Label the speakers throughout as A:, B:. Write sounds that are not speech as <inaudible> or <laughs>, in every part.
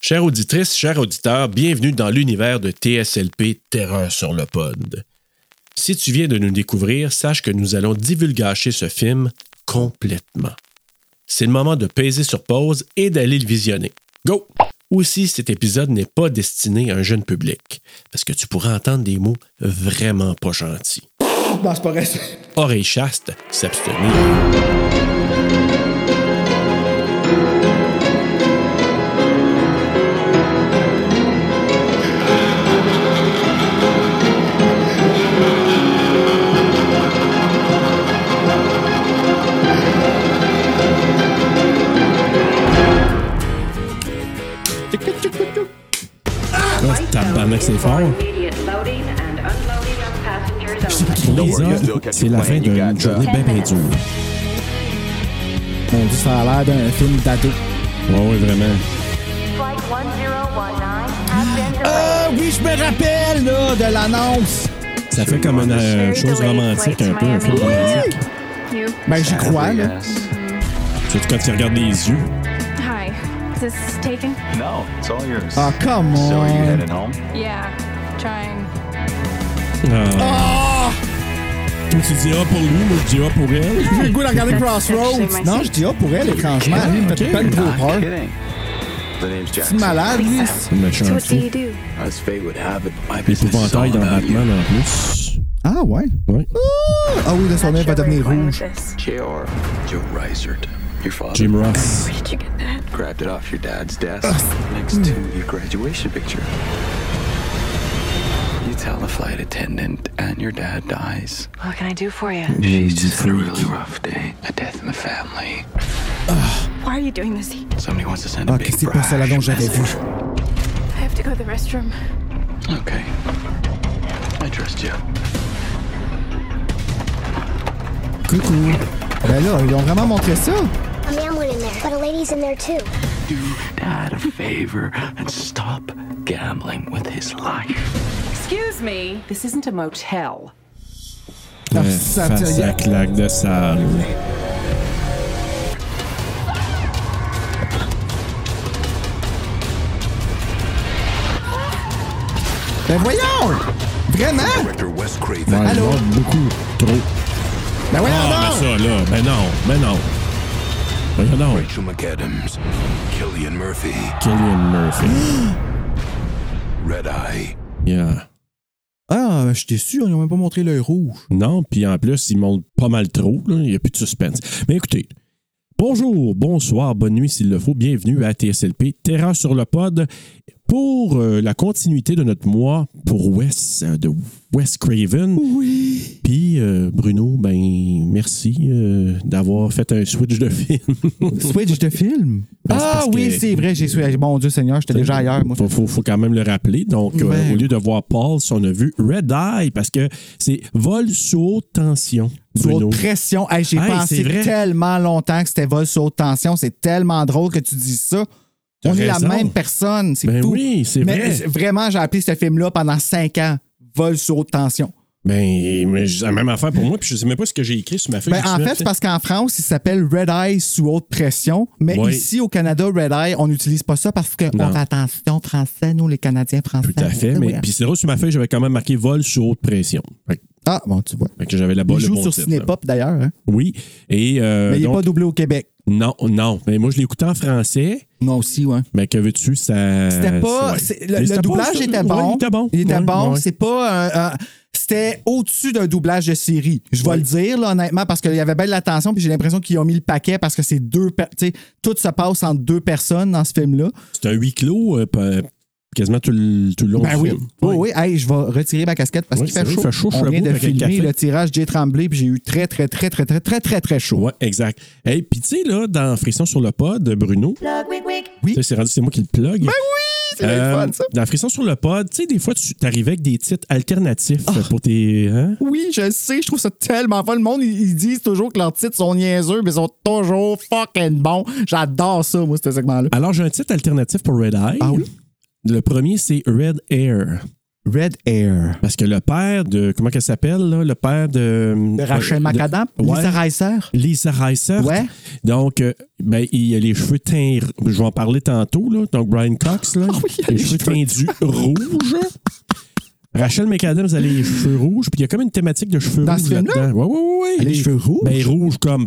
A: Chères auditrices, chers auditeurs, bienvenue dans l'univers de TSLP Terreur sur le Pod. Si tu viens de nous découvrir, sache que nous allons divulgacher ce film complètement. C'est le moment de peser sur pause et d'aller le visionner. Go! Aussi, cet épisode n'est pas destiné à un jeune public, parce que tu pourras entendre des mots vraiment pas gentils.
B: Non, c'est pas vrai.
A: Oreille chaste, s'abstenir. Ah, c'est tabarnak, c'est fort. C'est la fin d'une journée bien, bien dure.
B: On dit ça a l'air Ah, d'un film d'ado.
A: Ouais, ouais, vraiment.
B: Ah oui, je me rappelle là, de l'annonce.
A: Ça fait comme une euh, chose romantique, un peu, un film romantique.
B: Ben j'y crois là.
A: Surtout quand tu regardes les yeux.
C: Hi. Is this taken?
D: No, it's all yours.
B: Ah come
D: so are you
B: on.
D: headed home?
C: Yeah. Trying.
A: Ah.
B: Ah!
A: Toi, tu dis A pour lui, moi, je dis A pour elle.
B: J'ai le goût de <laughs> regarder Crossroads. Non, je dis ah pour elle, étrangement. Elle fait pas de gros
D: Not
B: peur.
D: kidding. The name's
B: C'est
D: Jackson.
B: malade, lui.
A: C'est méchant,
C: So what
A: fou.
C: do you do?
D: As fate would have it, my business is all
A: Épouvantail dans
D: about you.
A: Batman, en plus.
B: Ah ouais.
A: Ouais.
B: Ah oui, le son nez va devenir rouge.
D: J.R. Joe Reisert. Your father
A: Jim Ross.
D: grabbed it off your dad's desk next to
B: Hmm.
D: your graduation picture. You tell the flight attendant, and your dad dies.
E: What can I do for you?
D: She's just had a really rough day. A death in the family.
C: Why are you doing this? I
D: Somebody wants to send a
B: Ah,
D: big
B: c'est pas
D: brash
B: celle-là dont j'avais vu.
D: message.
C: have to go to the restroom.
D: Okay. I trust you.
B: Coucou. Ben là, ils ont vraiment montré ça.
F: A man went in there, but a lady's in there too.
D: Do Dad a favor and stop gambling with his life.
E: Excuse me. This isn't a motel.
B: Ah,
A: Ouais,
B: ça
A: Face à
B: tire-
A: claque de sable.
B: Ben voyons! Vraiment?
G: Director Wes
A: Ouais,
G: Craven.
A: il
B: Allô?
A: monte beaucoup trop.
B: Ben voyons
A: Ah,
B: donc!
A: mais ça, là, ben non, ben non. Ben non,
G: Rachel McAdams. Killian Murphy.
A: Killian Murphy.
G: Red Eye.
A: Yeah.
B: Ah, je suis déçu, ils ont même pas montré l'œil rouge.
A: Non, puis en plus, il monte pas mal trop. là. Il n'y a plus de suspense. Mais écoutez, bonjour, bonsoir, bonne nuit s'il le faut. Bienvenue à TSLP, Terreur sur le pod, pour euh, la continuité de notre mois pour Wes, euh, de Wes Craven.
B: Oui.
A: Puis, euh, Bruno, ben, merci euh, d'avoir fait un switch de film.
B: Switch de film?
A: Ben, c'est
B: ah
A: parce
B: oui,
A: que-
B: c'est vrai, j'ai switché. Mon Dieu Seigneur, j'étais déjà <laughs> ailleurs, moi.
A: Faut, faut, faut quand même le rappeler. Donc, euh,
B: Ouais.
A: au lieu de voir Paul, on a vu Red Eye, parce que c'est vol sous haute tension.
B: Sous
A: Bruno.
B: haute pression. Hey, j'ai
A: Hey, c'est
B: pensé
A: vrai.
B: tellement longtemps que c'était vol sur haute tension. C'est tellement drôle que tu dis ça.
A: T'as
B: On est la
A: raison.
B: même personne, c'est
A: Ben
B: fou.
A: oui, c'est
B: Mais
A: vrai.
B: j- vraiment, j'ai appelé ce film-là pendant cinq ans. Vol sur haute tension.
A: Ben, mais c'est la même affaire pour moi, puis je sais même pas ce que j'ai écrit sur ma feuille.
B: Ben,
A: que
B: en
A: tu m'as
B: fait, c'est parce qu'en France, il s'appelle Red Eye sous haute pression. Mais
A: Oui.
B: ici, au Canada, Red Eye, on n'utilise pas ça parce qu'on
A: Non.
B: fait attention français, nous, les Canadiens français. Ben hein.
A: Tout à fait, mais
B: Ouais.
A: puis c'est drôle, sur ma feuille, j'avais quand même marqué vol sous haute pression. Fait que-
B: Ah, bon, tu vois.
A: fait que j'avais là-bas
B: Il
A: le
B: joue
A: bon
B: sur
A: titre, là.
B: Cinépop, d'ailleurs. hein.
A: Oui, et... euh,
B: Mais il n'est
A: donc-
B: pas doublé au Québec.
A: Non, non, mais moi, je l'écoutais en français,
B: Moi aussi, ouais.
A: mais que veux-tu, ça...
B: C'était pas.
A: ouais.
B: c'est-
A: Mais
B: Le, le
A: c'était pas-
B: doublage
A: ouais,
B: était bon.
A: Il était bon.
B: Il était
A: Ouais,
B: bon.
A: ouais.
B: C'est pas. un- un- c'était au-dessus d'un doublage de série. Je vais
A: Ouais.
B: le dire, là, honnêtement, parce qu'il y avait bien de l'attention, puis j'ai l'impression qu'ils ont mis le paquet parce que c'est deux. per- Tu sais, tout se passe entre deux personnes dans ce film-là.
A: C'est un huis clos, euh, pa- quasiment tout le, tout le long
B: Ben
A: du
B: oui.
A: film.
B: Oui, oui. Hey, je vais retirer ma casquette parce
A: Oui,
B: qu'il
A: c'est vrai,
B: fait, chaud.
A: il fait chaud, je
B: On
A: suis
B: vient
A: beau
B: de
A: avec le
B: filmer
A: café.
B: le tirage, j'ai tremblé, puis j'ai eu très, très, très, très, très, très, très, très chaud.
A: Ouais, exact. Et hey, puis tu sais, là, dans Frisson sur le pod, Bruno,
B: Oui.
A: tu sais, c'est rendu, c'est moi qui le plug. Ben oui!
B: C'est bien le fun, ça.
A: dans Frisson sur le pod, tu sais, des fois, tu arrivais avec des titres alternatifs
B: Ah.
A: euh, pour tes. hein?
B: Oui, je sais, je trouve ça tellement fun. Le monde, ils ils disent toujours que leurs titres sont niaiseux, mais ils sont toujours fucking bons. J'adore ça, moi, ce segment-là.
A: Alors, j'ai un titre alternatif pour Red Eye.
B: Ah oui?
A: Le premier, c'est Red Air.
B: Red Air.
A: Parce que le père de. Comment qu'elle s'appelle, là? Le père de.
B: Rachel
A: Euh, de-
B: Macadam,
A: Ouais.
B: Lisa Reiser.
A: Lisa Reiser.
B: Ouais.
A: Donc, euh, ben, il a les cheveux teints. Je vais en parler tantôt, là. Donc, Brian Cox, là.
B: Ah oui, il a
A: les,
B: les
A: cheveux
B: cheveux
A: tendus rouges. Rachel McAdams, elle a les cheveux rouges. Puis il y a comme une thématique de cheveux
B: Dans
A: rouges
B: ce film-là?
A: là-dedans. Oui, oui, oui.
B: Elle a les cheveux rouges?
A: Ben, rouges comme. euh,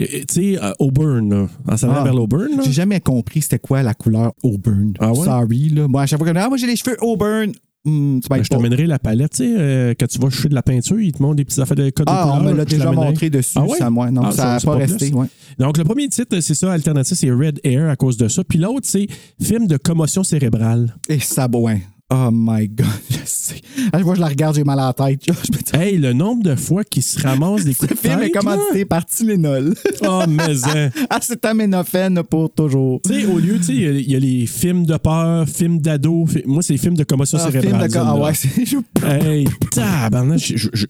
A: euh, Tu sais, euh, Auburn, là. En s'en allant
B: Ah.
A: vers l'Auburn, là.
B: J'ai jamais compris c'était quoi la couleur auburn.
A: Ah ouais?
B: Sorry, là. Moi, à chaque fois qu'on dit, ah, moi, j'ai les cheveux auburn. Hmm, tu m'aides
A: Ben, je
B: pas.
A: t'emmènerai la palette, tu sais, euh, quand tu vas chercher de la peinture, ils te montrent des petites affaires de code de
B: Ah, on
A: couleur,
B: me l'a
A: je Ah te
B: déjà
A: l'emmènerai.
B: montré dessus, ça, moi. Non, ça a
A: c'est
B: pas
A: plus.
B: resté, ouais.
A: Donc, le premier titre, c'est ça, alternatif, c'est Red Air à cause de ça. Puis l'autre, c'est film de commotion cérébrale.
B: Et Sabouin. Oh my God, <laughs> je sais. À chaque fois que je la regarde, j'ai mal à la tête. <laughs> Je me dis,
A: Hey, le nombre de fois qu'ils se ramassent
B: <laughs>
A: des
B: ce
A: coups de
B: film est
A: tête, là.
B: commandité par Tylenol.
A: <laughs>
B: <laughs>
A: Oh, mais hein.
B: Acétaménophène pour toujours.
A: Tu sais, au lieu, tu sais, il y a- il y, a les films de peur, films d'ado. fi- Moi, c'est les films de commotion
B: Un film
A: cérébrale.
B: de... Ah
A: celle-là.
B: ouais, <laughs> c'est... je-
A: Hey, tabarnak, je, je- je-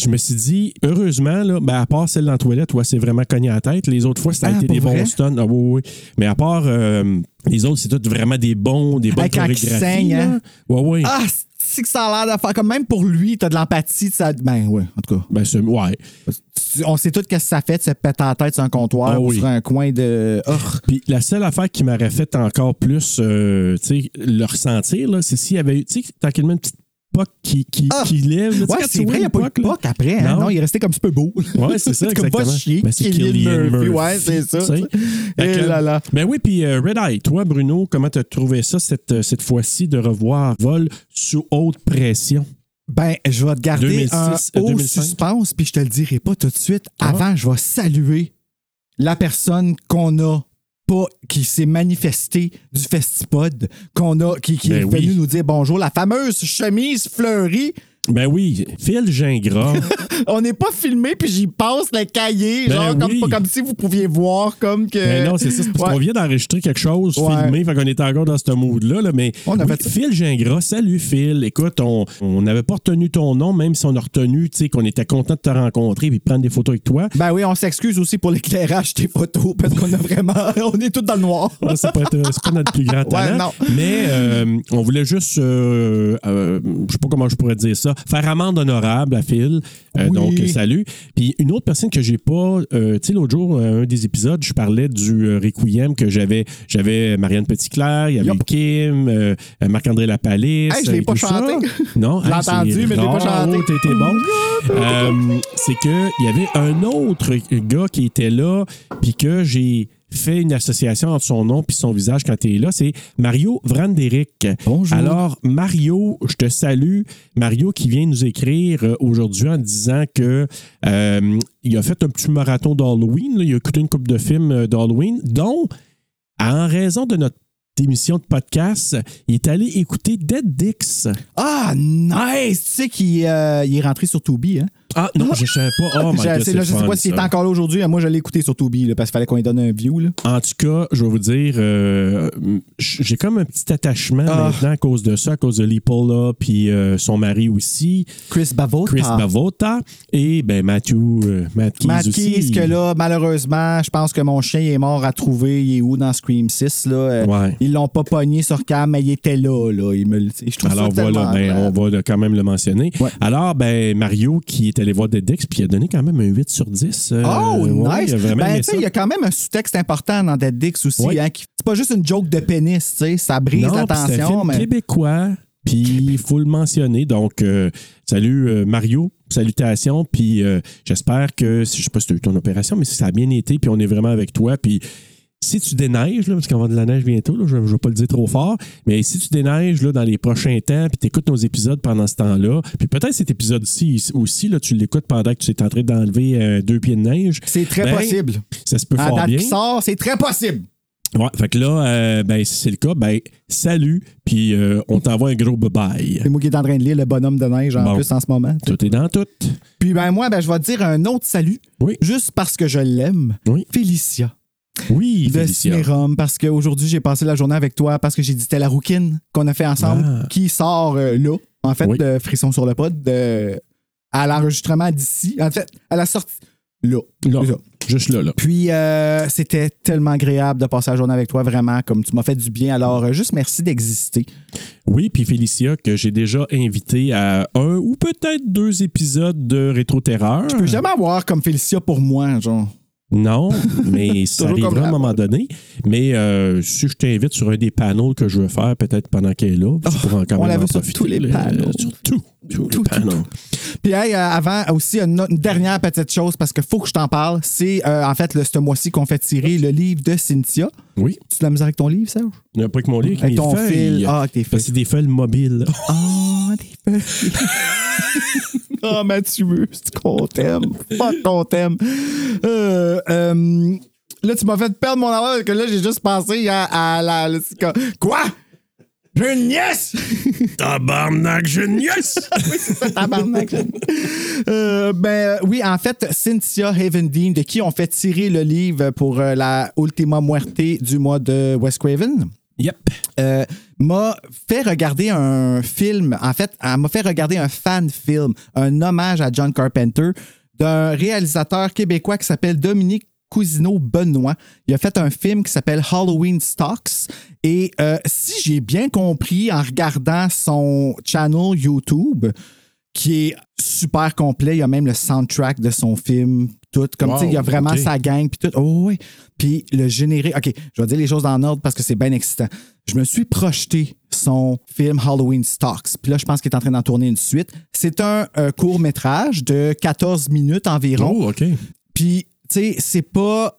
A: je me suis dit, heureusement, là, ben, à part celle dans la toilette, ouais, c'est vraiment cogné à la tête. Les autres fois, ça a
B: Ah,
A: été
B: pour
A: des
B: vrai?
A: bons stuns. Ah, oui, oui, oui. Mais à part euh, les autres, c'est tout vraiment des bons, des bonnes
B: Hey, quand ils
A: chorégraphies.
B: saignent,
A: là.
B: hein?
A: Ouais, ouais.
B: Ah, c'est que ça a l'air de faire comme même pour lui, t'as de l'empathie, ça. Ben ouais, en tout cas.
A: Ben, c'est- ouais.
B: Tu- On sait tout que ça fait de se péter la tête sur un comptoir
A: Ah
B: ou
A: oui.
B: sur un coin de. Oh,
A: Puis la seule affaire qui m'aurait fait encore plus euh, tu sais, le ressentir, là, c'est s'il y avait eu, tu sais, tranquillement une petite poque qui, qui,
B: Ah!
A: qui lève. là. Tu sais,
B: ouais,
A: quand tu
B: c'est vrai,
A: vois
B: il n'y a
A: une
B: pas eu de
A: là.
B: poc après. hein? Non.
A: Non.
B: il est resté comme un petit peu beau. <laughs>
A: Ouais, c'est ça,
B: comme pas
A: exactement.
B: chier.
A: Ben, c'est
B: Cillian
A: Cillian Murphy,
B: Ouais, c'est ça.
A: tu sais. Fait
B: Et
A: que-
B: là là.
A: Ben oui, puis euh, Red Eye, toi, Bruno, comment t'as trouvé ça cette, euh, cette fois-ci de revoir Vol sous haute pression?
B: Ben, je vais te garder
A: 2006
B: un
A: à
B: haut
A: 2005.
B: suspense, puis je te le dirai pas tout de suite.
A: Ah.
B: Avant, je vais saluer la personne qu'on a pas, qui s'est manifestée du Festipod, qu'on a, qui, qui
A: Ben
B: est
A: oui.
B: venue nous dire bonjour, la fameuse chemise fleurie.
A: Ben oui, Phil
B: <laughs>
A: Gingras.
B: On n'est pas filmé, puis j'y passe le cahier,
A: Ben
B: genre
A: oui.
B: comme, comme si vous pouviez voir, comme que.
A: ben non, c'est ça, c'est parce qu'on
B: Ouais.
A: vient d'enregistrer quelque chose,
B: Ouais.
A: filmé, fait qu'on était encore dans ce mood-là, là, mais
B: On a
A: oui,
B: fait ça.
A: Phil Gingras, salut Phil. Écoute, on on n'avait pas retenu ton nom, même si on a retenu, tu sais, qu'on était content de te rencontrer puis de prendre des photos avec toi.
B: Ben oui, on s'excuse aussi pour l'éclairage des photos, parce qu'on a vraiment. <laughs> On est tous dans le noir.
A: Ouais, c'est pas, être- c'est pas notre plus grand talent.
B: non.
A: Mais euh, on voulait juste, euh, euh, je sais pas comment je pourrais dire ça, faire amende honorable à Phil. Euh,
B: Oui.
A: Donc, euh, salut. Puis une autre personne que j'ai pas, euh, tu sais, l'autre jour, euh, un des épisodes, je parlais du euh, Requiem que j'avais. J'avais Marianne Petitclerc, il y avait
B: Yup.
A: Kim, euh, euh, Marc-André Lapalisse.
B: Hey, je l'ai
A: et
B: pas
A: tout ça.
B: chanté.
A: Non, hein,
B: Je l'ai entendu,
A: c'est
B: mais je l'ai pas
A: rare.
B: chanté.
A: Oh, t'étais bon. Euh, c'est que il y avait un autre gars qui était là, puis que j'ai fait une association entre son nom puis son visage quand il est là, c'est Mario Vranderic.
B: Bonjour.
A: Alors, Mario, je te salue. Mario qui vient nous écrire euh, aujourd'hui en disant que euh, il a fait un petit marathon d'Halloween. là. Il a écouté une coupe de films euh, d'Halloween, dont, en raison de notre émission de podcast, il est allé écouter Dead Dicks.
B: Ah, nice! Tu sais qu'il euh, il est rentré sur Tubi, hein?
A: Ah non, je savais pas. Oh my
B: J'ai-
A: God,
B: c'est
A: c'est
B: là, je sais
A: fun,
B: pas s'il est
A: ça.
B: encore là aujourd'hui. mais Moi, je l'ai écouté sur Tubi, là, parce qu'il fallait qu'on lui donne un view. Là.
A: En tout cas, je vais vous dire, euh, j'ai comme un petit attachement
B: Ah.
A: maintenant à cause de ça, à cause de Lipola, puis euh, son mari aussi,
B: Chris Bavot.
A: Chris Bavota, et ben Matthew, euh, Matt Keys
B: Ah, Matt
A: aussi.
B: Keys, que là, malheureusement, je pense que mon chien il est mort à trouver. Il est où dans Scream 6? Là? Euh,
A: Ouais.
B: Ils l'ont pas pogné sur cam, mais il était là. là. Il me, le- je trouve
A: Alors
B: ça
A: voilà,
B: tellement
A: ben,
B: plate.
A: on va le- quand même le mentionner.
B: Ouais.
A: Alors, ben Mario qui est allé voir Dedex, puis il a donné quand même un 8 sur 10. euh,
B: Oh,
A: ouais,
B: nice!
A: il a vraiment
B: ben,
A: aimé
B: tu sais,
A: ça.
B: il y a quand même un sous-texte important dans Dead Dicks aussi.
A: Oui.
B: hein, qui- c'est pas juste une joke de pénis, tu sais. Ça brise
A: Non, puis c'est un
B: l'attention.
A: film
B: Mais...
A: québécois, puis il faut le mentionner. Donc, euh, salut euh, Mario, salutations, puis euh, j'espère que, si- je sais pas si tu as eu ton opération, mais si ça a bien été, puis on est vraiment avec toi, puis si tu déneiges, là, parce qu'on va avoir de la neige bientôt, là, je ne vais pas le dire trop fort, mais si tu déneiges là, dans les prochains temps, puis tu écoutes nos épisodes pendant ce temps-là, puis peut-être cet épisode-ci aussi, là, tu l'écoutes pendant que tu es en train d'enlever euh, deux pieds de neige.
B: C'est très
A: Ben,
B: possible.
A: Ça se peut
B: À
A: fort
B: date
A: bien.
B: qui sort, c'est très possible.
A: Ouais, fait que là, euh, ben, si c'est le cas, ben, salut, puis euh, on t'envoie un gros bye-bye.
B: C'est moi qui est en train de lire Le bonhomme de neige en
A: Bon.
B: plus en ce moment.
A: Tout est dans tout.
B: Puis ben moi, ben, je vais te dire un autre salut,
A: Oui.
B: juste parce que je l'aime.
A: Oui.
B: Félicia.
A: Oui,
B: De
A: Félicia.
B: Cinérum, parce qu'aujourd'hui, j'ai passé la journée avec toi, parce que j'ai dit la rouquine qu'on a fait ensemble,
A: Ah.
B: qui sort euh, là, en fait,
A: Oui.
B: de Frisson sur le pod, de- à l'enregistrement d'ici. En fait, à la sortie. Là.
A: Là,
B: C'est ça.
A: juste là, là.
B: Puis euh, c'était tellement agréable de passer la journée avec toi, vraiment, comme tu m'as fait du bien. Alors, euh, juste merci d'exister.
A: Oui, puis Félicia, que j'ai déjà invité à un ou peut-être deux épisodes de Rétro-Terreur.
B: Je peux jamais avoir comme Félicia pour moi, genre.
A: Non,
B: <laughs>
A: mais ça
B: Toujours comme
A: arrivera à un
B: la-
A: moment donné. Mais euh, si je t'invite sur un des panels que je veux faire, peut-être pendant qu'elle est là, tu pourras quand
B: Oh, on
A: même
B: la
A: en
B: veut sur
A: profiter,
B: tous les
A: là,
B: panels.
A: Sur tout, tous
B: Tout,
A: les
B: tout,
A: panels.
B: Puis hey, euh, avant aussi une, autre- une dernière petite chose parce que faut que je t'en parle, c'est euh, en fait le, ce mois-ci qu'on fait tirer le livre de Cynthia.
A: Oui,
B: Tu as de la misère avec ton livre, Serge?
A: il n'y a pas que mon livre
B: Avec
A: mes
B: ton
A: feuilles.
B: fil. Ah, avec tes
A: Parce que c'est des feuilles mobiles. <laughs>
B: Ah, des feuilles. <laughs> Ah, Mathieu, c'est qu'on t'aime. Fuck qu'on t'aime. Euh, euh, là, tu m'as fait perdre mon argent parce que là, j'ai juste pensé à, à la. le- c'est comme- quoi? J'ai une nièce!
A: Tabarnak, je nièce!
B: Oui, c'est ça, <laughs> tabarnak. Euh, ben euh, oui, en fait, Cynthia Havendean, de qui on fait tirer le livre pour euh, la Ultima Muerte du mois de Wes Craven
A: yep.
B: euh, m'a fait regarder un film. En fait, elle m'a fait regarder un fan film, un hommage à John Carpenter d'un réalisateur québécois qui s'appelle Dominique Cousineau Benoît. Il a fait un film qui s'appelle Halloween Stocks. Et euh, si j'ai bien compris en regardant son channel YouTube, qui est super complet. Il y a même le soundtrack de son film, tout. Comme
A: Wow,
B: tu sais, il y a vraiment
A: ok.
B: sa gang, puis tout. Oh oui. Puis le générique. OK, je vais dire les choses en ordre parce que c'est bien excitant. Je me suis projeté son film Halloween Stocks. Puis là, je pense qu'il est en train d'en tourner une suite. C'est un euh, court-métrage de 14 minutes environ.
A: Oh, OK.
B: Puis, tu sais, c'est pas.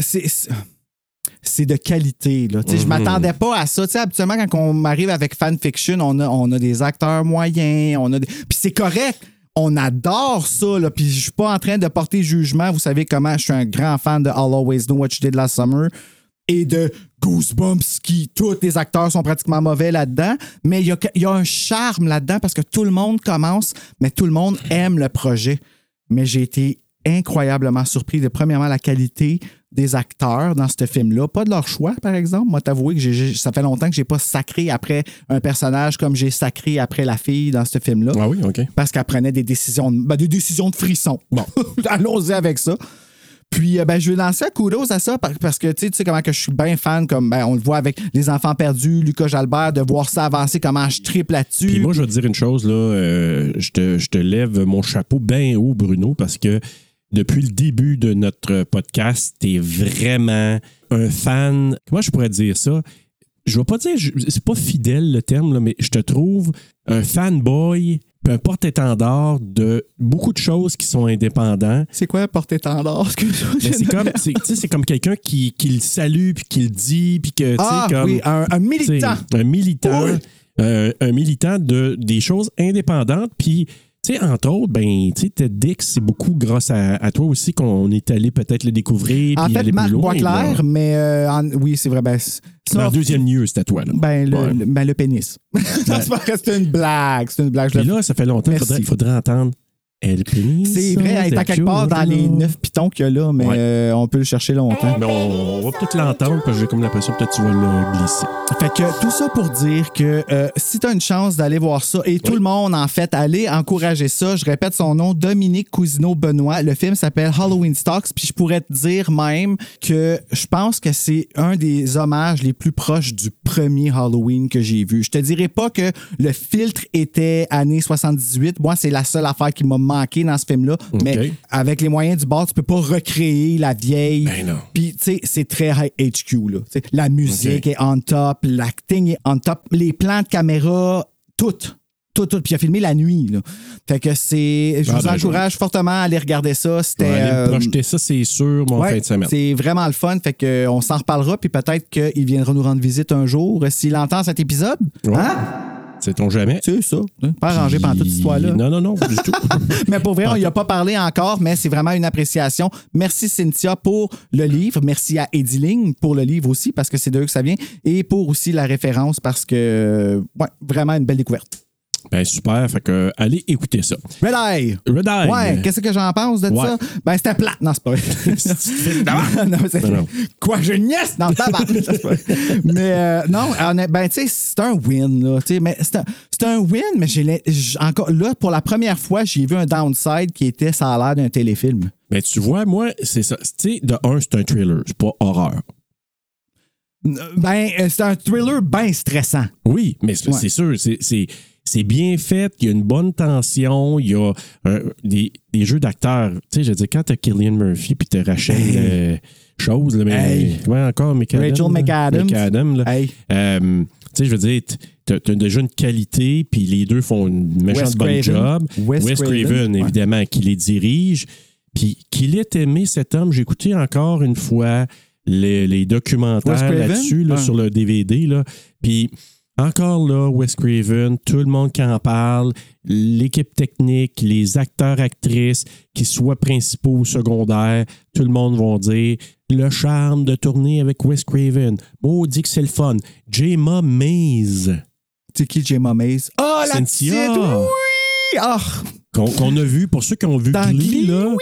B: C'est. c'est- C'est de qualité. Là. Tu sais, Je m'attendais pas à ça. Tu sais, habituellement, quand on arrive avec fanfiction, on a, on a des acteurs moyens. On a des- Puis c'est correct. On adore ça. Là. Puis je suis pas en train de porter jugement. Vous savez comment je suis un grand fan de All Always Know What You Did Last Summer et de Goosebumps qui, tous les acteurs sont pratiquement mauvais là-dedans, mais il y a, que- il y a un charme là-dedans parce que tout le monde commence, mais tout le monde aime le projet. Mais j'ai été incroyablement surpris de, premièrement, la qualité des acteurs dans ce film-là. Pas de leur choix, par exemple. Moi, t'avouer que j'ai- j'ai- ça fait longtemps que j'ai pas sacré après un personnage comme j'ai sacré après la fille dans ce film-là
A: Ah oui, OK.
B: parce qu'elle prenait des décisions de, ben, des décisions de frisson. Bon, <laughs> allons-y avec ça. Puis, euh, ben, je vais lancer un kudos à ça par- parce que tu sais- tu sais comment que je suis bien fan, comme ben, on le voit avec Les Enfants Perdus, Lucas Jalbert, de voir ça avancer, comment je tripe
A: Puis
B: là-dessus.
A: moi, je vais te dire une chose, là, euh, je, te, je te lève mon chapeau bien haut, Bruno, parce que depuis le début de notre podcast, t'es vraiment un fan. Comment je pourrais dire ça? Je vais pas dire, je- c'est pas fidèle le terme, là, mais je te trouve un fanboy, puis un porte-étendard de beaucoup de choses qui sont indépendants.
B: C'est quoi porter tendance? <laughs>
A: Mais c'est comme, c'est- tu sais, c'est comme quelqu'un qui, qui le salue, puis qui le dit, puis que, tu sais,
B: Ah
A: comme...
B: oui, un, un militant.
A: T'sais, Un militant.
B: Oui.
A: euh, un militant de, des choses indépendantes. Puis, tu sais, entre autres, ben, tu sais, Ted Dix, c'est beaucoup grâce à, à toi aussi qu'on est allé peut-être le découvrir.
B: En
A: puis
B: fait,
A: aller
B: Marc
A: plus loin, là.
B: Boisclair, mais euh, en- oui, c'est vrai. Ben, c- ça,
A: En deuxième lieu, c'était à toi. Là.
B: ben, le,
A: Ouais.
B: le- ben, le pénis. <laughs> Non, c'est pas vrai, c'est une blague. C'est une blague. je
A: Puis
B: le-
A: là, ça fait longtemps qu'il
B: Merci.
A: faudrait, faudrait entendre El Penis.
B: C'est vrai, elle est à quelque part dans les neuf pitons qu'il y a là, mais
A: Ouais.
B: euh, on peut le chercher longtemps.
A: Mais Ben, on, on va peut-être l'entendre, parce que j'ai comme l'impression que peut-être tu vas le glisser.
B: Fait que tout ça pour dire que euh, si tu as une chance d'aller voir ça, et tout le monde, en fait, allez encourager ça. Je répète son nom, Dominique Cousineau Benoît. Le film s'appelle Halloween Stocks. Puis je pourrais te dire même que je pense que c'est un des hommages les plus proches du premier Halloween que j'ai vu. Je te dirais pas que le filtre était année 78. Moi, c'est la seule affaire qui m'a manqué dans ce film-là. Mais avec les moyens du bord, tu peux pas recréer la vieille.
A: Ben non.
B: Puis, tu sais, c'est très high HQ, là. Tu sais, la
A: Ok.
B: musique est on top, l'acting est on top, les plans de caméra, tout. Tout, tout. Puis, il a filmé la nuit, là. Fait que c'est. Je
A: Ah,
B: vous
A: ben,
B: encourage fortement à aller regarder ça. C'était.
A: On va aller me
B: euh,
A: projeter ça, c'est sûr, mon
B: ouais,
A: fin de semaine.
B: c'est vraiment le fun. Fait que euh, on s'en reparlera. Puis, peut-être qu'il viendra nous rendre visite un jour euh, s'il entend cet épisode.
A: Ouais.
B: Hein?
A: C'est ton jamais.
B: C'est ça. hein? Pas arrangé pendant toute cette histoire-là.
A: Non, non, non,
B: <laughs>
A: du tout.
B: Mais pour vrai, on n'y a pas parlé encore, mais c'est vraiment une appréciation. Merci Cynthia pour le livre. Merci à Ediling pour le livre aussi, parce que c'est de eux que ça vient. Et pour aussi la référence, parce que, euh, ouais, vraiment une belle découverte.
A: Ben super, fait que euh, allez écouter ça.
B: Red Eye!
A: Red Eye.
B: Ouais, qu'est-ce que j'en pense de
A: Ouais.
B: ça? Ben, c'était plat. Non, c'est
A: <laughs>
B: pas vrai. <laughs> non, c'est...
A: Non, non.
B: Quoi, je nièce dans
A: <laughs>
B: le tabac. Non, c'est pas vrai. mais euh, non, honnête- ben, tu sais, c'est un win, là. Tu sais, mais c'est un, c'est un win, mais j'ai, l'in- j'- encore là, pour la première fois, j'ai vu un downside qui était ça a l'air d'un téléfilm.
A: Ben tu vois, moi, c'est ça. Tu sais, de un, c'est un thriller, c'est pas horreur.
B: Ben, euh, c'est un thriller bien stressant.
A: Oui, mais c'est
B: Ouais.
A: c'est sûr, c'est- c'est c'est bien fait, il y a une bonne tension, il y a un- des, des jeux d'acteurs. Tu sais, je veux dire, quand t'as Killian Murphy puis t'as Rachel euh, Chose, là, mais
B: Hey.
A: comment encore McAdams?
B: Rachel
A: là?
B: McAdams.
A: McAdams, là.
B: Hey.
A: Euh, tu sais, je veux dire, t- t'as t'as déjà une qualité, puis les deux font une méchante
B: Wes
A: bonne
B: Craven.
A: job.
B: Wes
A: Wes Craven,
B: Craven, ouais.
A: évidemment, qui les dirige. Puis qu'il ait aimé cet homme, j'ai écouté encore une fois les, les
B: Wes
A: documentaires
B: Craven?
A: là-dessus, là,
B: Ah.
A: sur le DVD. Là. Puis encore là, Wes Craven, tout le monde qui en parle, l'équipe technique, les acteurs, actrices, qu'ils soient principaux ou secondaires, tout le monde vont dire le charme de tourner avec Wes Craven. Maudit que c'est le fun. Jema Mays,
B: C'est qui, Jemma Mays? Oh, la
A: Cynthia.
B: petite! Oui! Ah,
A: qu'on qu'on a vu, pour ceux qui ont vu
B: Dans
A: Glee,
B: Glee,
A: là,
B: oui.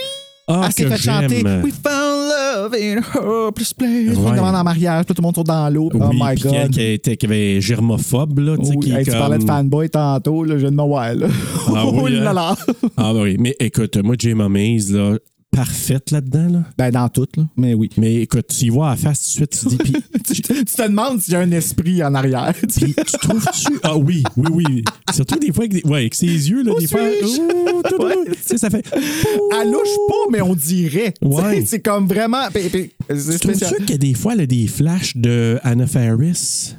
A: ah,
B: elle s'est
A: que
B: fait chanter
A: j'aime.
B: We found love in a hopeless place.
A: Ouais.
B: On demande en mariage, tout le monde tourne dans l'eau.
A: Oui,
B: oh my
A: puis quelqu'un
B: God.
A: qui, était, qui avait germophobe, là, tu sais,
B: Oui,
A: qui est
B: hey, Tu parlais de
A: comme-
B: fanboy tantôt, là, je ne ouais, là. <laughs>
A: Ah oui,
B: oh là
A: hein?
B: là.
A: Ah oui, mais écoute, moi, Jema Mays, là, parfaite là-dedans, là.
B: Ben, dans tout, là. Mais oui.
A: Mais écoute, tu y vois à la face tout de suite, tu dis,
B: <laughs>
A: <laughs> puis
B: tu, tu te demandes s'il y a un esprit en arrière. tu sais.
A: Puis tu trouves-tu. Ah oui, oui, oui. Surtout des fois avec, des- ouais, avec ses yeux, là,
B: Où
A: des fois.
B: suis-je?
A: Ouh, tout
B: Ouais.
A: doux. Tu sais, ça fait.
B: Elle louche pas, mais on dirait. Tu sais,
A: Ouais.
B: C'est comme vraiment. puis- puis- C'est
A: Tu trouves-tu
B: spécial.
A: qu'il y a des fois là, des flashs de Anna Faris?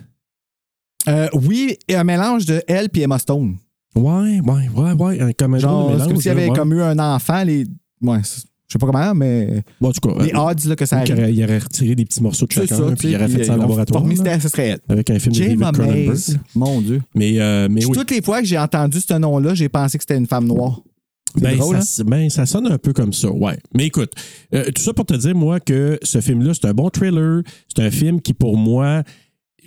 B: Euh, oui, et un mélange de elle et Emma Stone.
A: Ouais, ouais, ouais, ouais. un- Comme un
B: Genre,
A: drôle de
B: c'est comme
A: mélange,
B: s'il y avait
A: là, ouais.
B: comme eu un enfant, les. Ouais, c'est- je sais pas comment, mais.
A: Bon, en tout cas.
B: les
A: euh,
B: odds là, que ça
A: il
B: arrive.
A: aurait- il aurait retiré des petits morceaux de
B: C'est
A: chacun,
B: ça,
A: puis il aurait
B: tu sais,
A: fait ça en
B: ils ont
A: laboratoire.
B: formé,
A: là,
B: c'était- ce serait elle.
A: Avec un film de
B: Jane
A: David Cronenberg.
B: Maze. Mon Dieu.
A: Mais, euh, mais oui.
B: Toutes les fois que j'ai entendu ce nom-là, j'ai pensé que c'était une femme noire. <laughs> C'est
A: Ben,
B: drôle,
A: ça,
B: hein?
A: s- ben, ça sonne un peu comme ça, ouais. Mais écoute, euh, tout ça pour te dire, moi, que ce film-là, c'est un bon thriller. C'est un film qui, pour moi,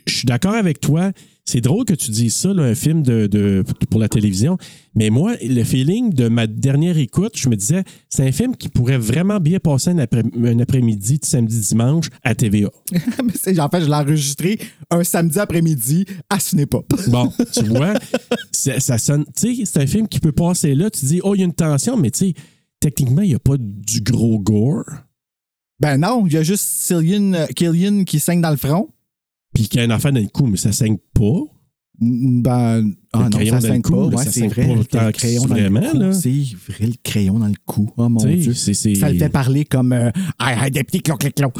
A: je suis d'accord avec toi. C'est drôle que tu dises ça, là, un film de, de- pour la télévision. Mais moi, le feeling de ma dernière écoute, je me disais, c'est un film qui pourrait vraiment bien passer un après- un après-midi de samedi-dimanche à TVA.
B: Mais c'est- en fait, je l'ai enregistré un samedi après-midi à Cinépop.
A: Bon, tu vois, ça, ça sonne. Tu sais, c'est un film qui peut passer là. Tu dis, oh, il y a une tension, mais tu sais, techniquement, il n'y a pas du gros gore.
B: Ben non, il y a juste Cillian, euh, Killian qui saigne dans le front.
A: Puis qu'il y a un enfant dans le cou, mais ça saigne pas.
B: Mm, Ben, ah non,
A: crayon
B: ça
A: dans le
B: saigne
A: cou,
B: pas.
A: là,
B: Ouais,
A: ça
B: c'est
A: saigne
B: vrai.
A: pas
B: le
A: autant que
B: crayon dans
A: vraiment,
B: le
A: là.
B: cou. C'est vrai, le crayon dans le cou. Oh mon
A: Tu sais,
B: Dieu.
A: c'est- c'est- <laughs>
B: Ça le fait parler comme euh, Hey, hey, des petits clon, clon, clon.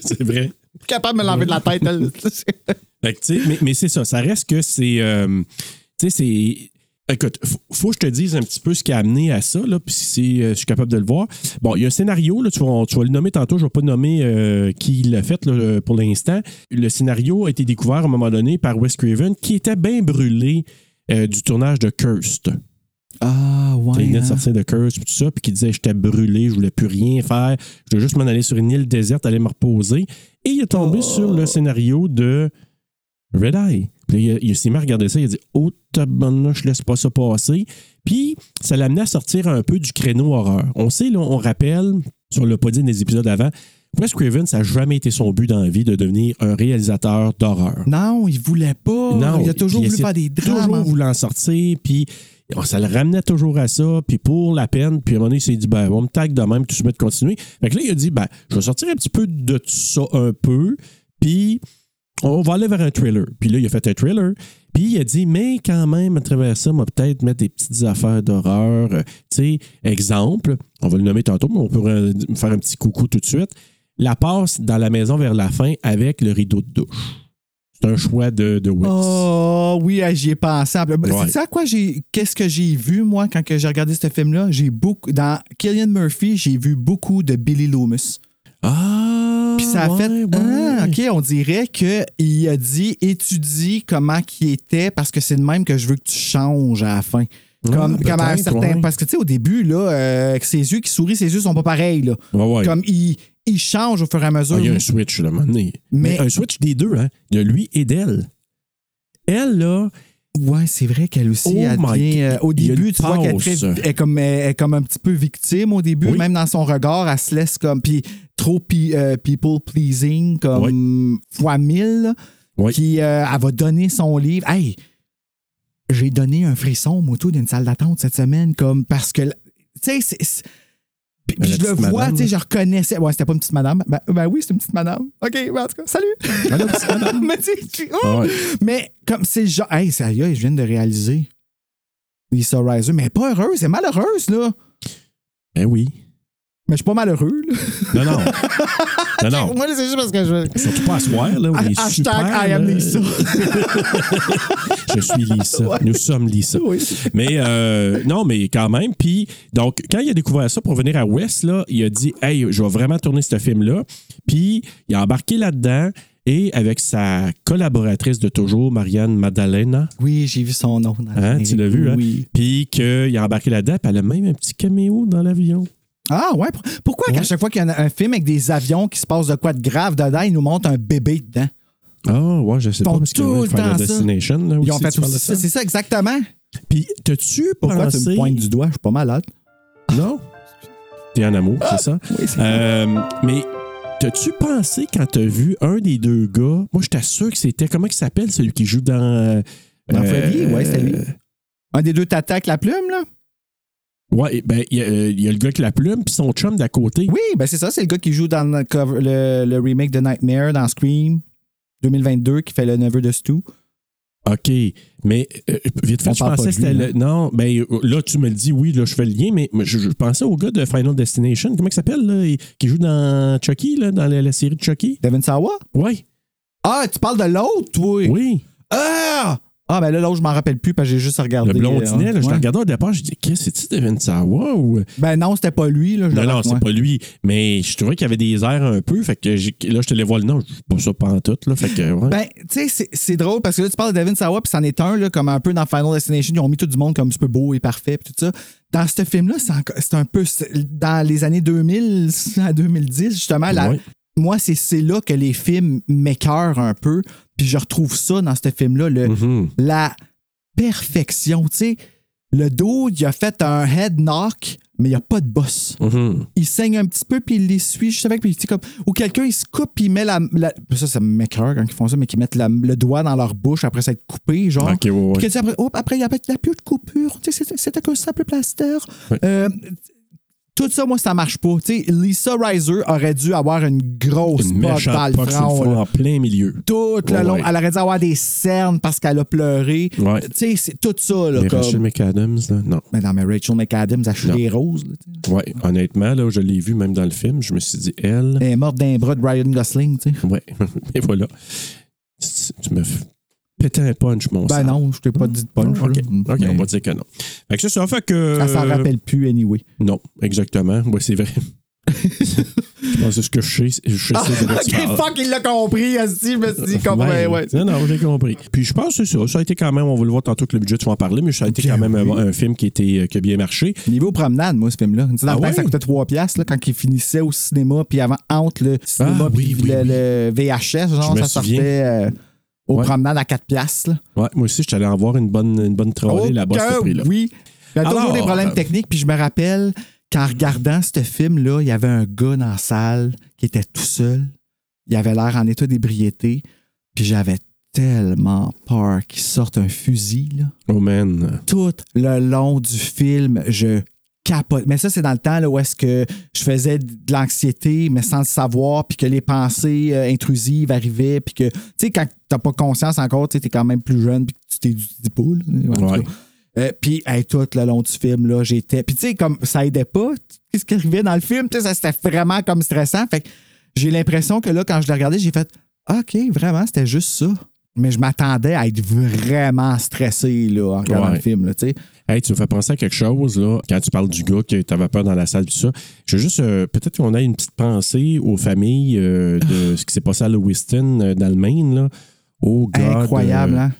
A: C'est vrai.
B: <laughs> capable de me l'enlever de la tête. elle. <laughs>
A: Fait que, tu sais, mais mais c'est ça. Ça reste que c'est. euh, tu sais, c'est. Écoute, faut, faut que je te dise un petit peu ce qui a amené à ça, là, puis si euh, je suis capable de le voir. Bon, il y a un scénario, là, tu, vas, tu vas le nommer tantôt, je ne vais pas nommer euh, qui l'a fait là, euh, pour l'instant. Le scénario a été découvert à un moment donné par Wes Craven, qui était bien brûlé euh, du tournage de Cursed.
B: ah,
A: Il
B: ouais.
A: venait de
B: hein.
A: sortir de Curse puis tout ça, puis qui disait j'étais brûlé, je voulais plus rien faire, je voulais juste m'en aller sur une île déserte, aller me reposer. Et il est tombé sur le scénario de Red Eye. Puis là, il, il s'est mis à regarder ça, il a dit Oh, tabarnouche, je laisse pas ça passer. Puis ça l'a amené à sortir un peu du créneau horreur. On sait, là, on rappelle, sur le pas dit dans les épisodes avant, Wes Craven, ça n'a jamais été son but dans la vie de devenir un réalisateur d'horreur.
B: Non, il voulait pas. il a toujours
A: puis
B: voulu
A: essayait
B: faire des drames.
A: Toujours
B: hein.
A: voulu en sortir, puis on- ça le ramenait toujours à ça, puis pour la peine, puis à un moment donné, il s'est dit, ben, on me tag de même, tout se met de continuer. Fait que là, il a dit, ben, je vais sortir un petit peu de ça un peu, puis on va aller vers un trailer. Puis là, il a fait un trailer, puis il a dit, mais quand même, à travers ça, on va peut-être mettre des petites affaires d'horreur. Euh, Tu sais, exemple, on va le nommer tantôt, mais on pourrait euh, faire un petit coucou tout de suite. La passe dans la maison vers la fin avec le rideau de douche. C'est un choix de, de Wes.
B: Oh oui, hey, j'y ai pensé.
A: Ouais.
B: C'est ça quoi j'ai qu'est-ce que j'ai vu moi quand que j'ai regardé ce film là, j'ai beaucoup dans Killian Murphy, j'ai vu beaucoup de Billy Loomis.
A: Ah!
B: Puis ça a
A: ouais,
B: fait
A: ouais.
B: ah, OK, on dirait que il a dit étudie comment qu'il était parce que c'est le même que je veux que tu changes à la fin. Comme, comme à un
A: peut-être,
B: certain.
A: ouais.
B: Parce que, tu sais, au début, là, euh, avec ses yeux qui sourient, ses yeux sont pas pareils. Là.
A: Ouais, ouais.
B: Comme il, il change au fur et à
A: Ah,
B: mesure.
A: il y a un switch, là, à un moment donné.
B: Mais-
A: Mais un switch des deux, hein, de lui et d'elle. Elle, là,
B: Ouais, c'est vrai qu'elle aussi,
A: Oh
B: elle
A: my
B: devient,
A: God.
B: euh, au
A: Il y a
B: début,
A: une
B: tu vois qu'elle est,
A: pause.
B: très- elle est comme, elle est comme un petit peu victime au début,
A: Oui.
B: même dans son regard, elle se laisse comme, puis trop pi- euh, people pleasing, comme fois mille, là.
A: Oui.
B: puis euh, elle va donner son livre. Hey, j'ai donné un frisson, moi, tout, d'une salle d'attente cette semaine, comme, parce que, tu sais, c'est- c'est- Puis,
A: Mais
B: puis
A: la
B: je le
A: petite
B: vois,
A: madame,
B: tu sais, je reconnaissais. Ouais, c'était pas une petite madame. Ben, ben oui, c'était une petite madame. OK, ben, en tout cas, salut.
A: Ah, la petite madame.
B: <laughs> mais tu sais, tu-
A: Ah ouais.
B: Mais comme c'est le genre. Hey, sérieux, je viens de réaliser. Lisa Riser, mais elle est pas heureuse, elle est malheureuse, là.
A: Ben oui.
B: Mais je suis pas malheureux,
A: <laughs> Non,
B: là. <laughs>
A: non. non, non.
B: Moi, c'est juste parce que je.
A: Surtout pas à soir, là, où il est
B: Ah, Hashtag
A: super,
B: I am
A: là.
B: Lisa.
A: Je suis Lisa.
B: Ouais.
A: Nous sommes Lisa.
B: Oui.
A: Mais euh, non, mais quand même. Puis, donc, quand il a découvert ça, pour venir à West, là, il a dit Hey, je vais vraiment tourner ce film-là. Puis, il a embarqué là-dedans et avec sa collaboratrice de toujours, Marianne Madalena.
B: Oui, j'ai vu son nom. dans le
A: Hein, tu l'as vu, hein?
B: Oui.
A: Puis, qu'il a embarqué là-dedans, puis elle a même un petit caméo dans l'avion.
B: Ah, ouais. pour- Pourquoi qu'à
A: Ouais.
B: chaque fois qu'il y a un, un film avec des avions qui se passe de quoi de grave dedans, ils nous montrent un bébé dedans?
A: Ah, ouais, je sais
B: Ils
A: pas.
B: font
A: Parce
B: tout
A: que
B: le
A: Final
B: temps ça.
A: Destination, là,
B: Ils
A: aussi,
B: ont fait
A: tu parles
B: aussi
A: de
B: ça. C'est ça, exactement.
A: Puis, t'as-tu
B: Pourquoi
A: pensé...
B: tu me pointes du doigt? Je suis pas malade.
A: Non. T'es en amour, c'est ça?
B: Oui, c'est
A: Euh, mais t'as-tu pensé quand t'as vu un des deux gars? Moi, je t'assure que c'était. Comment il s'appelle celui qui joue dans. euh, euh,
B: Dans Freddy, ouais, c'est lui. Un des deux t'attaque la plume, là?
A: Ouais, et ben, il y, a, euh, il y a le gars avec la plume, puis son chum d'à côté.
B: Oui, ben c'est ça, c'est le gars qui joue dans le, cover- le- le remake de Nightmare dans Scream 2022 qui fait le neveu de Stu.
A: OK. Mais euh, vite fait,
B: On
A: je
B: parle
A: pensais
B: pas
A: que
B: de lui, hein.
A: c'était. le- Non, ben euh, là, tu me le dis, oui, là, je fais le lien, mais mais je, je pensais au gars de Final Destination. Comment il s'appelle, là? il- Qui joue dans Chucky, là, dans la, la série de Chucky?
B: Devin Sawa?
A: Ouais.
B: Ah, tu parles de l'autre, toi?
A: Oui.
B: Ah! Ah, ben là, l'autre, je m'en rappelle plus parce que j'ai juste regardé.
A: Le blondinet,
B: euh,
A: là, je
B: ouais.
A: le regardais au départ, je dis, qu'est-ce que c'est-tu Devin Sawa ou.
B: Ben non, c'était pas lui, là. Je
A: Non,
B: le
A: non,
B: rappelle,
A: c'est
B: ouais.
A: pas lui. Mais je trouvais qu'il y avait des airs un peu. Fait que j'ai- là, je te les vois le nom. Je suis pas ça pantoute. Là, fait que, ouais.
B: Ben, tu sais, c'est- c'est drôle parce que là, tu parles de Devin Sawa, puis c'en est un, là, comme un peu dans Final Destination, ils ont mis tout du monde comme un petit peu beau et parfait, puis tout ça. Dans ce film-là, c'est encore- c'est un peu. c'est- Dans les années 2000 <laughs> à 2010, justement, la-
A: Ouais.
B: moi, c'est- c'est là que les films m'écœurent un peu, puis je retrouve ça dans ce film-là, le-
A: Mhm.
B: la perfection, tu sais. Le dos, il a fait un head knock, mais il n'y a pas de boss
A: Mhm.
B: il saigne un petit peu, puis il l'essuie juste avec, puis tu sais, comme. Ou quelqu'un, il se coupe, puis il met la. la- ça, ça m'écoeure quand ils font ça, mais qu'ils mettent la- le doigt dans leur bouche après s'être coupé, genre.
A: Ok, ouais, ouais.
B: Puis que tu sais, après, oh, après, il y a peut-être la plus de coupure. Tu sais, c'était- c'était qu'un simple plaster.
A: Ouais.
B: Euh, tout ça, moi, ça marche pas. Tu sais, Lisa Riser aurait dû avoir une grosse
A: Une
B: pote dans
A: méchante
B: le
A: poque sur le
B: front,
A: front,
B: là.
A: en plein milieu.
B: Tout le
A: Ouais,
B: long.
A: ouais.
B: Elle aurait dû avoir des cernes parce qu'elle a pleuré.
A: Ouais.
B: Tu sais, c'est tout ça, là.
A: Mais
B: comme-
A: Rachel McAdams, là, non.
B: Mais non, mais Rachel McAdams, elle chute
A: Non.
B: des roses, là, tu sais.
A: Ouais, honnêtement, là, je l'ai vu même dans le film. Je me suis dit, elle.
B: Elle est morte d'un bras de Ryan Gosling, tu sais.
A: Ouais, <laughs> et voilà. Tu tu me f- pétais un punch, mon
B: Ben
A: sang.
B: non, je t'ai pas dit de punch.
A: OK,
B: là.
A: OK,
B: Mais
A: on Euh. va dire que non. Fait que c'est ça, fait que. euh,
B: Elle s'en rappelle plus, anyway.
A: Non, exactement. Ouais, c'est vrai. <laughs> je pense que ce que je sais, c'est- je sais de quoi tu
B: <laughs>
A: parles.
B: il l'a compris, Asti, je me suis dit,
A: Ouais. Non, non, j'ai compris. Puis je pense que c'est ça. Ça a été quand même, on va le voir tantôt que le budget, tu vas en parler, mais ça a été
B: Bien
A: quand même
B: oui.
A: un, un film qui, était, euh, qui a bien marché.
B: Niveau promenade, moi, ce film-là. Tu sais, dans
A: Ah
B: le temps,
A: ouais?
B: ça coûtait 3 piastres, là, quand il finissait au cinéma, puis avant, entre le cinéma
A: Ah, oui,
B: puis
A: oui,
B: le,
A: oui.
B: le VHS, genre,
A: Je me
B: ça
A: souviens.
B: sortait euh, aux
A: Ouais.
B: promenades à 4 piastres. là.
A: Ouais, moi aussi, je t'allais en voir une bonne, une bonne trollée
B: Oh,
A: là-bas, à ce
B: que
A: prix-là.
B: Oui. Il y a toujours
A: Alors,
B: des problèmes
A: euh,
B: techniques, puis je me rappelle qu'en regardant ce film-là, il y avait un gars dans la salle qui était tout seul. Il avait l'air en état d'ébriété, puis j'avais tellement peur qu'il sorte un fusil. là.
A: Oh man.
B: Tout le long du film, je capote. Mais ça, c'est dans le temps là, où est-ce que je faisais de l'anxiété, mais sans le savoir, puis que les pensées euh, intrusives arrivaient, puis que, tu sais, quand t'as pas conscience encore, tu es quand même plus jeune, puis que tu t'es du dis pas, là. En tout
A: Ouais.
B: cas. Euh, puis hey, tout le long du film là j'étais puis tu sais comme ça aidait pas qu'est-ce qui arrivait dans le film tu sais ça c'était vraiment comme stressant fait que j'ai l'impression que là quand je l'ai regardé j'ai fait ok vraiment c'était juste ça mais je m'attendais à être vraiment stressé là en regardant
A: Ouais.
B: le film là tu sais
A: Hey, tu me fais penser à quelque chose, là, quand tu parles du gars que t'avais peur dans la salle, tout ça. Je veux juste, euh, peut-être qu'on a une petite pensée aux familles euh,
B: <laughs>
A: de ce qui s'est passé à Lewiston, euh, dans le Maine, là. Oh God.
B: incroyable
A: euh,
B: hein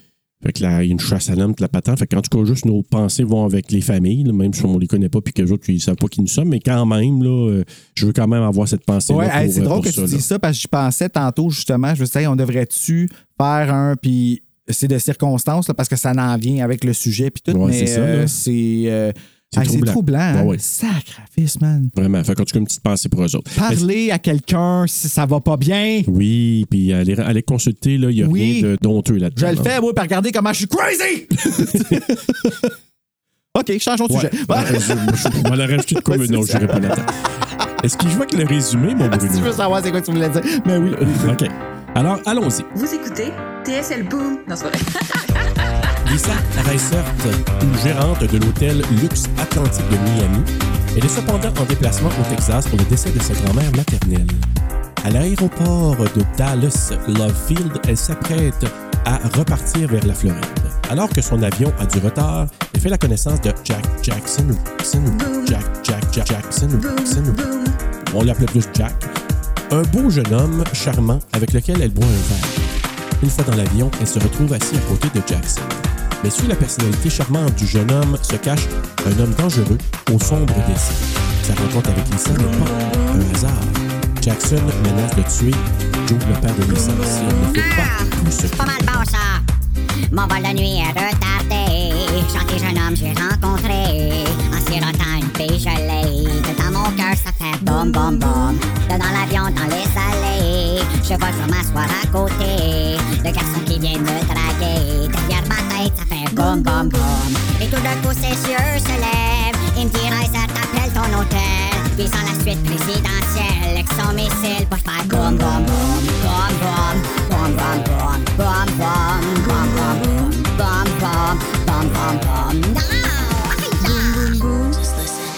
A: Fait que là, il y a une chasse à l'homme, de la patente. Fait qu'en tout cas, juste nos pensées vont avec les familles, là, même si on les connaît pas puis que les autres, ils savent pas qui nous sommes. Mais quand même, là, euh, je veux quand même avoir cette pensée.
B: Ouais, hey, c'est drôle que tu dis ça parce que j'y pensais tantôt justement. Je me disais, hey, on devrait-tu faire un, puis c'est de circonstances là, parce que ça en vient avec le sujet, puis tout.
A: Ouais,
B: mais
A: c'est ça,
B: euh,
A: là.
B: c'est euh,
A: C'est
B: hey, c'est
A: troublant.
B: troublant. hein?
A: Ouais, ouais.
B: Sacrifice, man.
A: Vraiment. Fait qu'en tout cas, une petite pensée pour eux autres. Mais-
B: Parler à quelqu'un si ça va pas bien.
A: oui, puis aller, aller consulter, là, il n'y a
B: Oui.
A: rien de donteux
B: Je
A: là-dedans.
B: le
A: là.
B: <laughs> fais, moi, puis regardez comment je suis crazy! OK, OK, changeons de
A: Ouais.
B: sujet.
A: Ben, résume. Je- On va la rajouter de quoi,
B: Ouais,
A: mais
B: c'est
A: non,
B: ça.
A: j'aurais pas le temps. Est-ce qu'il joue avec le résumé, mon
B: si tu veux
A: Bruno?
B: savoir c'est quoi que tu voulais dire. Mais
H: <laughs>
B: oui.
A: OK. Alors, allons-y.
I: Vous écoutez TSL Boom. Non, c'est pas vrai.
H: <laughs> Lisa Reissert, une gérante de l'hôtel Luxe Atlantique de Miami, elle est cependant en déplacement au Texas pour le décès de sa grand-mère maternelle. À l'aéroport de Dallas Lovefield, elle s'apprête à repartir vers la Floride. Alors que son avion a du retard, elle fait la connaissance de Jack Jackson. Jackson, Jack, Jack, Jack, Jackson, Jackson. On l'appelait plus Jack. Un beau jeune homme charmant avec lequel elle boit un verre. Une fois dans l'avion, elle se retrouve assise à côté de Jackson. Mais sous la personnalité charmante du jeune homme se cache un homme dangereux au sombre dessin. Sa rencontre avec Lisa n'est pas un hasard. Jackson menace de tuer Joe, le père de Lisa, si elle ne fait pas tout ce
F: Pas mal bon ça. Mon vol de nuit est retardé. Gentil jeune homme, j'ai rencontré. En sirotant une fille gelée. Dans mon cœur, ça fait boum, boum, boum. Dans l'avion, dans les allées. Je vois je m'asseoir à côté. Le garçon qui vient me draguer. Derrière ma tête, ça fait boum, boum, boum. Et tout d'un coup, ses yeux se lèvent. Il me dit, Reiser, t'appelles ton hôtel. Visant la suite présidentielle. Avec son missile, pour faire boum, boum, boum. Boum, boum, boum, boum, boum. Boum, boum, boum, boum. Boum, boum, boum, boum, boum. No! Aïe, aïe.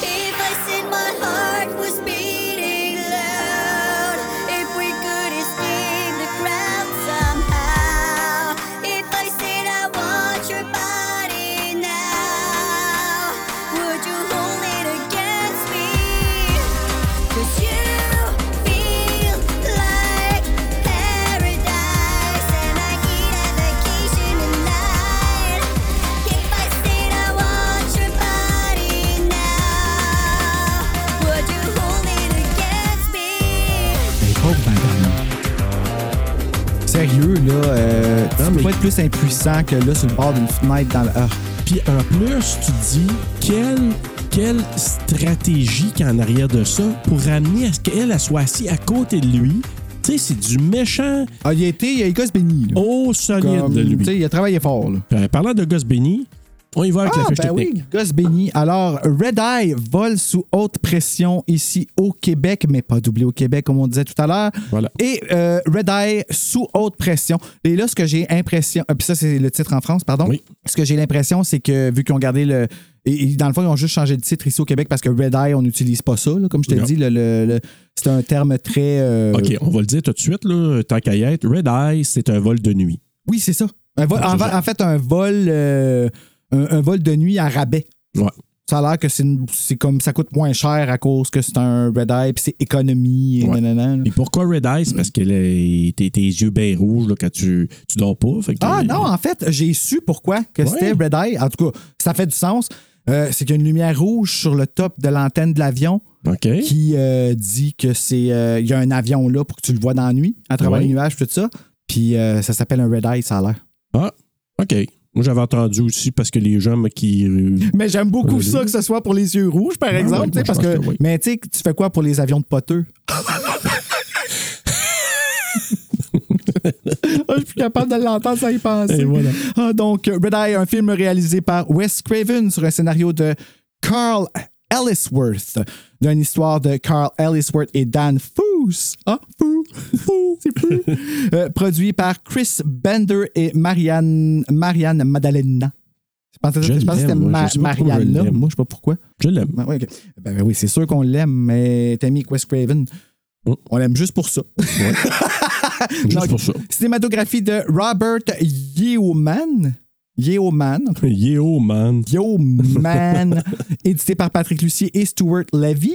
F: If I said my heart was beating loud, if we could escape the crowd somehow, if I said I want your body now, would you hold it against me? Cause you feel like paradise, and I need a vacation tonight. If I said I want your body now, would you hold it against
B: Ben,
F: me?
B: pauvre madame. Sérieux, là, euh, tu peux
A: mais-
B: pas être plus impuissant que là, sur le bord d'une fenêtre dans le. Ah.
A: Puis en plus, tu te dis, quelle, quelle stratégie qu'il y a en arrière de ça pour amener à ce qu'elle elle soit assise à côté de lui. Tu sais, c'est du méchant
B: Ah, il a été, il a les gosses bénis, là.
A: au solide
B: Comme,
A: de
B: tu sais,
A: lui.
B: Oh, il a travaillé fort, là.
A: Euh, parlant de gosse béni, on y va avec la fiche
B: ben
A: technique.
B: oui, gosse béni. Alors, Red Eye vole sous haute pression ici au Québec, mais pas doublé au Québec, comme on disait tout à l'heure.
A: Voilà.
B: Et euh, Red Eye sous haute pression. Et là, ce que j'ai impression, euh, puis ça, c'est le titre en France, pardon.
A: Oui.
B: Ce que j'ai l'impression, c'est que vu qu'ils ont gardé le. Et, et dans le fond, ils ont juste changé de titre ici au Québec parce que Red Eye, on n'utilise pas ça. là, comme je te
A: Non.
B: dis, le, le- le- c'est un terme très. euh,
A: OK, on va le dire tout de suite, là, tant qu'à y être. Red Eye, c'est un vol de nuit.
B: Oui, c'est ça. Un vol- en, en fait, un vol, euh, un, un vol de nuit à rabais.
A: Ouais.
B: Ça a l'air que c'est une- c'est comme ça coûte moins cher à cause que c'est un red eye, puis c'est économie et
A: Ouais.
B: nanana, là.
A: Et pourquoi Red Eye? C'est parce que là, tes, tes yeux bien rouges là, quand tu, tu dors pas. fait que-
B: Ah non, en fait, j'ai su pourquoi que
A: Ouais.
B: c'était red eye. En tout cas, ça fait du sens. Euh, c'est qu'il y a une lumière rouge sur le top de l'antenne de l'avion
A: OK.
B: qui euh, dit que c'est euh, il y a un avion là pour que tu le vois dans la nuit, à travers
A: Ouais.
B: les nuages, tout ça. Puis euh, ça s'appelle un red eye, ça a l'air.
A: Ah, OK. Moi, j'avais entendu aussi parce que les gens mais, qui. euh,
B: Mais j'aime beaucoup
A: Oui.
B: ça que ce soit pour les yeux rouges, par
A: ouais,
B: exemple.
A: moi,
B: tu sais,
A: je
B: parce
A: pense
B: que,
A: que oui.
B: Mais tu sais, tu fais quoi pour les avions de poteux? Ah, Je suis capable de l'entendre sans y penser.
A: Et voilà.
B: Ah, donc, Red Eye, un film réalisé par Wes Craven sur un scénario de Carl Ellisworth, d'une histoire de Carl Ellisworth et Dan Foos. Ah, Fou, Fou,
A: <laughs>
B: c'est Fou. Euh, produit par Chris Bender et Marianne, Marianne Madalena. Je pensais-
A: Je
B: je pensais que c'était
A: l'aime, moi.
B: Ma-
A: Je sais pas pourquoi je
B: Marianne, là.
A: l'aime.
B: Moi, je sais pas pourquoi.
A: je l'aime.
B: Ben, ouais, ok. Ben, ben oui, c'est sûr qu'on l'aime, mais t'as mis Wes Craven.
A: Mm.
B: On l'aime juste pour ça.
A: <laughs> Juste
B: Non,
A: pour ça.
B: Cinématographie de Robert Yeoman. Yeoman.
A: Yo, man. <laughs>
B: Yeoman. édité par Patrick Lucier et Stuart Levy.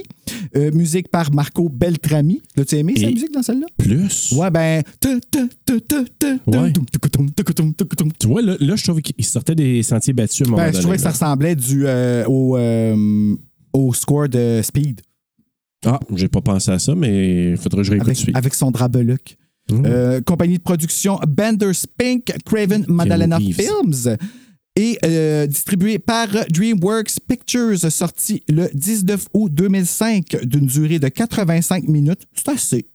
B: Euh, musique par Marco Beltrami. L'as-tu aimé, sa
A: Et-
B: musique, dans celle-là?
A: Plus.
B: Ouais, ben. tu, tu, tu, tu, tu,
A: Ouais.
B: tum, tucutum, tucutum, tucutum.
A: Tu vois, là, là, je trouvais qu'il sortait des sentiers battus à un moment
B: Ben, je
A: donné,
B: trouvais que ça
A: là.
B: ressemblait du, euh, au, euh, au score de Speed.
A: Ah, j'ai pas pensé à ça, mais il faudrait que je réécoute
B: avec,
A: celui.
B: avec son drap Beluc. Euh, compagnie de production Bender Spink, Craven Madalena
A: Reeves.
B: Films. Et euh, distribué par DreamWorks Pictures, sorti le 19 août 2005, d'une durée de 85 minutes. C'est assez.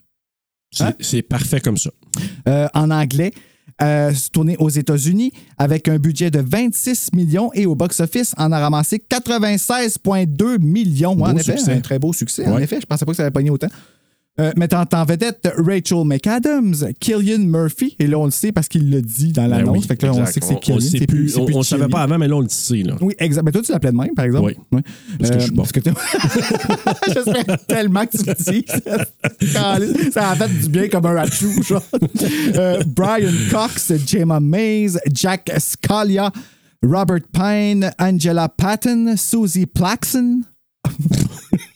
A: C'est c'est parfait comme ça.
B: Euh, en anglais. euh, se tourner aux États-Unis avec un budget de 26 millions et au box-office en a ramassé 96,2 millions. Ouais, en
J: Beau
B: effet,
J: succès.
B: un très beau succès. En
J: Ouais.
B: effet, je pensais pas que ça allait pogner autant. Euh, mettant en vedette Rachel McAdams, Killian Murphy, et là on le sait parce qu'il le dit dans l'annonce,
J: Ben oui,
B: Ben fait que là on
A: exact.
B: sait que c'est
A: Ben On- on
B: Killian.
J: sait plus-
B: c'est plus- c'est
J: on
B: plus
J: ne savait
B: Killian.
J: pas avant, mais là, on le sait. Là.
B: Oui, exact. Mais toi, tu l'appelais de même, par exemple?
J: Oui.
B: Ouais.
J: Parce que je suis bon.
B: Parce que t'es- <laughs> J'espère tellement que tu le dis. Caliste. Ça a fait du bien comme un ratou, genre. Euh, Brian Cox, Gemma Mays, Jack Scalia, Robert Pine, Angela Patton, Susie Plaxon.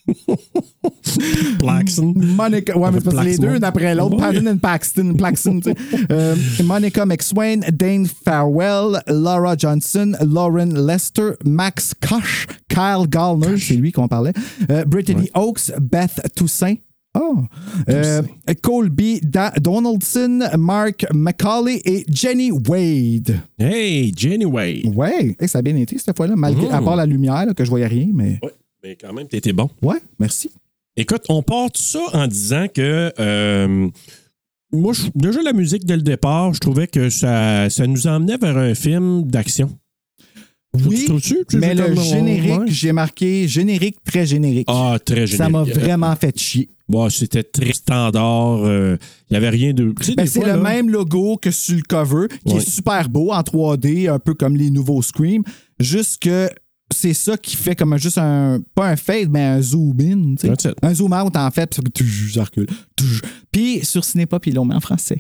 B: <laughs>
J: Plaxon.
B: Monica, ouais, mais c'est parce que les
J: Plaxon.
B: deux, une après l'autre,
J: Ouais.
B: Patton and Paxton, Plaxton, tu sais. Euh, Monica McSwain, Dane Farewell, Laura Johnson, Lauren Lester, Max Koch, Kyle Gallner, c'est lui qu'on parlait, euh, Brittany Oaks, Beth Toussaint. Oh. Euh, Colby Da- Donaldson, Mark McCauley et Jenny Wade.
A: Hey, Janeway!
B: Ouais, et ça a bien été cette fois-là, malgré à part la lumière là, que je voyais rien, mais
A: Ouais, mais quand même, t'étais bon.
B: ouais, merci.
A: Écoute, on part tout ça en disant que euh, moi, je- déjà la musique dès le départ, je trouvais que ça, ça nous emmenait vers un film d'action. Tu
B: Oui,
A: trouves-tu? Tu-
B: mais
A: tu-
B: le
A: comme on-
B: générique,
A: ouais.
B: j'ai marqué générique très générique.
A: Ah, très génial.
B: ça m'a vraiment fait chier.
A: Bon, c'était très standard. euh, Il y n'y avait rien de. tu sais,
B: Ben,
A: des
B: c'est
A: fois,
B: le
A: là-
B: même logo que sur le cover, qui
A: Ouais.
B: est super beau en 3D, un peu comme les nouveaux Scream. Juste que c'est ça qui fait comme un- juste un, pas un fade, mais un zoom in. tu sais.
A: That's it.
B: Un zoom out en fait. puis Ça recule. Puis sur Cinépop, ils l'ont mis en français.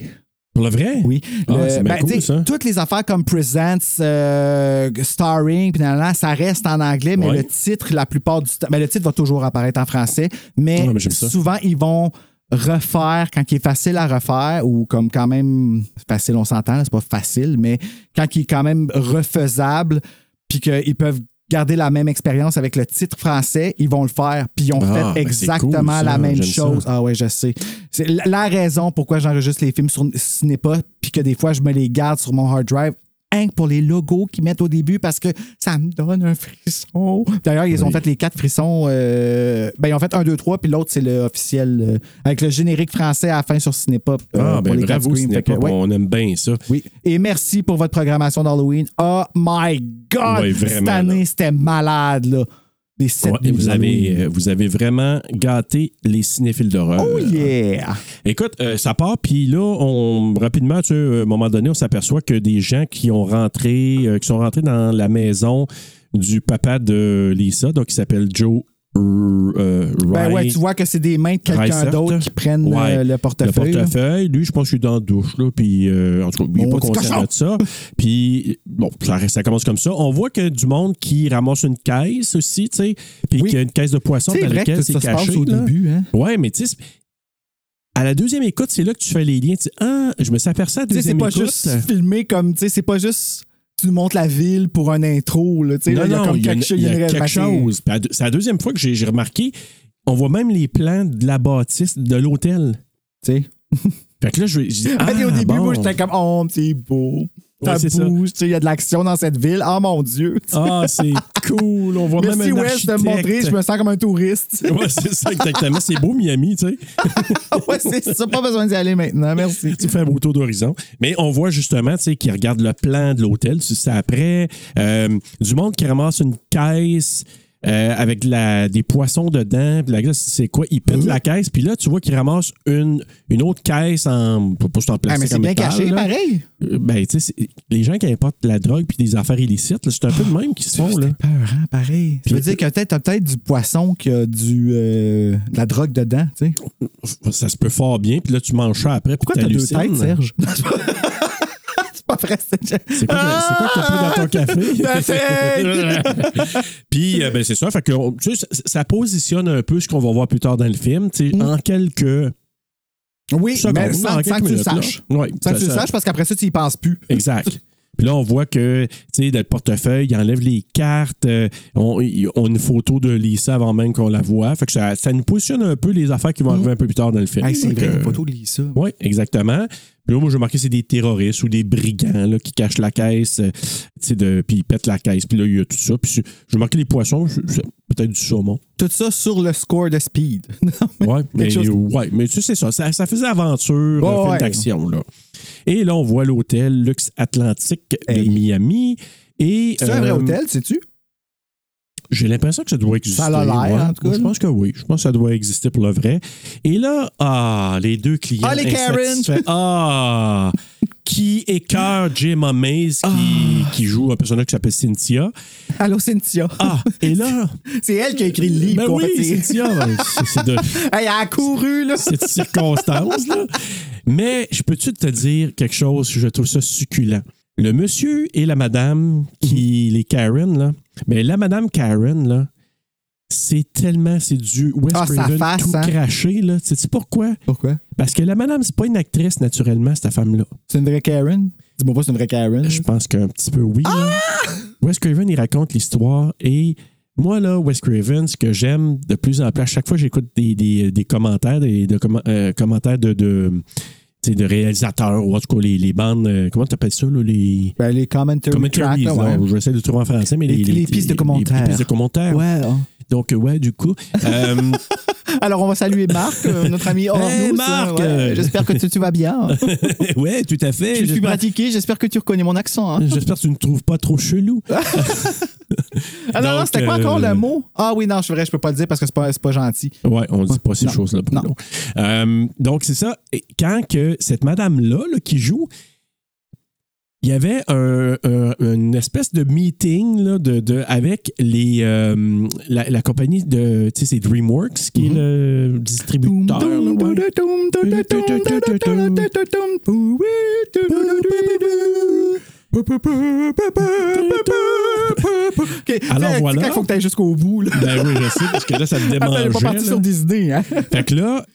A: Pour le vrai?
B: Oui.
A: Ah,
B: Le-
A: c'est bien
B: ben,
A: cool,
B: t'sais,
A: ça.
B: Toutes les affaires comme Presents, euh, Starring, puis nan, nan, nan, ça reste en anglais, mais
A: Ouais.
B: le titre, la plupart du temps, ben, le titre va toujours apparaître en français, mais,
A: Ouais, mais j'aime ça.
B: souvent, ils vont refaire quand il est facile à refaire ou comme quand même facile on s'entend là, c'est pas facile mais quand il est quand même refaisable puis qu'ils peuvent garder la même expérience avec le titre français ils vont le faire puis ils ont
A: Ah, ben,
B: fait
A: c'est
B: exactement
A: cool,
B: la
A: ça.
B: même
A: J'aime
B: chose
A: ça.
B: ah ouais, je sais. C'est la- la raison pourquoi j'enregistre les films sur Cinépa, puis que des fois, je me les garde sur mon hard drive, hein, que pour les logos qu'ils mettent au début, parce que ça me donne un <laughs> frisson. D'ailleurs, ils ont fait les quatre frissons. euh, ben, ils ont fait un, deux, trois, puis l'autre, c'est le officiel, euh, avec le générique français à la fin sur Cinépa.
A: Ah,
B: euh,
A: ben
B: les quatre
A: bravo,
B: screens. Fait que,
A: Cinépop,
B: ouais,
A: on aime bien ça.
B: oui. Et merci pour votre programmation d'Halloween. Oh my God!
A: Ouais, vraiment,
B: Cette année,
A: là.
B: c'était malade, là. Les sept
A: Ouais, et
B: nuits
A: vous,
B: d'Halloween.
A: avez, euh, vous avez vraiment gâté les cinéphiles d'horreur.
B: Oh yeah!
A: Écoute, euh, ça part, puis là, on, rapidement, tu sais, euh, à un moment donné, on s'aperçoit que des gens qui ont rentré, euh, qui sont rentrés dans la maison du papa de Lisa, donc qui s'appelle Joe R- euh,
B: Ben
A: Ry-
B: ouais, tu vois que c'est des mains de quelqu'un
A: Ricert.
B: d'autre qui prennent
A: Ouais,
B: euh, le portefeuille.
A: Le
B: là.
A: portefeuille, lui, je pense qu'il est dans la douche, là, puis euh, en tout cas, il n'est
B: Mon
A: pas
B: petit
A: conscient
B: cochon!
A: de ça. Puis, bon, ça, ça commence comme ça. On voit que du monde qui ramasse une caisse aussi, tu sais, puis
B: Oui.
A: qu'il y a une caisse de poisson
B: C'est
A: dans
B: vrai que
A: laquelle
B: tout
A: c'est
B: ça se passe
A: caché.
B: au
A: là.
B: début, hein.
A: Ouais, mais tu sais, à la deuxième écoute, c'est là que tu fais les liens. Tu dis, ah, je me suis aperçu à la
B: Tu sais, c'est
A: deuxième
B: pas
A: écoute.
B: juste filmé comme, tu sais, c'est pas juste tu nous montres la ville pour un intro, là, tu sais,
A: non,
B: là, il y a
A: non,
B: comme
A: il y a,
B: quelque
A: une-
B: chose.
A: il y a
B: une
A: quelque
B: révélation.
A: chose. Puis à deux- C'est la deuxième fois que j'ai j'ai remarqué, on voit même les plans de la bâtisse de l'hôtel.
B: Tu sais.
A: Fait que là, je, je
B: <laughs>
A: dis, ah,
B: Hey, au début,
A: bon.
B: moi, j'étais comme, oh, c'est beau.
A: Ouais, c'est
B: ça
A: ça.
B: bouge, tu sais, il y a de l'action dans cette ville. Oh mon Dieu.
A: Ah, c'est cool. On voit
B: Merci
A: même un
B: West de me
A: architecte.
B: montrer, je me sens comme un
A: <laughs>
B: touriste. <laughs> Ah
A: Ouais, c'est ça, exactement. C'est beau, Miami, tu sais.
B: ouais, c'est ça, pas besoin d'y aller maintenant, merci.
A: Tu fais un beau tour d'horizon. Mais on voit justement, tu sais, qu'ils regardent le plan de l'hôtel, tu sais, après. Euh, du monde qui ramasse une caisse euh, avec de la, des poissons dedans. Puis la glace, c'est quoi? Ils pètent la caisse. Puis là, tu vois qu'ils ramassent une, une autre caisse en. Pas juste en
B: Ah, mais
A: plastique,
B: c'est
A: en
B: bien
A: métal,
B: caché,
A: là.
B: pareil.
A: Euh, Ben, tu sais, c'est- les gens qui importent la drogue puis des affaires illicites, là, c'est un peu le même qui se font, là.
B: C'était peurant, pareil. Ça veut dire que peut-être, t'as peut-être du poisson qui a du, euh, de la drogue dedans, tu sais.
A: Ça se peut fort bien. Puis là, tu manges ça après. puis
B: Pourquoi t'as deux
A: t'hallucines.
B: têtes,
A: <laughs>
B: Serge? c'est pas vrai, c'est... Ah! Ben,
A: C'est quoi, que- c'est quoi que t'as pris dans ton
B: <laughs>
A: <laughs> café? Puis, euh, ben, c'est ça. Fait que, on- tu sais, ça, ça positionne un peu ce qu'on va voir plus tard dans le film. tu sais, En quelques
B: Oui,
A: secondes.
B: mais sans,
A: en
B: sans
A: quelques
B: que tu le
A: minutes, là.
B: saches.
A: Ouais,
B: Sans que
A: ça-
B: tu le
A: ça-
B: saches, parce qu'après ça, tu y penses plus.
A: Exact. Puis là, on voit que, tu sais, dans le portefeuille, il enlève les cartes. euh, on, y- on a une photo de Lisa avant même qu'on la voit. Fait que ça, ça nous positionne un peu les affaires qui vont arriver un peu plus tard dans le film.
B: Mm. Hey, c'est
A: Fait
B: vrai,
A: que-
B: une photo de Lisa.
A: oui, exactement. Puis là, moi, j'ai marqué, c'est des terroristes ou des brigands là, qui cachent la caisse, euh, tu sais, de- puis ils pètent la caisse. Puis là, il y a tout ça. Puis j'ai marqué les poissons. je- je- peut-être du saumon.
B: Tout ça sur le score de Speed. <laughs> Non, mais
A: Ouais, mais,
B: quelque chose-
A: ouais, mais tu sais, c'est ça, ça. ça faisait aventure,
B: Ouais,
A: euh, film
B: ouais.
A: d'action. Là. Et là, on voit l'hôtel Luxe Atlantique
B: Hey.
A: de Miami. Et,
B: C'est un vrai
A: euh,
B: hôtel, sais-tu?
A: J'ai l'impression que ça doit exister.
B: Ça a l'air,
A: ouais.
B: en tout cas,
A: Je
B: là.
A: pense que oui. Je pense que ça doit exister pour le vrai. Et là, ah, les deux clients.
B: Ah, les Karen!
A: insatisfaits. Ah! Qui écœure Jim Mays,
B: Ah!
A: qui, qui joue un personnage qui s'appelle Cynthia.
B: Allô, Cynthia.
A: Ah! Et là.
B: <laughs> C'est elle qui a écrit le livre.
A: ben
B: pour
A: oui,
B: fait, c'est-
A: Cynthia. ben, c'est- c'est
B: <laughs>
A: de
B: Hey, elle a couru, là.
A: cette circonstance, là. Mais je peux-tu te dire quelque chose? Je trouve ça succulent. Le monsieur et la madame, qui, les Karen, là, mais la madame Karen, là, c'est tellement, c'est du West
B: Ah, sa
A: Craven
B: face,
A: tout
B: hein?
A: craché, là. Tu sais pourquoi?
B: Pourquoi?
A: Parce que la madame, c'est pas une actrice, naturellement, cette femme-là.
B: C'est une vraie Karen? Dis-moi pas que c'est une vraie Karen.
A: Je pense qu'un petit peu oui. là.
B: Ah!
A: Wes Craven, il raconte l'histoire et moi, là, Wes Craven, ce que j'aime de plus en plus, à chaque fois, j'écoute des, des- des commentaires, des, de commen- euh, commentaires de, de, tu sais, de réalisateurs ou en tout cas les, les bandes, euh, comment tu appelles ça, là, les.
B: Ben, les commentaries.
A: Commentaries,
B: track, là, ouais.
A: non, j'essaie de le trouver en français, mais
B: Les-
A: les,
B: les pistes de commentaires.
A: Les pistes de commentaires.
B: Ouais, hein.
A: Donc, euh, ouais, du coup. euh,
B: <laughs> Alors, on va saluer Marc, euh, notre ami hors
A: <laughs> Hey,
B: nous,
A: Marc!
B: hein, ouais. J'espère que tu, tu vas bien.
A: ouais, tout à fait.
B: Je suis
A: J'espère-
B: pratiqué, j'espère que tu reconnais mon accent. hein.
A: J'espère que tu ne trouves pas trop chelou.
B: Ah non, non,
A: Donc,
B: c'était quoi encore
A: euh,
B: le mot? Ah oui, non, je vrai, je peux pas le dire parce que c'est pas, c'est pas gentil.
A: Ouais, on dit pas ces
B: Non.
A: choses-là, Bruno.
B: Non.
A: Euh, donc, c'est ça. Et quand que cette madame-là là, qui joue, il y avait un- un- une espèce de meeting là, de, de- avec les, euh, la, la compagnie de tu sais, c'est DreamWorks qui est le distributeur. là, ouais.
B: Ok,
A: Alors,
B: fais-
A: voilà.
B: quand Il faut que tu ailles jusqu'au bout. Là.
A: Ben oui, je sais, parce que là, ça me
B: Attends, elle est
A: démangeait.
B: pas partie
A: là.
B: sur des idées. Hein?
A: Fait que là,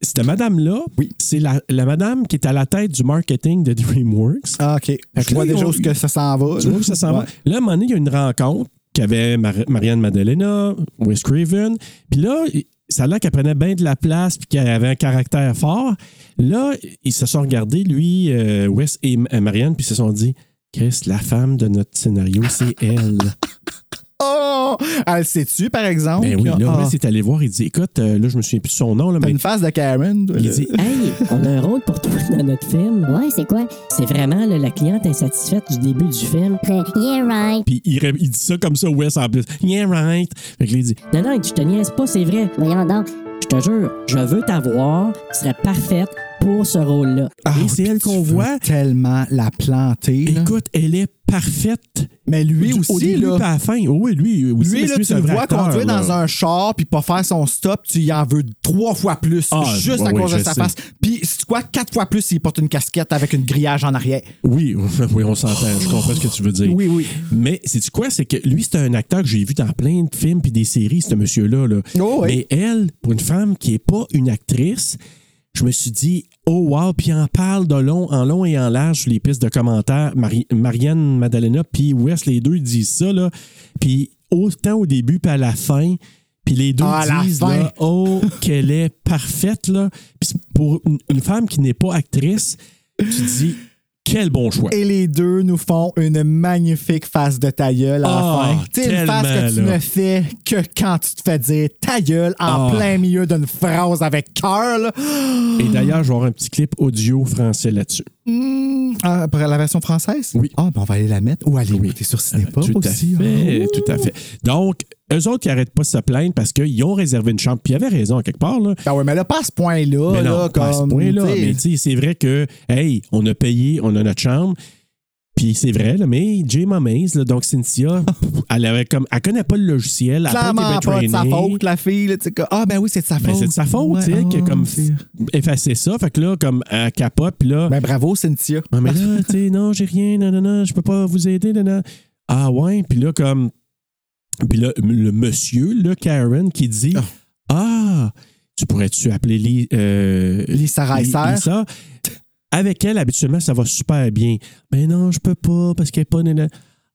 A: cette madame-là,
B: Oui.
A: c'est la, la madame qui est à la tête du marketing de DreamWorks.
B: Ah, OK.
A: que
B: Je vois
A: là, ils
B: déjà
A: ont-
B: où ce que ça s'en va.
A: Tu vois où ça s'en va?
B: Ouais.
A: Là, à un moment donné, il y a une rencontre qu'avait Mar- Marianne Madelena, Wes Craven. Puis là, il- ça a l'air qu'elle prenait bien de la place puis qu'elle avait un caractère fort. Là, ils se sont regardés, lui, euh, Wes et M- euh, Marianne, puis ils se sont dit Chris, la femme de notre scénario, c'est
B: <laughs>
A: elle.
B: Oh! Elle le sait-tu, par exemple?
A: ben oui, là,
B: Ah.
A: Wes est allé voir, il dit Écoute, euh, là, je me souviens plus de son nom, là,
B: T'as
A: mais
B: une face de Karen. toi,
A: il
B: là.
A: dit
K: Hey, on a un rôle pour toi dans notre film.
F: Ouais, c'est quoi?
K: C'est vraiment là, la cliente insatisfaite du début du film.
L: Yeah, right.
A: Puis il, ré- il dit ça comme ça, Wes, en plus. Yeah, right. Fait que là, il dit
K: Non, non, je te niaise pas, c'est vrai.
L: Voyons donc.
K: Je te jure, je veux t'avoir. Tu serais parfaite pour ce rôle-là.
B: Ah,
A: Et c'est
B: puis
A: elle
B: tu
A: qu'on
B: veux
A: voit.
B: tellement la planter. là.
A: Écoute, elle est parfaite.
B: Mais lui
A: Du-
B: aussi,
A: au début,
B: là.
A: puis à la fin. Oh, oui, lui aussi.
B: Lui,
A: parce
B: là,
A: que
B: tu
A: c'est
B: le
A: vrai
B: vois
A: acteur,
B: conduire
A: là.
B: dans un char puis pas faire son stop, tu y en veux trois fois plus
A: Ah,
B: juste
A: ouais,
B: à
A: ouais,
B: cause
A: je
B: de sa
A: sais.
B: face. Puis c'est quoi, quatre fois plus s'il porte une casquette avec une grillage en arrière.
A: Oui, <laughs> oui, on s'entend. Je comprends ce que tu veux dire.
B: Oui, oui.
A: Mais c'est quoi? C'est que lui, c'est un acteur que j'ai vu dans plein de films puis des séries, ce monsieur-là. là.
B: Oh, oui.
A: Mais elle, pour une femme qui n'est pas une actrice, je me suis dit, oh wow, puis en parle de long, en long et en large sur les pistes de commentaires. Mari- Marianne, Madalena, puis Wes, les deux ils disent ça, là. Puis autant au début puis à la fin, puis les deux
B: Ah, à la
A: disent,
B: fin.
A: là, oh, qu'elle est parfaite, là. Puis c'est pour une- une femme qui n'est pas actrice, tu dis, quel bon choix.
B: Et les deux nous font une magnifique face de ta gueule à
A: Ah,
B: la fin. C'est une face que tu
A: tellement, là.
B: ne fais que quand tu te fais dire ta gueule en
A: Ah.
B: plein milieu d'une phrase avec cœur. là.
A: Et d'ailleurs, je vais avoir un petit clip audio français là-dessus.
B: Mmh. Ah, pour la version française?
A: Oui. Euh,
B: Ah, ben on va aller la mettre ou aller écouter sur Cinépop
A: tout
B: aussi.
A: à fait,
B: Ah,
A: tout à fait. Donc, eux autres, ils n'arrêtent pas de se plaindre parce qu'ils ont réservé une chambre. Puis ils avaient raison, à quelque part. Là.
B: Ah ouais, mais là, pas à ce point-là.
A: mais non,
B: Ah, là,
A: pas à ce
B: comme,
A: point-là.
B: tu sais.
A: Mais tu sais, c'est vrai que, hey, on a payé, on a notre chambre. Puis c'est vrai, là, mais Jay Mays, là, donc
B: <laughs>
A: Cynthia, elle avait comme, elle connaît pas le logiciel, elle a
B: clairement
A: pas été
B: pas de
A: bien
B: sa
A: trainée.
B: faute, la fille. là, tu sais, que, ah, ben oui, c'est de sa faute.
A: Ben, c'est de sa faute,
B: Ouais,
A: tu sais,
B: ah,
A: que comme
B: c'est-
A: effacer ça, fait que là, comme elle capote, puis là,
B: Ben, bravo, Cynthia.
A: Ouais, mais là, tu sais, non, j'ai rien, non, non, non, je peux pas vous aider, non, non. Ah ouais, puis là, comme. Puis là, le monsieur, le Karen, qui dit Ah, tu pourrais-tu appeler Li- euh,
B: Lisa Reiser?
A: Li- Lisa? Avec elle, habituellement, ça va super bien. Mais non, je peux pas parce qu'elle est pas. nanana.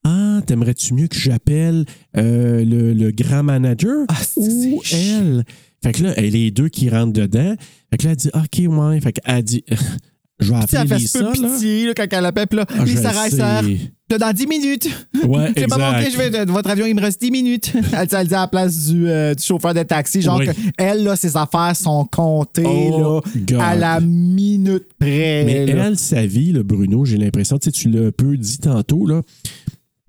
A: Ah, t'aimerais-tu mieux que j'appelle euh, le, le grand manager
B: Ah, c'est-
A: ou
B: c'est chiant.
A: elle? Fait que là, elle les deux qui rentrent dedans. Fait que là, elle dit OK, ouais. Fait qu'elle dit <laughs> Je vais
B: Tu sais,
A: appeler
B: elle fait un
A: Lisa.
B: peu
A: là.
B: pitié là, quand elle appelle. Puis là,
A: Ah, je
B: Lisa
A: le
B: Reiser,
A: sais.
B: Là, Dans 10 minutes.
A: Ouais,
B: C'est pas
A: exact.
B: monté, <laughs> je vais, votre avion, il me reste
A: <laughs>
B: 10 minutes. Elle, elle dit à la place du, euh, du chauffeur de taxi, genre,
A: Oui.
B: que elle, là, ses affaires sont comptées,
A: Oh,
B: là,
A: God.
B: à la minute près.
A: Mais
B: là.
A: elle, sa vie, le Bruno, j'ai l'impression, tu sais, tu l'as un peu dit tantôt, là,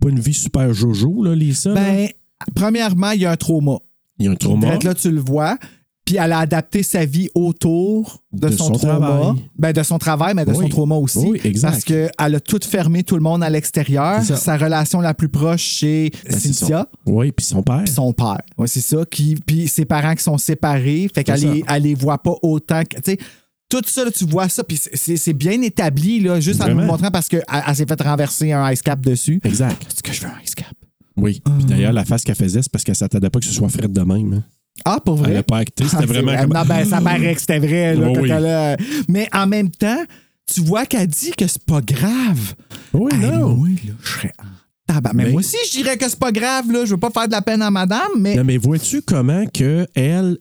A: pas une vie super jojo, là, Lisa. là.
B: Ben, premièrement, il y a un trauma.
A: Il y a un trauma.
B: Peut-être là, tu le vois. Puis elle a adapté sa vie autour de,
A: De
B: son,
A: son
B: trauma.
A: travail.
B: Ben, de son travail, mais de
A: Oui.
B: son trauma aussi.
A: Oui, exact.
B: Parce qu'elle a tout fermé, tout le monde à l'extérieur.
A: C'est ça.
B: Sa relation la plus proche, c'est
A: Ben, c'est
B: Cynthia.
A: son- Oui, puis son père.
B: Puis son père. Ouais, c'est ça. Qui, puis ses parents qui sont séparés. Fait qu'elle
A: ça.
B: les, elle les voit pas autant que. Tu sais, tout ça, là, tu vois ça. Puis c'est- c'est c'est bien établi, là, juste en nous
A: Vraiment.
B: le montrant parce qu'elle elle, s'est fait renverser un ice cap dessus.
A: Exact.
B: Est-ce que je veux un ice cap?
A: Oui.
B: Hum.
A: Puis d'ailleurs, la face qu'elle faisait, c'est parce qu'elle s'attendait pas que ce soit Fred de même. hein.
B: Ah, pour vrai?
A: Elle n'a pas acté.
B: Ah,
A: C'était
B: c'est
A: vraiment
B: vrai.
A: comme.
B: Non, ben, ça paraît que c'était vrai. là,
A: Oh
B: quand
A: oui.
B: elle a- Mais en même temps, tu vois qu'elle dit que c'est pas grave.
A: Oui,
B: Hey,
A: non.
B: moi, là, je serais en tabac. Mais,
A: Mais-
B: moi aussi, je dirais que c'est pas grave. Là. Je veux pas faire de la peine à madame, mais
A: Non, mais vois-tu comment que elle,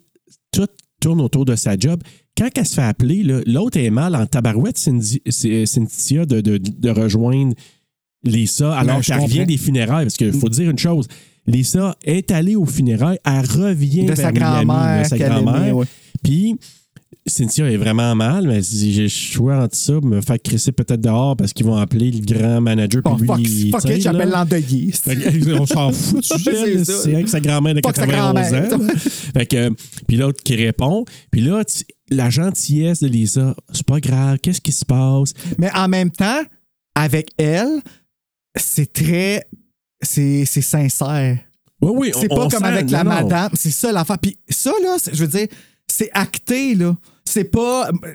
A: tout tourne autour de sa job. Quand elle se fait appeler, là, l'autre est mal en tabarouette, Cindy- c'est- euh, Cynthia, de, de- de rejoindre Lisa, alors
B: Non, je
A: qu'elle revient
B: comprends.
A: des funérailles. Parce qu'il faut dire une chose, Lisa est allée aux funérailles, elle revient
B: de
A: vers
B: sa
A: Miami,
B: grand-mère.
A: de sa
B: qu'elle
A: grand-mère.
B: aimait, ouais.
A: Puis Cynthia est vraiment mal, mais elle se dit, j'ai le choix entre ça, me faire crisser peut-être dehors parce qu'ils vont appeler le grand manager.
B: Bon,
A: puis
B: Oh, fuck,
A: lui,
B: fuck
A: tu sais,
B: it, j'appelle
A: là.
B: l'endeuillé.
A: Fait que, <laughs> On s'en fout du sujet,
B: <laughs> C'est
A: là.
B: ça.
A: C'est vrai que sa grand-mère de
B: Fuck sa
A: 91 ans.
B: grand-mère.
A: là. Fait que, euh, puis l'autre qui répond. Puis là, tu- la gentillesse de Lisa, c'est pas grave, qu'est-ce qui se passe?
B: Mais en même temps, avec elle, c'est très. C'est c'est sincère.
A: Oui, oui, on-
B: C'est pas
A: on
B: comme
A: sent,
B: avec la
A: non, non.
B: madame. C'est ça l'affaire. Puis ça, là, c'est- je veux dire, c'est acté, là. C'est pas. euh,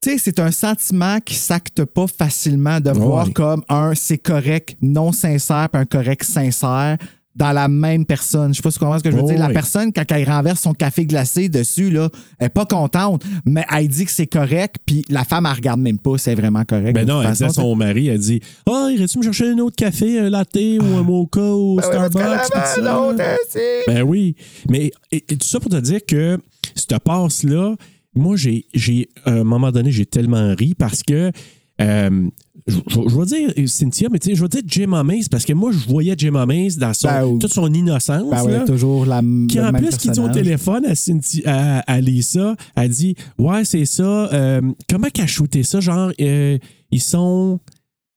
B: Tu sais, c'est un sentiment qui s'acte pas facilement de voir comme un c'est correct non sincère puis un correct sincère dans la même personne. Je sais pas si tu comprends ce que je veux
A: Oh,
B: dire. La
A: oui.
B: personne, quand elle renverse son café glacé dessus, là, elle est pas contente, mais elle dit que c'est correct, puis la femme, elle regarde même pas si c'est vraiment correct.
A: Ben
B: de
A: non,
B: toute
A: elle disait à
B: façon.
A: son mari, elle dit Ah, irais-tu me chercher un autre café, un latte ou un mocha ou
B: Ben ouais, parce
A: Starbucks?
B: qu'elle
A: pis tout
B: avait
A: ça.
B: un autre, hein, c'est-
A: Ben oui. Mais et, et tout ça pour te dire que cette passe-là, moi, j'ai, j'ai, à un moment donné, j'ai tellement ri parce que. euh, je je- je vais dire Cynthia, mais tu sais, je vais dire Jim Hemmings parce que moi, je voyais Jim Hemmings dans son,
B: Ben, ou-
A: toute son innocence.
B: Ben ouais,
A: là,
B: toujours la m-
A: qui
B: le
A: en
B: même
A: plus, qui dit au
B: personnage.
A: téléphone à, Cynthia, à, à Lisa, elle dit Ouais, c'est ça. euh, comment qu'elle a shooté ça Genre, euh, ils sont.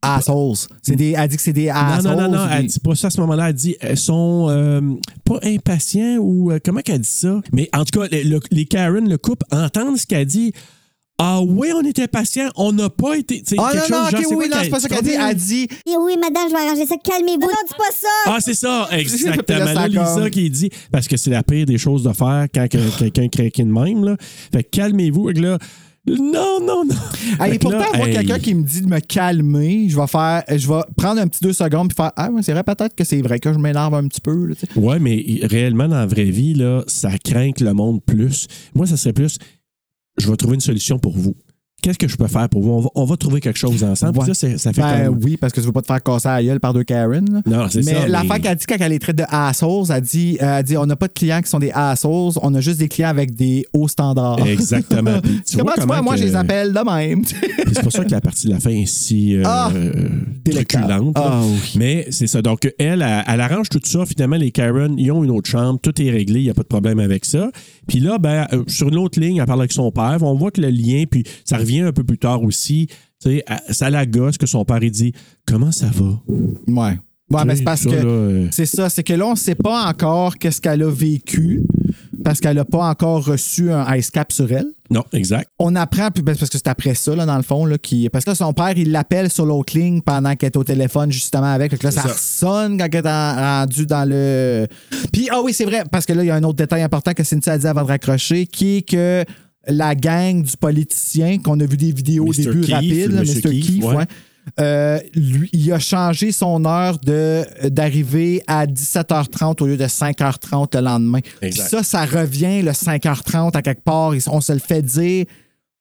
B: Assholes. C'est des, elle dit que c'est des assholes.
A: Non, non, non, non,
B: ou
A: elle
B: des-
A: dit pas ça à ce moment-là. Elle dit elles sont euh, pas impatients ou euh, comment qu'elle dit ça? Mais en tout cas, le- le- les Karen, le couple, entendent ce qu'elle dit. Ah oui, on était patients, on n'a pas été. tu sais,
B: Ah
A: quelque
B: non, non,
A: chose, genre,
B: ok,
A: quoi
B: oui, non, c'est pas ça qu'elle dit. Elle dit,
L: Oui, Eh oui, madame, je vais arranger ça. Calmez-vous. Non, dis pas ça.
A: Ah, c'est
B: <laughs>
A: ça,
B: Puis là,
A: exactement. Là,
B: ça comme-
A: Lisa qui dit, parce que c'est la pire des choses de faire quand
B: <laughs>
A: que- quelqu'un craque de même. Là. Fait que calmez-vous. Fait que là, non, non, non.
B: Hey,
A: Fait
B: et
A: que
B: pourtant,
A: là,
B: avoir
A: hey,
B: quelqu'un qui me dit de me calmer, je vais faire, je vais prendre un petit deux secondes puis faire, ah, ouais, c'est vrai, peut-être que c'est vrai que je m'énerve un petit peu. là, tu sais.
A: Ouais, mais réellement, dans la vraie vie, là, ça craint que le monde plus. Moi, ça serait plus je vais trouver une solution pour vous. Qu'est-ce que je peux faire pour vous? On va, on va trouver quelque chose ensemble.
B: Ouais.
A: Puis là, c'est- ça fait
B: Ben
A: comme-
B: oui, parce que tu veux pas te faire casser la gueule par deux Karen. là.
A: Non, c'est
B: mais
A: ça,
B: l'affaire
A: mais-
B: qu'elle dit quand elle les traite de assholes, elle dit, euh, elle dit on n'a pas de clients qui sont des assholes, on a juste des clients avec des hauts standards.
A: Exactement. Puis tu
B: <laughs> comment
A: vois
B: tu vois,
A: comment
B: moi,
A: que-
B: je les appelle de même.
A: Puis C'est pour ça que la partie de la fin est si euh,
B: Ah,
A: euh,
B: délectable.
A: truculente. là.
B: Ah, oui.
A: Mais c'est ça. Donc, elle, elle, elle arrange tout ça. Finalement, les Karen, ils ont une autre chambre. Tout est réglé. Il n'y a pas de problème avec ça. Puis là, ben, euh, sur une autre ligne, elle parle avec son père. On voit que le lien, puis ça revient un peu plus tard aussi. Tu sais, elle- ça la gosse que son père, il dit Comment ça va
B: ouais. Ouais, mais c'est parce
A: Ça,
B: que.
A: là, euh,
B: C'est ça, c'est que là, on ne sait pas encore qu'est-ce qu'elle a vécu parce qu'elle n'a pas encore reçu un ice cap sur elle.
A: Non, exact.
B: On apprend, puis ben, parce que c'est après ça, là, dans le fond, là, qui, parce que là, son père, il l'appelle sur l'autre ligne pendant qu'elle est au téléphone, justement, avec. Fait que là, ça,
A: ça.
B: sonne quand elle est en- rendue dans le. Puis, ah oui, c'est vrai, parce que là, il y a un autre détail important que Cynthia a dit avant de raccrocher, qui est que la gang du politicien, qu'on a vu des vidéos au
A: Mr.
B: début
A: Keefe,
B: rapides,
A: le
B: là,
A: Monsieur
B: Mr. Keefe,
A: Keefe, ouais.
B: ouais. Euh, lui, il a changé son heure de- d'arrivée à 17h30 au lieu de 5h30 le lendemain. Puis
A: Exact.
B: ça, ça revient le 5h30 à quelque part. Ils- On se le fait dire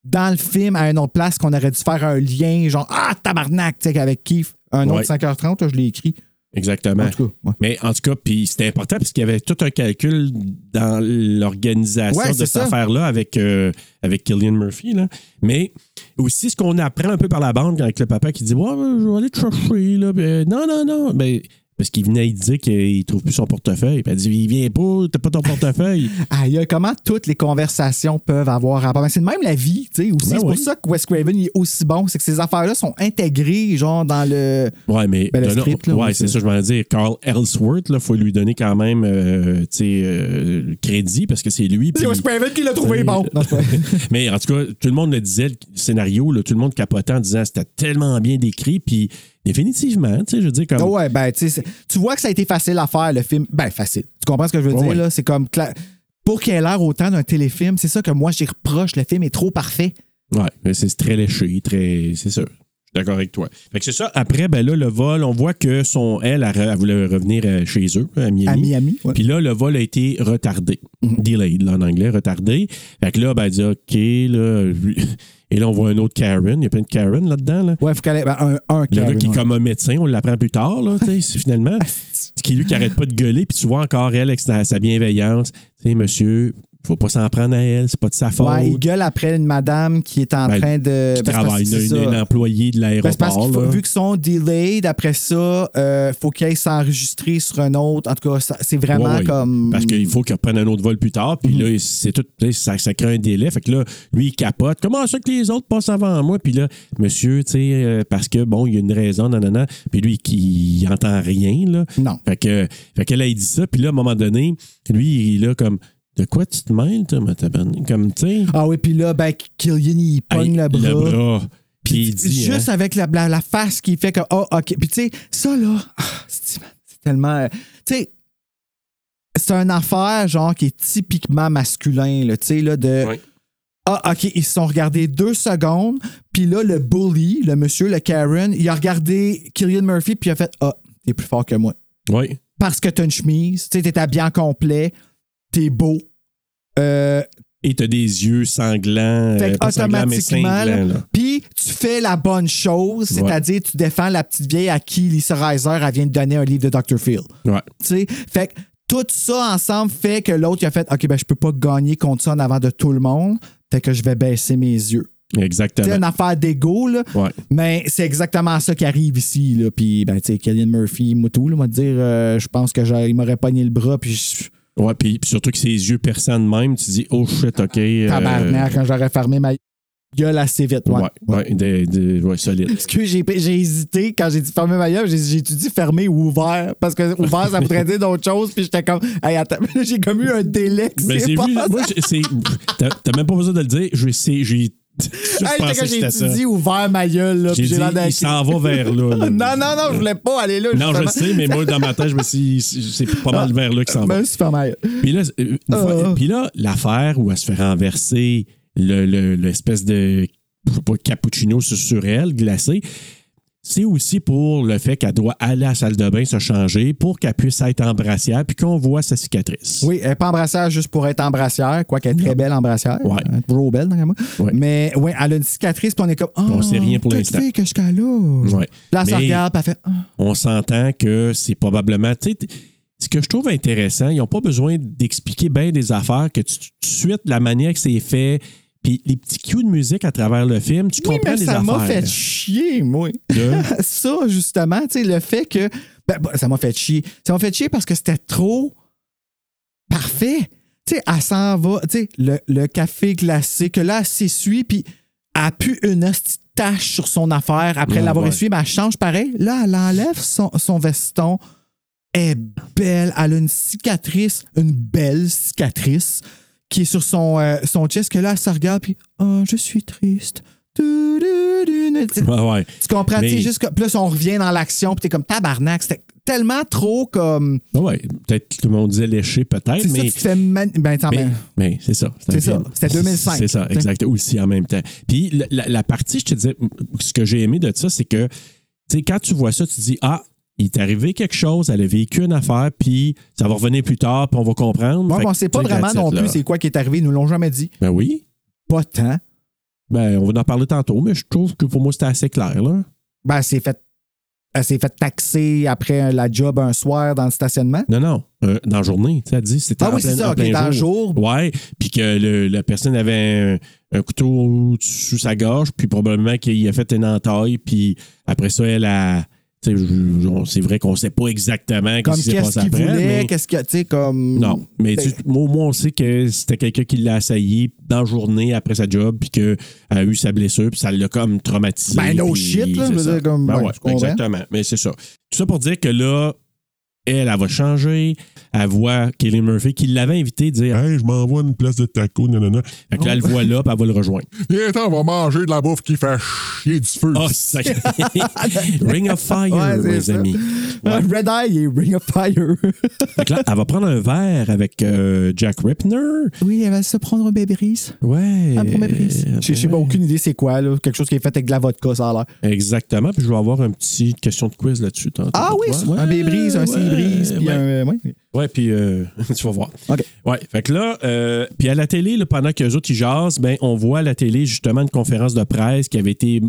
B: dans le film à une autre place qu'on aurait dû faire un lien, genre Ah, tabarnak, tu sais, avec Keith. Un
A: Ouais.
B: autre 5h30, là, je l'ai écrit.
A: Exactement.
B: En tout cas, ouais.
A: Mais en tout cas, puis c'était important parce qu'il y avait tout un calcul dans l'organisation
B: Ouais,
A: de
B: c'est
A: cette
B: ça.
A: affaire-là avec, euh, avec Killian Murphy. Là. Mais aussi, ce qu'on apprend un peu par la bande avec le papa qui dit Ouais, je vais aller te chercher. Là. Puis, euh, non, non, non. Ben, parce qu'il venait, il disait qu'il trouve plus son portefeuille. Puis elle dit Il vient pas, t'as pas ton
B: <laughs>
A: portefeuille.
B: Aïe, aïe, comment toutes les conversations peuvent avoir rapport. Mais c'est de même la vie, tu sais, aussi.
A: Ben
B: c'est
A: oui.
B: pour ça que Wes Craven il est aussi bon. C'est que ces affaires-là sont intégrées, genre, dans le.
A: Ouais, mais
B: Ben, le
A: donnons-
B: script, là,
A: ouais,
B: oui,
A: c'est
B: c'est-
A: ça, je m'en dire. Carl Ellsworth, il faut lui donner quand même euh, tu sais, euh, le crédit parce que c'est lui. puis-
B: C'est Wes Craven qui l'a trouvé
A: Euh,
B: bon. Non, c'est pas-
A: <laughs> Mais en tout cas, tout le monde le disait, le scénario, là, tout le monde capotait en disant c'était tellement bien décrit, puis définitivement, tu sais, je veux dire, comme.
B: Ah ouais, ben, tu sais, c'est- tu vois que ça a été facile à faire, le film. Ben, facile. Tu comprends ce que je veux
A: Ouais,
B: dire,
A: ouais.
B: là? C'est comme. cla- Pour qu'il ait l'air autant d'un téléfilm, c'est ça que moi, j'y reproche. Le film est trop parfait.
A: Ouais, mais c'est très léché, très. C'est ça. Je suis D'accord avec toi. Fait que c'est ça. Après, ben là, le vol, on voit que son, elle, elle, elle voulait revenir euh, chez eux, à Miami.
B: À Miami. ouais. Mhm.
A: Puis là, le vol a été retardé. Delayed, là, en anglais, retardé. Fait que là, ben, elle dit OK, là. <laughs> Et là, on voit un autre Karen. Il y a plein de Karen là-dedans, là.
B: Ouais, faut qu'elle ait ben, un, un
A: Le gars
B: Karen,
A: qui est
B: ouais.
A: comme un médecin, on l'apprend plus tard, là, tu sais, c'est
B: <laughs>
A: finalement. qui lui qui arrête pas de gueuler, puis tu vois encore elle avec sa, sa bienveillance. Tu sais, monsieur, faut pas s'en prendre à elle, c'est pas de sa faute.
B: Ouais, il gueule après une madame qui est en
A: Ben,
B: train
A: Qui
B: de. Ben, c'est parce
A: travaille,
B: que
A: une,
B: c'est
A: une-
B: ça.
A: une employée de
B: Ben, c'est parce
A: l'aéroport.
B: qu'il faut,
A: là.
B: vu qu'ils sont delayed, après ça, euh, faut qu'ils aillent s'enregistrer sur un autre. En tout cas, ça- c'est vraiment
A: Ouais, ouais.
B: comme. Mhm.
A: Parce qu'il faut qu'il reprenne un autre vol plus tard, puis là, c'est tout, tu sais, ça, ça crée un délai. Fait que là, lui, il capote. Comment ça que les autres passent avant moi? Puis là, monsieur, tu sais, euh, parce que bon, il y a une raison, nanana. Puis lui, qui il entend rien, là.
B: Non.
A: Fait que, fait qu'elle a dit ça, puis là, à un moment donné, lui, il est là comme, de quoi tu te mêles, toi, ma tabarnak? Comme, tu sais,
B: Ah oui, puis là, ben, Killian, il Ah, pogne le
A: hey,
B: bras.
A: Puis il dit,
B: Juste
A: hein,
B: avec la, la, la face qui fait que, oh, OK. Puis tu sais, ça, là, ah, c'est c'est tellement. euh, tu sais, c'est une affaire, genre, qui est typiquement masculin, là, tu sais, là, de.
A: Oui.
B: Ah, OK, ils se sont regardés deux secondes, puis là, le bully, le monsieur, le Karen, il a regardé Killian Murphy, puis il a fait, ah, t'es plus fort que moi.
A: ouais,
B: parce que t'as une chemise, tu sais, t'es habillé en complet, t'es beau. Euh,
A: et t'as des yeux sanglants,
B: fait
A: euh,
B: que
A: pas sanglants, mais
B: automatiquement, là,
A: cinglants, là.
B: puis tu fais la bonne chose,
A: Ouais.
B: c'est-à-dire tu défends la petite vieille à qui Lisa Reiser elle vient de donner un livre de Dr. Phil.
A: Ouais.
B: Tu sais, fait que tout ça ensemble fait que l'autre il a fait OK ben je peux pas gagner contre ça en avant de tout le monde, fait que je vais baisser mes yeux. C'est
A: Exactement.
B: une affaire d'ego là,
A: Ben, Ouais.
B: mais c'est exactement ça qui arrive ici là, puis ben tu sais Killian Murphy, moi tout, là, moi te dire euh, je pense que j'aurais- il m'aurait pogné le bras puis je-
A: Ouais, puis puis surtout que ses yeux perçants de même, tu dis oh shit, ok. euh,
B: Tabarnak, quand j'aurais fermé ma gueule assez vite. Ouais.
A: ouais, ouais, des- des- ouais,
B: <laughs>
A: solide.
B: Parce que j'ai j'ai hésité quand j'ai dit fermer ma gueule, j'ai j'ai dit fermé ou ouvert. Parce que ouvert, ça voudrait dire d'autres choses. Puis j'étais comme, hey, attends, <laughs> là, j'ai comme eu un délai. qui
A: Mais
B: s'est
A: j'ai vu,
B: passé.
A: moi, j'ai- c'est, t'as, t'as même pas besoin de le dire. Je sais, j'ai. Je
B: Hey,
A: pensais
B: quand
A: que
B: j'ai
A: c'était ça.
B: dit ouvert ma gueule, là,
A: J'ai
B: puis j'ai
A: dit,
B: l'air d'un-
A: il s'en va vers là. là.
B: <laughs> Non, non, non, je voulais pas aller là.
A: Non, je le
B: justement. Ah.
A: sais, mais moi, dans ma tête, je me suis dit, c'est pas mal vers là qu'il s'en va.
B: Mais c'est pas mal.
A: Puis là, euh, une fois-
B: Ah.
A: puis là, l'affaire où elle se fait renverser le- le- l'espèce de je sais pas, cappuccino sur, sur elle, glacé, c'est aussi pour le fait qu'elle doit aller à la salle de bain se changer pour qu'elle puisse être en brassière puis qu'on voit sa cicatrice.
B: Oui, elle est pas en brassière juste pour être en brassière, quoique elle est très belle en brassière.
A: Ouais.
B: Elle est trop belle, dans moi.
A: Ouais.
B: Mais ouais, elle a une cicatrice, puis on est comme, oh,
A: On sait rien pour l'instant.
B: que je suis là.
A: Ouais.
B: Là, elle se
A: Mais-
B: regarde, puis elle fait, Ah.
A: on s'entend que c'est probablement. tu sais, t- ce que je trouve intéressant, ils n'ont pas besoin d'expliquer bien des affaires que tu, tout de suite, la manière que c'est fait, puis les petits cues de musique à travers le film, tu
B: Oui,
A: comprends
B: mais
A: les
B: ça
A: affaires.
B: m'a fait chier, moi.
A: De-
B: ça, justement, tu sais, le fait que. ben, bah, ça m'a fait chier. Ça m'a fait chier parce que c'était trop parfait. Tu sais, elle s'en va. Tu sais, le, le café glacé, que là, elle s'essuie, puis elle a pu une hostie de tache sur son affaire après
A: Ah,
B: l'avoir
A: ouais.
B: essuyée, mais elle change pareil. Là, elle enlève son, son veston. Elle est belle. Elle a une cicatrice, une belle cicatrice qui est sur son, euh, son chest, que là, elle se regarde, puis Oh, je suis triste. Du, du, du, du. Tu sais,
A: Ouais, ouais.
B: tu comprends?
A: Mais-
B: tu sais, juste que- plus on revient dans l'action, puis t'es comme tabarnak. C'était tellement trop comme.
A: Ouais, ouais. Peut-être que tout le monde disait léché, peut-être,
B: C'est ça,
A: mais.
B: tu te fais. man- Ben, t'en
A: Mais,
B: ben,
A: mais c'est ça. un
B: C'est ça,
A: film.
B: c'était 2005.
A: C'est ça,
B: T'sais.
A: exact. Aussi en même temps. Puis la, la- la partie, je te disais, ce que j'ai aimé de ça, c'est que, tu sais, quand tu vois ça, tu dis, ah, il est arrivé quelque chose, elle a vécu une affaire, puis ça va revenir plus tard, puis on va comprendre.
B: Moi,
A: Fait
B: bon,
A: que,
B: c'est pas
A: tu sais,
B: vraiment
A: that's it,
B: non
A: là.
B: plus c'est quoi qui est arrivé. Ils nous l'ont jamais dit.
A: Ben oui.
B: Pas tant.
A: Ben, on va en parler tantôt, mais je trouve que pour moi, c'était assez clair, là.
B: Ben, c'est fait elle s'est fait taxer après la job un soir dans le stationnement?
A: Non, non, euh, dans la journée. Tu as dit, c'était
B: Hein? Ah
A: en
B: oui, c'est
A: plein-
B: ça,
A: en
B: ok,
A: plein
B: dans le jour.
A: Ouais, puis que le- la personne avait un, un couteau sous sa gorge, puis probablement qu'il a fait une entaille, puis après ça, elle a. tu sais, je- je- C'est vrai qu'on sait pas exactement
B: Comme
A: ce qui s'est
B: qu'est-ce
A: passé
B: qu'il
A: après.
B: voulait,
A: mais-
B: qu'est-ce que, tu sais, comme. <laughs>
A: Non,
B: ben,
A: mais tu- moi, moi, on sait que c'était quelqu'un qui l'a assailli dans la journée après sa job, puis qu'elle a eu sa blessure, puis ça l'a comme traumatisé.
B: Ben, no
A: puis
B: shit, là,
A: c'est
B: je veux
A: ça.
B: dire, comme,
A: Ben
B: ouais,
A: ouais,
B: tu comprends.
A: exactement, mais c'est ça. Tout ça pour dire que là, elle, elle va changer. Elle voit Kelly Murphy qui l'avait invité dire Hey, je m'envoie une place de taco, nanana. Fait que là, elle le voit là, puis elle va le rejoindre.
M: <laughs> Viens, on va manger de la bouffe qui fait chier du feu.
A: Oh, sacré.
B: <laughs>
A: Ring of Fire,
B: Ouais, c'est
A: mes
B: ça.
A: amis. Ouais.
B: Red Eye et Ring of Fire.
A: Fait que là, elle va prendre un verre avec euh, Jack Ripner.
B: <laughs> oui, elle va se prendre un bébé
A: Ouais.
B: Un premier Ah, brise.
A: Euh,
B: J'ai j'ai pas aucune idée c'est quoi, là. Quelque chose qui est fait avec de la vodka, ça a l'air.
A: Exactement. Puis je vais avoir une petite question de quiz là-dessus. tantôt
B: Ah
A: pour
B: oui,
A: toi.
B: c'est- un bébrise, un cibrise, puis un. ouais.
A: Ouais, puis euh, <laughs> tu vas voir.
B: OK.
A: Ouais, fait que là, euh, puis à la télé, là, pendant qu'eux autres, ils jasent, ben, on voit à la télé, justement, une conférence de presse qui avait été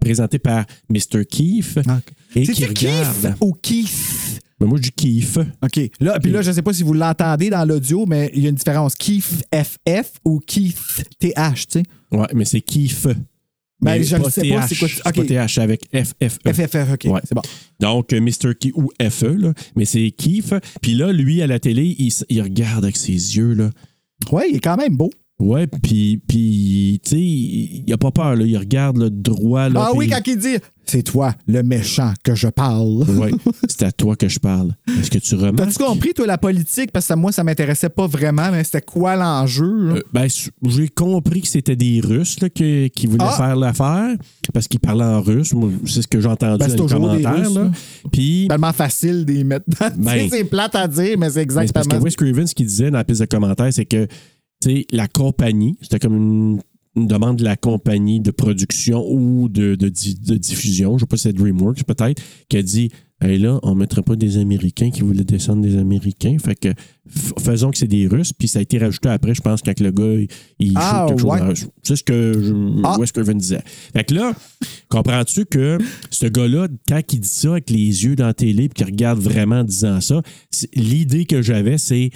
A: présentée par Mr. Keefe
B: Ah.
A: et qui
B: C'est-tu Keith
A: regarde.
B: ou Keith?
A: Ben, moi, je dis Keefe.
B: OK. Là, puis là, je sais pas si vous l'entendez dans l'audio, mais il y a une différence. Keith FF ou Keith TH, tu sais.
A: Ouais, mais c'est Keefe.
B: Ben,
A: Mais
B: je ne sais pas c'est quoi.
A: TH, pas TH avec E. FFE.
B: FFR, OK.
A: Ouais.
B: C'est bon.
A: Donc, euh, Mr. Key ou FE, là, mais c'est Keefe. Puis là, lui, à la télé, il, s- il regarde avec ses yeux. Là.
B: Ouais, il est quand même beau.
A: Ouais, puis, puis tu sais, il il a pas peur. Là. Il regarde le droit. Là,
B: ah
A: puis
B: oui,
A: il-
B: quand il dit C'est toi, le méchant, que je parle.
A: <laughs> Ouais, c'est à toi que je parle. Est-ce que tu remarques?
B: T'as-tu compris, toi, la politique? Parce que moi, ça m'intéressait pas vraiment, mais c'était quoi l'enjeu? hein? là?
A: Euh, ben, su- j'ai compris que c'était des Russes là, que- qui voulaient
B: Ah!
A: faire l'affaire parce qu'ils parlaient en russe. Moi, c'est ce que j'ai entendu
B: Ben, c'est
A: dans les
B: toujours des
A: commentaires.
B: Russes,
A: là.
B: là. Ben,
A: Puis,
B: tellement facile d'y mettre <laughs> dans- tu sais,
A: Ben.
B: c'est plate à dire, mais c'est
A: Mais c'est
B: exactement.
A: Parce que Wes Craven, ce qu'il disait dans la piste de commentaires, c'est que tu sais, la compagnie, c'était comme une, une demande de la compagnie de production ou de, de di- de diffusion, je sais pas si c'est DreamWorks peut-être, qui a dit Hey, là, on ne mettrait pas des Américains qui voulaient descendre des Américains. Fait que f- faisons que c'est des Russes. Puis ça a été rajouté après, je pense, quand le gars, il- il
B: Ah,
A: shoot quelque
B: ouais.
A: chose dans la- C'est ce que je-
B: Ah.
A: Wes Craven disait. Fait que là, comprends-tu que ce gars-là, quand il dit ça avec les yeux dans la télé puis qu'il regarde vraiment en disant ça, c'est- l'idée que j'avais, c'est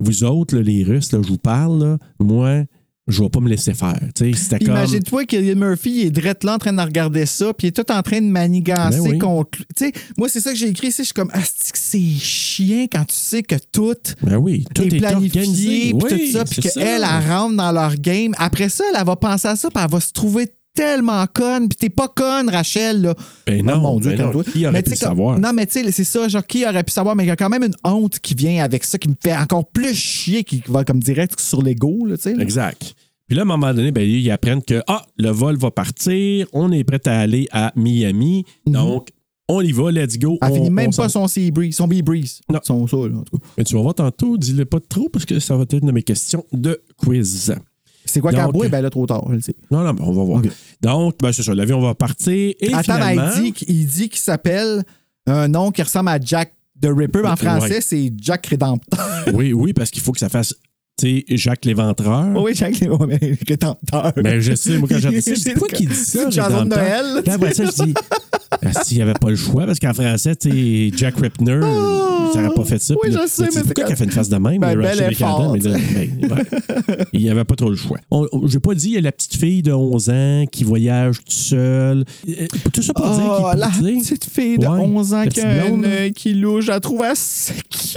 A: vous autres, là, les Russes, là, je vous parle, là, moi, je vais pas me laisser faire. Tu sais, C'était
B: Puis
A: comme.
B: Imagine-toi que Murphy il est drette là en train de regarder ça, puis il est tout en train de manigancer
A: Ben oui.
B: contre. Tu sais, moi, c'est ça que j'ai écrit ici. Je suis comme, Asti, que c'est chiant quand tu sais que tout.
A: Ben oui, tout
B: est
A: est
B: planifié,
A: organisé.
B: puis
A: Oui,
B: tout ça, puis
A: c'est ça.
B: qu'elle, elle rentre dans leur game. Après ça, elle, elle va penser à ça, puis elle va se trouver tellement conne, puis t'es pas conne, Rachel, là.
A: Ben
B: Ah,
A: non,
B: mon Dieu,
A: ben non,
B: calme-toi.
A: qui aurait
B: Mais
A: pu
B: tu sais,
A: le
B: comme-
A: savoir?
B: Non, mais tu sais, c'est ça, genre, qui aurait pu savoir, mais il y a quand même une honte qui vient avec ça, qui me fait encore plus chier, qui va comme direct sur l'ego, là, tu sais. là.
A: Exact. Puis là, à un moment donné, ben, ils apprennent que ah, le vol va partir, on est prêt à aller à Miami. Donc, on y va, let's go.
B: Mhm. Elle
A: on-
B: finit même
A: on s'en
B: pas son Sea Breeze, son Bee Breeze.
A: Non.
B: Son ça, là, en tout cas.
A: Mais tu vas voir tantôt, dis-le pas trop parce que ça va être une de mes questions de quiz.
B: C'est quoi
A: Donc-
B: Cowboy? Ben là, trop tard, je le sais.
A: Non, non, mais on va voir.
B: Ok.
A: Donc, ben, c'est ça, l'avion va partir et
B: Attends, ben, mais
A: finalement...
B: il dit, qu'- il dit qu'il s'appelle un nom qui ressemble à Jack the Ripper. mais En
A: Ouais.
B: français, c'est
A: <laughs>
B: Jack Rédempteur.
A: Oui, oui, parce qu'il faut que ça fasse, tu sais, Jacques l'éventreur.
B: oui, Jack ouais, mais Rédempteur. <laughs>
A: Mais Ben, je sais, moi, quand <laughs> j'ai entendu ça, je dis, pourquoi qu'il dit
B: C'est
A: ça?
B: une chanson de
A: Rédempteur?
B: Noël. là,
A: Puis après ça, je
B: <laughs>
A: dis, Ah, s'il n'y avait pas le choix, parce qu'en français, tu sais, Jack Ripner, ça n'aurait pas fait ça.
B: Oh! Oui,
A: Puis là,
B: je sais,
A: tu dis,
B: mais
A: Pourquoi
B: c'est
A: qu'elle fait une face de même?
B: Ben,
A: le
B: bel
A: Rachel
B: effort,
A: McAdams? Mais là, ben,
B: <laughs>
A: ouais. Il n'y avait pas trop le choix. On- on- J'ai pas dit, il y a la petite fille de 11 ans qui voyage toute seule. Euh, Tout ça pour dire qu'il
B: Oh,
A: pour
B: la
A: dire-
B: petite fille de
A: Ouais,
B: 11 ans
A: la
B: qui
A: petite
B: a un
A: blonde, là.
B: œil qui louche, je la trouve assez cute.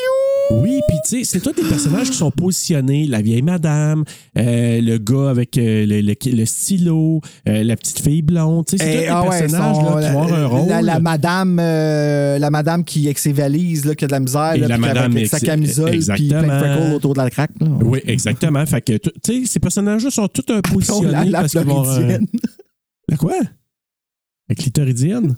A: Oui, puis tu sais, c'est tous des personnages qui sont positionnés. La vieille madame, euh, le gars avec euh, le, le- le stylo, euh, la petite fille blonde. Tu sais, c'est tous
B: Eh,
A: des
B: ah ouais,
A: personnages
B: son-
A: là, qui vont avoir un rôle.
B: La, la madame, euh, la madame qui, avec ses valises, là, qui a de la misère,
A: Et
B: là,
A: la
B: puis qui-
A: madame
B: avec sa
A: ex-
B: camisole, puis plein de
A: exactement.
B: freckles autour de la craque. là.
A: Oui, exactement. Fait que, tu tu sais, ces personnages-là sont tous
B: <laughs>
A: un
B: Appelons
A: positionnés
B: la, la
A: parce qu'ils vont... avoir un-
B: Floridienne. <laughs>
A: La quoi? La
B: <laughs>
A: clitoridienne?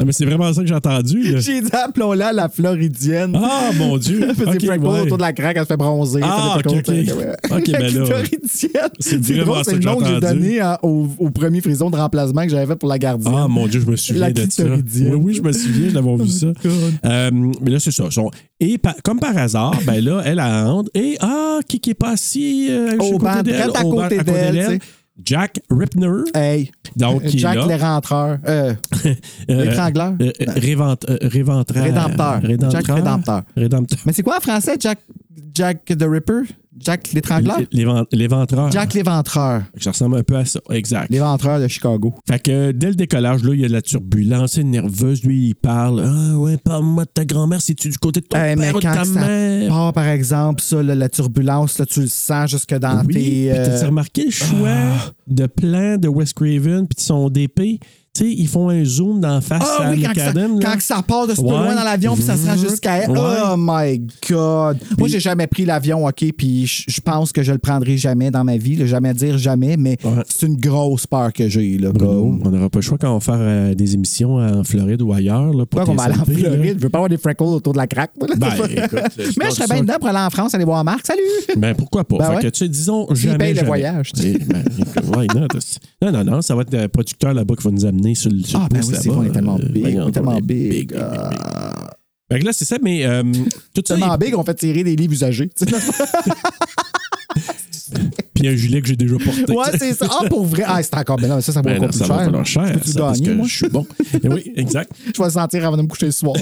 A: non, mais c'est vraiment ça que j'ai entendu. là.
B: J'ai dit appelons-la la Floridienne.
A: Ah, mon Dieu!
B: Elle <laughs> fait
A: Ok,
B: des freckles
A: ouais.
B: autour de la craque, elle se fait bronzer.
A: Ah,
B: elle fait
A: ok,
B: des
A: ok.
B: freckles.
A: Ok,
B: <laughs> La
A: ben là,
B: clitoridienne.
A: c'est
B: C'est
A: vraiment
B: drôle,
A: ça
B: c'est le
A: que
B: nom que
A: j'ai
B: j'ai
A: entendu.
B: donné hein, au, au premier frison de remplacement que j'avais fait pour la gardienne.
A: Ah mon Dieu, je me souviens
B: La
A: de ça. Oui,
B: clitoridienne. Oh
A: oui, je me souviens d'avoir vu ça. Euh, mais là, c'est ça. Son- Et pa- comme par hasard, ben là, elle elle rentre et ah, qui qui est pas assis euh,
B: Au
A: sur le
B: banc,
A: côté d'elle,
B: prête à
A: au banc,
B: côté d'elle, tu sais.
A: Jack Ripner. euh,
B: Hey.
A: Ah.
B: Euh,
A: Donc, qui est
B: Jack
A: là.
B: les rentreurs. Euh, l'étrangleur.
A: Euh, euh, révent- euh, réventreur.
B: Rédempteur. Jack Rédempteur.
A: Rédempteur.
B: Mais c'est quoi en français, Jack, Jack the Ripper? Jack l'étrangleur?
A: L- l'éven- L'éventreur.
B: Jack l'éventreur.
A: Ça ressemble un peu à ça. Exact.
B: L'éventreur de Chicago.
A: Fait que dès le décollage, là, il y a de la turbulence, c'est nerveuse. Lui, il parle. Ah ouais, parle-moi de ta grand-mère, c'est-tu du côté de ton
B: Hey, Euh, mais
A: père ou de
B: quand
A: ta
B: ça
A: mère?
B: part, Ah, par exemple, ça, là, la turbulence, là, tu le sens jusque dans
A: Oui, puis
B: tes. euh, Ah.
A: t'as-tu remarqué le choix de plan de Wes Craven puis de son DP? Tu sais, ils font un zoom d'en face
B: Ah
A: à
B: oui, quand, que ça,
A: McAdam. là.
B: quand que ça part de ce peu
A: Ouais. Mhm.
B: loin dans l'avion, puis ça se rend jusqu'à elle.
A: Ouais.
B: Oh my God! Moi, j'ai jamais pris l'avion, OK, puis je je pense que je le prendrai jamais dans ma vie, là, jamais dire jamais, mais c'est une grosse peur que j'ai, là.
A: Bruno, on n'aura pas le choix quand on va faire euh, des émissions en Floride ou ailleurs. Là, pour
B: Pourquoi qu'on va aller en
A: TSLP, là.
B: Floride? Je veux pas avoir des freckles autour de la craque. moi, là.
A: Ben, écoute, je
B: <laughs> mais je
A: pense
B: serais
A: ça-
B: bien dedans pour aller en France, aller voir Marc. Salut!
A: Ben, pourquoi pas?
B: Ben
A: fait
B: ouais.
A: que, tu sais, disons,
B: S'il
A: jamais.
B: paye le
A: jamais.
B: voyage, tu sais.
A: Eh, ben, <laughs> why not? non, non, non, ça va être le producteur là-bas qui va nous amener sur le sur
B: Ah,
A: le
B: ben
A: pouce
B: oui, c'est
A: là-bas.
B: vrai, on est tellement
A: Euh,
B: big,
A: ben,
B: on est tellement big. euh, ah.
A: big, big. Fait que là, c'est ça, mais euh, tout ça.
B: Tellement big, on fait tirer des livres usagés. <laughs> tu sais.
A: Puis un gilet que j'ai déjà <laughs> porté.
B: ouais, c'est ça. Ah, pour vrai. Ah, c'est encore. Ben non, ça, ça va
A: Ben
B: encore
A: non,
B: plus
A: ça
B: cher.
A: va falloir cher.
B: Je peux-tu
A: ça, parce
B: gagner,
A: que
B: moi?
A: je suis
B: <laughs>
A: bon. Eh oui, exact.
B: Je vais le sentir avant de me coucher
A: <laughs>
B: le soir.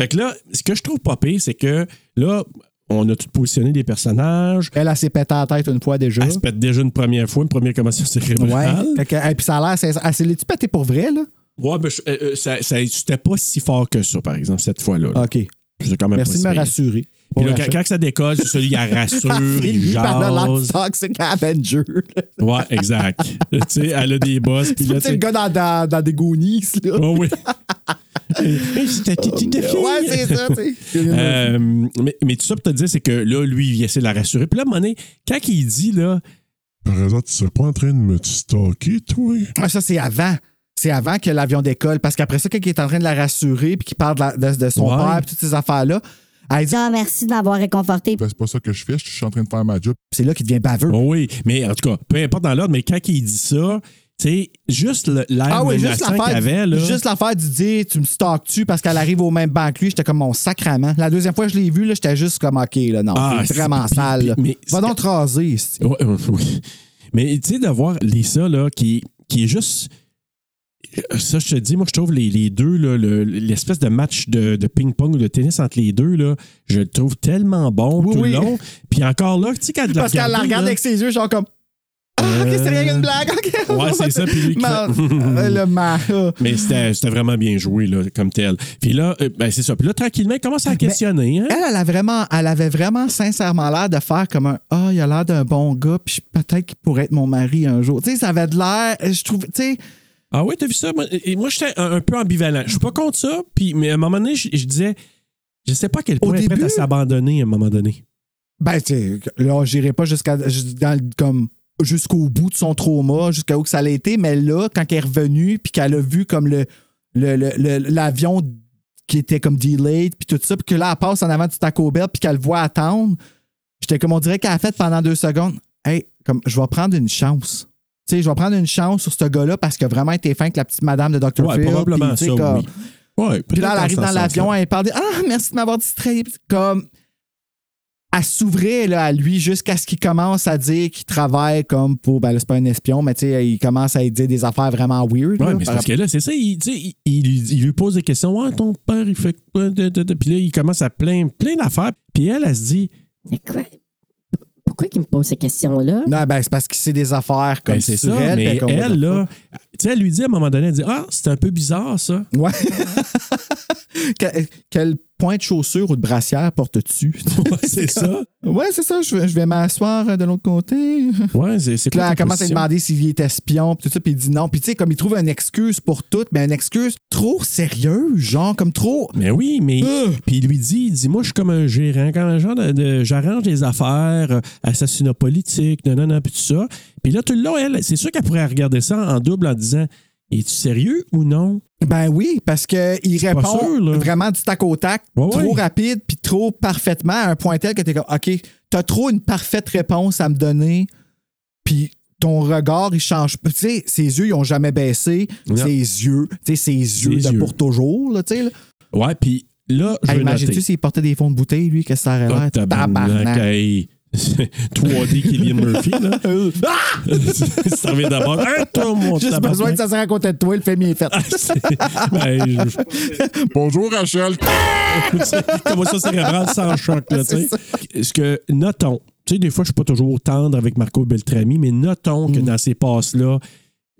A: Fait que là, ce que je trouve pas pire, c'est que là, on a tout positionné des personnages.
B: Elle, elle s'est pété la tête une fois déjà.
A: Elle se pète déjà une première fois, une première commotion cérébrale.
B: Ouais. Fait que- et puis ça a l'air. c'est- Elle s'est l'est-tu pété pour vrai, là?
A: Ouais, ben, je- euh, euh, ça, ça- c'était pas si fort que ça, par exemple, cette fois-là. là.
B: OK.
A: Ah, ben C'est quand même pas
B: Merci
A: si
B: de me
A: pire.
B: rassurer.
A: Puis là, quand, quand ça décolle, c'est celui qui la
B: <laughs>
A: rassure, il
B: lui parle de
A: jase.
B: Toxic Avenger.
A: Ouais,
B: <laughs>
A: exact. tu sais, elle a des bosses. Puis
B: Tu
A: là,
B: sais, le
A: tu
B: gars dans, dans, dans des Goonies, là.
A: Oh
B: <laughs>
A: oui. Hey, c'est ta petite fille.
B: Ouais, c'est ça, tu sais.
A: Euh, mais, mais tout ça pour te dire, c'est que là, lui, il essaie de la rassurer. Puis là, à un moment donné, quand il dit, là,
M: Par exemple, tu serais pas en train de me stalker, toi?
B: Ah, ça, c'est avant. C'est avant que l'avion décolle. Parce qu'après ça, quand il est en train de la rassurer puis qu'il parle de, la- de- de son
M: Ouais.
B: père et toutes ces affaires-là, elle dit
L: Ah, merci de m'avoir réconforté.
M: Ben, c'est pas ça que je fais, je suis en train de faire ma job.
B: C'est là qu'il devient baveux.
A: oh oui, mais en tout cas, peu importe dans l'ordre, mais quand il dit ça, tu sais, juste le- l'air
B: Ah oui, juste
A: menaçant qu'il
B: l'affaire.
A: avait, là.
B: Juste l'affaire du dire, tu me stalks-tu parce qu'elle arrive au même banc que lui, j'étais comme mon sacrament. La deuxième fois que je l'ai vu, là, j'étais juste comme OK, là, non,
A: Ah,
B: c'est
A: c'est-
B: vraiment
A: puis-
B: sale.
A: puis-
B: là.
A: mais
B: Va
A: c'est-
B: donc te raser. c'est-
A: Ouais, euh, oui. Mais tu sais, d'avoir Lisa, là, qui, qui est juste. Ça, je te dis, moi, je trouve les, les deux, là, le- l'espèce de match de, de ping-pong ou de tennis entre les deux, là, je le trouve tellement bon
B: Oui,
A: tout
B: oui.
A: le long. Puis encore là, tu sais, quand elle
B: Parce qu'elle la
A: regardé, là, Euh,
B: regarde avec ses yeux, genre comme Ah, OK, c'est rien une blague. OK.
A: Ouais, c'est ça, puis
B: <laughs>
A: lui qui
B: Ma-
A: fait-
B: le ma-
A: <laughs> Mais c'était c'était vraiment bien joué, là, comme tel. Puis là, euh, ben, c'est ça. Puis là, tranquillement, il commence
B: Ben,
A: à questionner. hein.
B: Elle, elle, a vraiment, elle avait vraiment sincèrement l'air de faire comme un Ah, il a l'air d'un bon gars, puis je- peut-être qu'il pourrait être mon mari un jour. Tu sais, ça avait de l'air. Je trouve. Tu sais,
A: Ah ouais, t'as vu ça? Moi, et moi j'étais un, un peu ambivalent. Je suis pas contre ça, puis, mais à un moment donné, je, je disais, je sais pas à quel point elle est prête
B: début-
A: à s'abandonner à un moment donné.
B: ben, tu sais, là, j'irai pas jusqu'à. jus- dans le- comme jusqu'au bout de son trauma, jusqu'à où que ça l'a été, mais là, quand elle est revenue, puis qu'elle a vu comme le le- le- le- l'avion qui était comme delayed, puis tout ça, puis que là, elle passe en avant du Taco Bell, puis qu'elle le voit attendre, j'étais comme on dirait qu'elle a fait pendant deux secondes Hey, comme je vais prendre une chance. Tu sais, je vais prendre une chance sur ce gars-là parce que vraiment, t'es fin que la petite madame de Dr.
A: Ouais,
B: Phil,
A: probablement
B: puis, tu sais,
A: ça,
B: comme-
A: oui. Ouais,
B: Puis là, elle arrive
A: peut-être
B: dans
A: ce
B: l'avion,
A: sens-là.
B: elle parle Ah, merci de m'avoir distrait. Puis Comme. Elle s'ouvrait là, à lui jusqu'à ce qu'il commence à dire qu'il travaille comme pour. Ben là, c'est pas un espion, mais tu sais, il commence à lui dire des affaires vraiment weird.
A: Ouais,
B: là,
A: mais c'est
B: par
A: parce que là, c'est ça, il, tu sais, il, il- il lui pose des questions. Ouais, ton père, il fait quoi? de- de- de- Puis là, il commence à plein, plein d'affaires. Puis elle, elle se dit,
K: Mais quoi? Pourquoi qu'il me pose ces questions-là?
B: Non, ben, c'est parce qu'il sait des affaires comme
A: Ben, c'est
B: sur
A: ça,
B: elle,
A: mais
B: fait qu'on-
A: elle, là, tu sais, elle lui dit à un moment donné, elle dit, ah, c'est un peu bizarre, ça.
B: Ouais. <laughs> Que- Quel point de chaussure ou de brassière portes-tu? <laughs>
A: Ouais, c'est ça.
B: ouais, c'est ça. Je vais, je vais m'asseoir euh, de l'autre côté.
A: Ouais, c'est c'est
B: Puis
A: quoi
B: là, elle
A: ta
B: commence à lui
A: position?
B: demander s'il est espion, puis tout ça, puis il dit non. Puis tu sais, comme il trouve une excuse pour tout, mais une excuse trop sérieuse, genre comme trop.
A: Mais oui, mais.
B: Ugh.
A: Puis il lui dit, il dit, moi, je suis comme un gérant, comme un genre de. de- J'arrange des affaires, euh, assassinat politique, nanana, puis tout ça. Puis là, tout le long, elle, c'est sûr qu'elle pourrait regarder ça en double en disant, es-tu sérieux ou non?
B: Ben oui, parce qu'il
A: pas
B: répond
A: sûr, là.
B: vraiment du tac au tac,
A: Ouais,
B: trop
A: ouais.
B: rapide, puis trop parfaitement, à un point tel que t'es comme, OK, t'as trop une parfaite réponse à me donner, puis ton regard, il change. pas. Tu sais, ses yeux, ils ont jamais baissé.
A: Non.
B: Ses yeux, tu sais, ses yeux
A: Ses
B: de
A: yeux.
B: pour toujours, là, tu sais. là.
A: Ouais, puis là, je
B: Hey,
A: vais noter.
B: Imagine-tu s'il portait des fonds de bouteille, lui, que ça aurait
A: Ah,
B: l'air
A: tabarnak,
B: tabarnak.
A: hey. <laughs> 3D Killian Murphy, là. <laughs>
B: <laughs> Ah!
A: ça revient d'abord. Hein, toi, mon
B: Juste
A: tabarnak.
B: besoin que ça soit à côté de toi, le film il
A: <laughs>
B: est fait.
A: Ben, je-
M: Bonjour Rachel.
A: commotion cérébrale sans choc. Là, tu sais. Ce que notons, tu sais, des fois, je suis pas toujours tendre avec Marco Beltrami, mais notons
M: Mm.
A: que dans ces passes-là,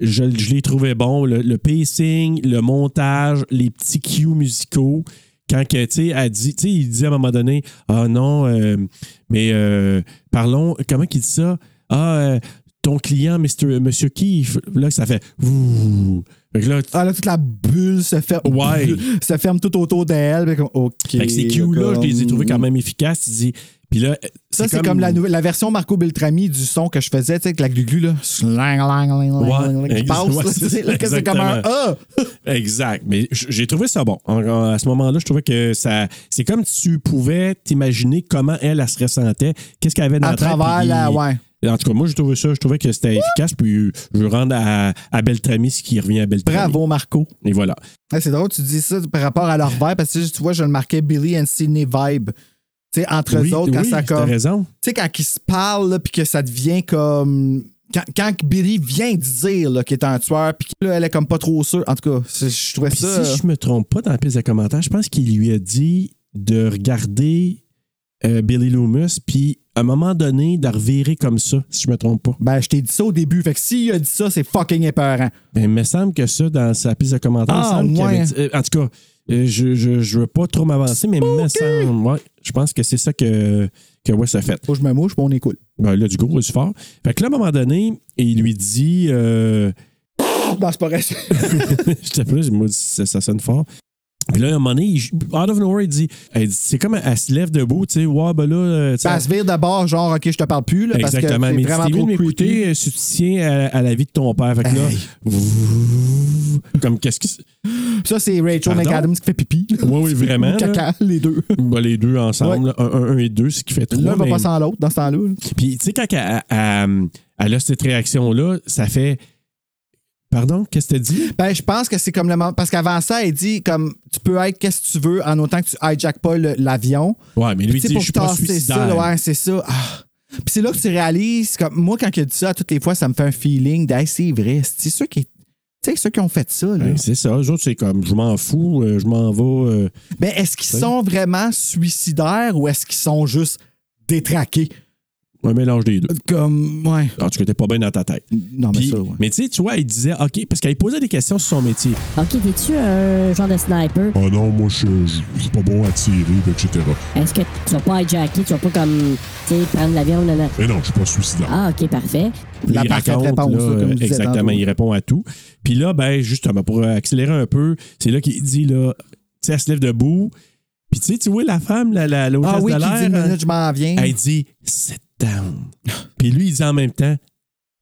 A: je, je les trouvais bons. Le, le pacing, le montage, les petits cues musicaux. Quand que, tu sais, elle dit, tu sais, il dit à un moment donné, ah non, euh, mais euh, parlons, comment qu'il dit ça? Ah, euh, ton client, Mr., Monsieur Keefe, là, ça fait. Ouh. Fait que là,
B: Ah, là, toute la bulle se ferme.
A: Ouais.
B: Se ferme tout autour d'elle. puis comme, OK.
A: Fait que ces cues-là, je les ai trouvés quand même efficaces. Il dit- Puis là,
B: Ça, c'est comme, la, nouvelle- la version Marco Beltrami du son que je faisais, tu sais, avec la glu-glu, là. Slang, lang, lang, lang, lang, qui
A: ex-
B: passe,
A: ouais,
B: là, tu sais, là, que c'est comme un
A: exactement.
B: A.
A: Exact. Mais j- j'ai trouvé ça bon. En- en- À ce moment-là, je trouvais que ça. C'est comme tu pouvais t'imaginer comment elle, elle se ressentait, qu'est-ce qu'elle avait dans
B: À
A: la tête,
B: travers
A: puis-
B: la- ouais.
A: En tout cas, moi, j'ai trouvé ça. Je trouvais que c'était efficace. Puis je rends à, à Beltrami ce qui revient à Beltrami.
B: Bravo, Marco.
A: Et voilà.
B: Ouais, c'est drôle, tu dis ça par rapport à leur vibe, parce que tu vois, je le marquais Billy and Sidney vibe. Tu sais, entre
A: Oui,
B: eux autres, quand
A: oui, t'as
B: ça comme. Tu
A: raison.
B: sais, quand ils se parlent, là, puis que ça devient comme. Quand, quand Billy vient dire là, qu'il est un tueur, puis que, là, elle est comme pas trop sûre. En tout cas, c'est- je trouvais
A: Puis
B: ça.
A: si je me trompe pas dans la piste de commentaires, je pense qu'il lui a dit de regarder euh, Billy Loomis, puis à un moment donné, de revirer comme ça, si je me trompe pas.
B: Ben, je t'ai dit ça au début. Fait que s'il a dit ça, c'est fucking épeurant.
A: Ben, il me semble que ça, dans sa piste de commentaires,
B: Ah,
A: il me semble qu'il
B: ouais.
A: avait dit- euh, En tout cas, euh, je, je, je veux pas trop m'avancer, mais il me semble. ouais, je pense que c'est ça que, que Wes a fait.
B: Faut que je me mouche, puis on est cool.
A: Ben, là, du gros, du fort. Fait que là, à un moment donné, il lui dit. euh,
B: Non, c'est pas vrai.
A: je t'appelle, je me dis, ça, ça sonne fort. Puis là, à un moment donné, il- out of nowhere, il dit, elle dit- c'est comme elle, elle se lève debout, tu sais, ouais, ben là, euh, tu sais,
B: <laughs> Ça se vire d'abord, genre, OK, je te parle plus, là, parce que c'est
A: Exactement. Mais
B: vraiment
A: dis,
B: trop
A: oui, mais
B: creepy.
A: écoutez, euh, si tu tiens à, à la vie de ton père, fait que là,
B: Hey.
A: vrouf, <laughs> comme qu'est-ce que c'est-
B: Ça, c'est Rachel
A: Pardon?
B: McAdams qui fait pipi.
A: Ouais,
B: <laughs>
A: oui, vraiment. là.
B: Ou caca, les deux.
A: Ben, les deux ensemble, là, un, un- un et deux, ce qui fait trois.
B: L'un va
A: mais-
B: pas sans l'autre dans ce temps-là. là.
A: Puis, tu sais, quand elle, elle- elle a cette réaction-là, ça fait. Pardon, qu'est-ce que t'as dit?
B: Ben, je pense que c'est comme le moment. Parce qu'avant ça, elle dit comme tu peux être qu'est-ce que tu veux en autant que tu hijack pas le- l'avion.
A: Ouais, mais
B: Puis,
A: lui
B: tu sais,
A: dit, je suis pas
B: tasser
A: suicidaire.
B: ça, là, ouais, c'est ça. Ah. Puis c'est là que tu réalises, comme moi, quand il dit ça, toutes les fois, ça me fait un feeling d'Aïe, c'est vrai. C'est ceux qui. Tu sais, ceux qui ont fait ça, là.
A: Ben, c'est ça. Eux autres, c'est comme, je m'en fous, euh, je m'en vais. euh,
B: Mais est-ce qu'ils
A: Oui.
B: sont vraiment suicidaires ou est-ce qu'ils sont juste détraqués?
A: un mélange des deux.
B: Comme, ouais.
A: En tout cas, t'es pas bien dans ta tête.
B: Mm, Non, mais
A: Ah. Puis-
B: ça, ouais.
A: Mais tu sais, tu vois, il disait, OK, parce qu'elle posait des questions sur son métier.
L: Ok, t'es-tu un genre de sniper?
M: Oh non, moi, je je- je suis pas bon à tirer, puis etc.
L: Est-ce que tu vas pas hijacker? Tu vas pas comme, tu sais, prendre l'avion? nanana?
M: Mais non, je suis pas suicidaire.
L: Ah, ok, parfait.
B: La
A: il
B: parfaite
A: raconte,
B: réponse,
A: là,
B: là, comme je disais
A: Exactement,
B: tantôt.
A: il répond à tout. Puis là, ben, justement, pour accélérer un peu, c'est là qu'il dit, là, tu sais, elle se lève debout. Puis tu sais, tu vois la femme, la, la, l'hôtesse
B: Ah oui,
A: de
B: qui
A: l'air,
B: dit une
A: hein,
B: minute, je m'en viens.
A: elle dit, sit down. Puis lui, il dit en même temps,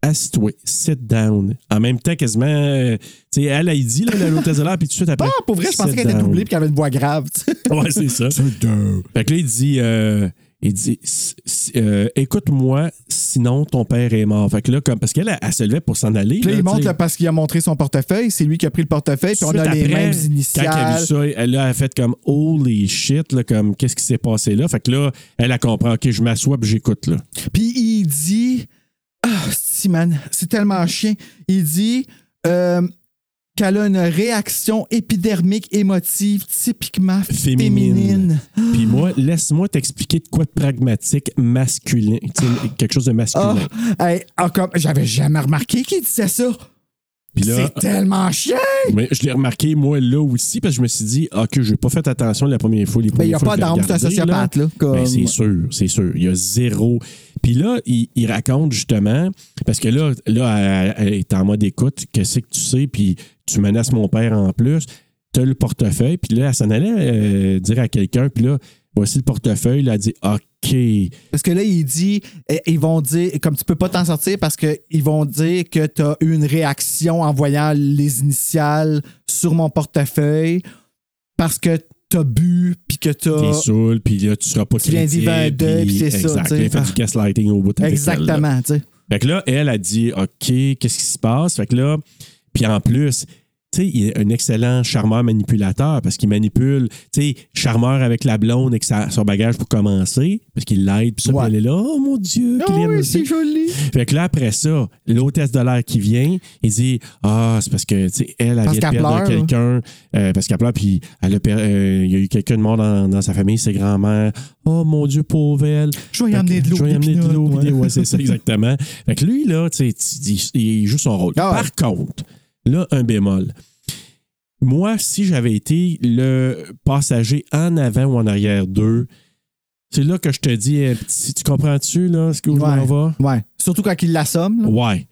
A: assis-toi, sit down. En même temps, quasiment, euh, tu sais, elle, elle dit, là, la- l'hôtesse de l'air, puis tout de suite après.
B: Ah, pour vrai, je pensais
A: sit
B: qu'elle était
A: down.
B: doublée et qu'elle avait une voix grave. tu sais.
A: Ouais, c'est
B: <laughs>
A: ça. Fait que là, il dit, euh, il dit, S- s- euh, écoute-moi, sinon ton père est mort. Fait que là, comme, parce qu'elle, elle, elle se levait pour s'en aller.
B: Puis là, il
A: tu
B: montre
A: sais.
B: là, parce qu'il a montré son portefeuille. C'est lui qui a pris le portefeuille. Puis on a
A: Suite
B: les
A: après,
B: mêmes
A: Quand elle a vu
B: initiales.
A: ça, elle là, elle a fait comme holy shit, là, comme qu'est-ce qui s'est passé là. Fait que là, elle a compris, ok, je m'assois puis j'écoute là.
B: Puis il dit Ah, si, man, c'est tellement chien. Il dit euh, qu'elle a une réaction épidermique émotive typiquement
A: Féminine.
B: féminine.
A: Puis moi, laisse-moi t'expliquer de quoi de pragmatique masculin, tu sais, quelque chose de
B: Ah,
A: masculin.
B: hey, ah, comme- j'avais jamais remarqué qu'il disait ça.
A: Puis là-
B: C'est tellement chien.
A: Mais je l'ai remarqué moi là aussi parce que je me suis dit ok, j'ai pas fait attention la première fois. Les
B: Mais Ben, il n'y a
A: premières
B: pas
A: fois que
B: d'arme,
A: je l'ai
B: c'est un
A: regardé,
B: sociopathe. Là, comme...
A: Ben, c'est sûr, c'est sûr. Il y a zéro. Puis là, il, il raconte justement, parce que là, là elle, elle est en mode écoute, qu'est-ce que tu sais, puis tu menaces mon père en plus, t'as le portefeuille, puis là, elle s'en allait euh, dire à quelqu'un, puis là, voici le portefeuille, là, elle dit OK.
B: Parce que là, il dit, eh, ils vont dire, comme tu peux pas t'en sortir parce qu'ils vont dire que tu as eu une réaction en voyant les initiales sur mon portefeuille parce que tu as bu puis que
A: T'es
B: tu as.
A: saoul, puis là, tu seras pas
B: Ah. Tu viens d'y
A: crédible,
B: vendre, puis c'est ça,
A: Exact.
B: tu sais.
A: Elle fait du
B: Ah.
A: gaslighting au bout de
B: Exactement, tu sais.
A: Fait que là, elle a dit OK, qu'est-ce qui se passe? Fait que là, puis en plus, tu sais, il est un excellent charmeur manipulateur parce qu'il manipule, tu sais, charmeur avec la blonde avec sa- son bagage pour commencer, parce qu'il l'aide, puis ça, puis elle est là, oh mon Dieu,
B: Oh
A: Kylian
B: oui,
A: Murphy.
B: c'est joli.
A: Fait que là, après ça, l'hôtesse de l'air qui vient, il dit, ah, c'est parce que, tu sais, elle, elle
B: Parce
A: vient de
B: qu'elle
A: perdre
B: pleure.
A: quelqu'un, euh, parce qu'elle pleure, puis elle a per- euh, il y a eu quelqu'un de mort dans, dans sa famille, ses grands-mères. Oh mon Dieu, pauvre elle.
B: Je vais y
A: Fait
B: amener
A: que
B: de l'eau,
A: Je vais y
B: des
A: amener de
B: pinottes,
A: l'eau,
B: moi.
A: puis des- ouais, c'est
B: <laughs>
A: ça, exactement. Fait que lui, là, tu sais, tu- il, il joue son rôle.
B: Ah ouais.
A: Par contre, là, un bémol. Moi, si j'avais été le passager en avant ou en arrière d'eux, c'est là que je te dis, eh, petit, tu comprends-tu, là, ce que je m'en vais?
B: Ouais. Surtout quand il l'assomme. là. <laughs>
A: Ouais.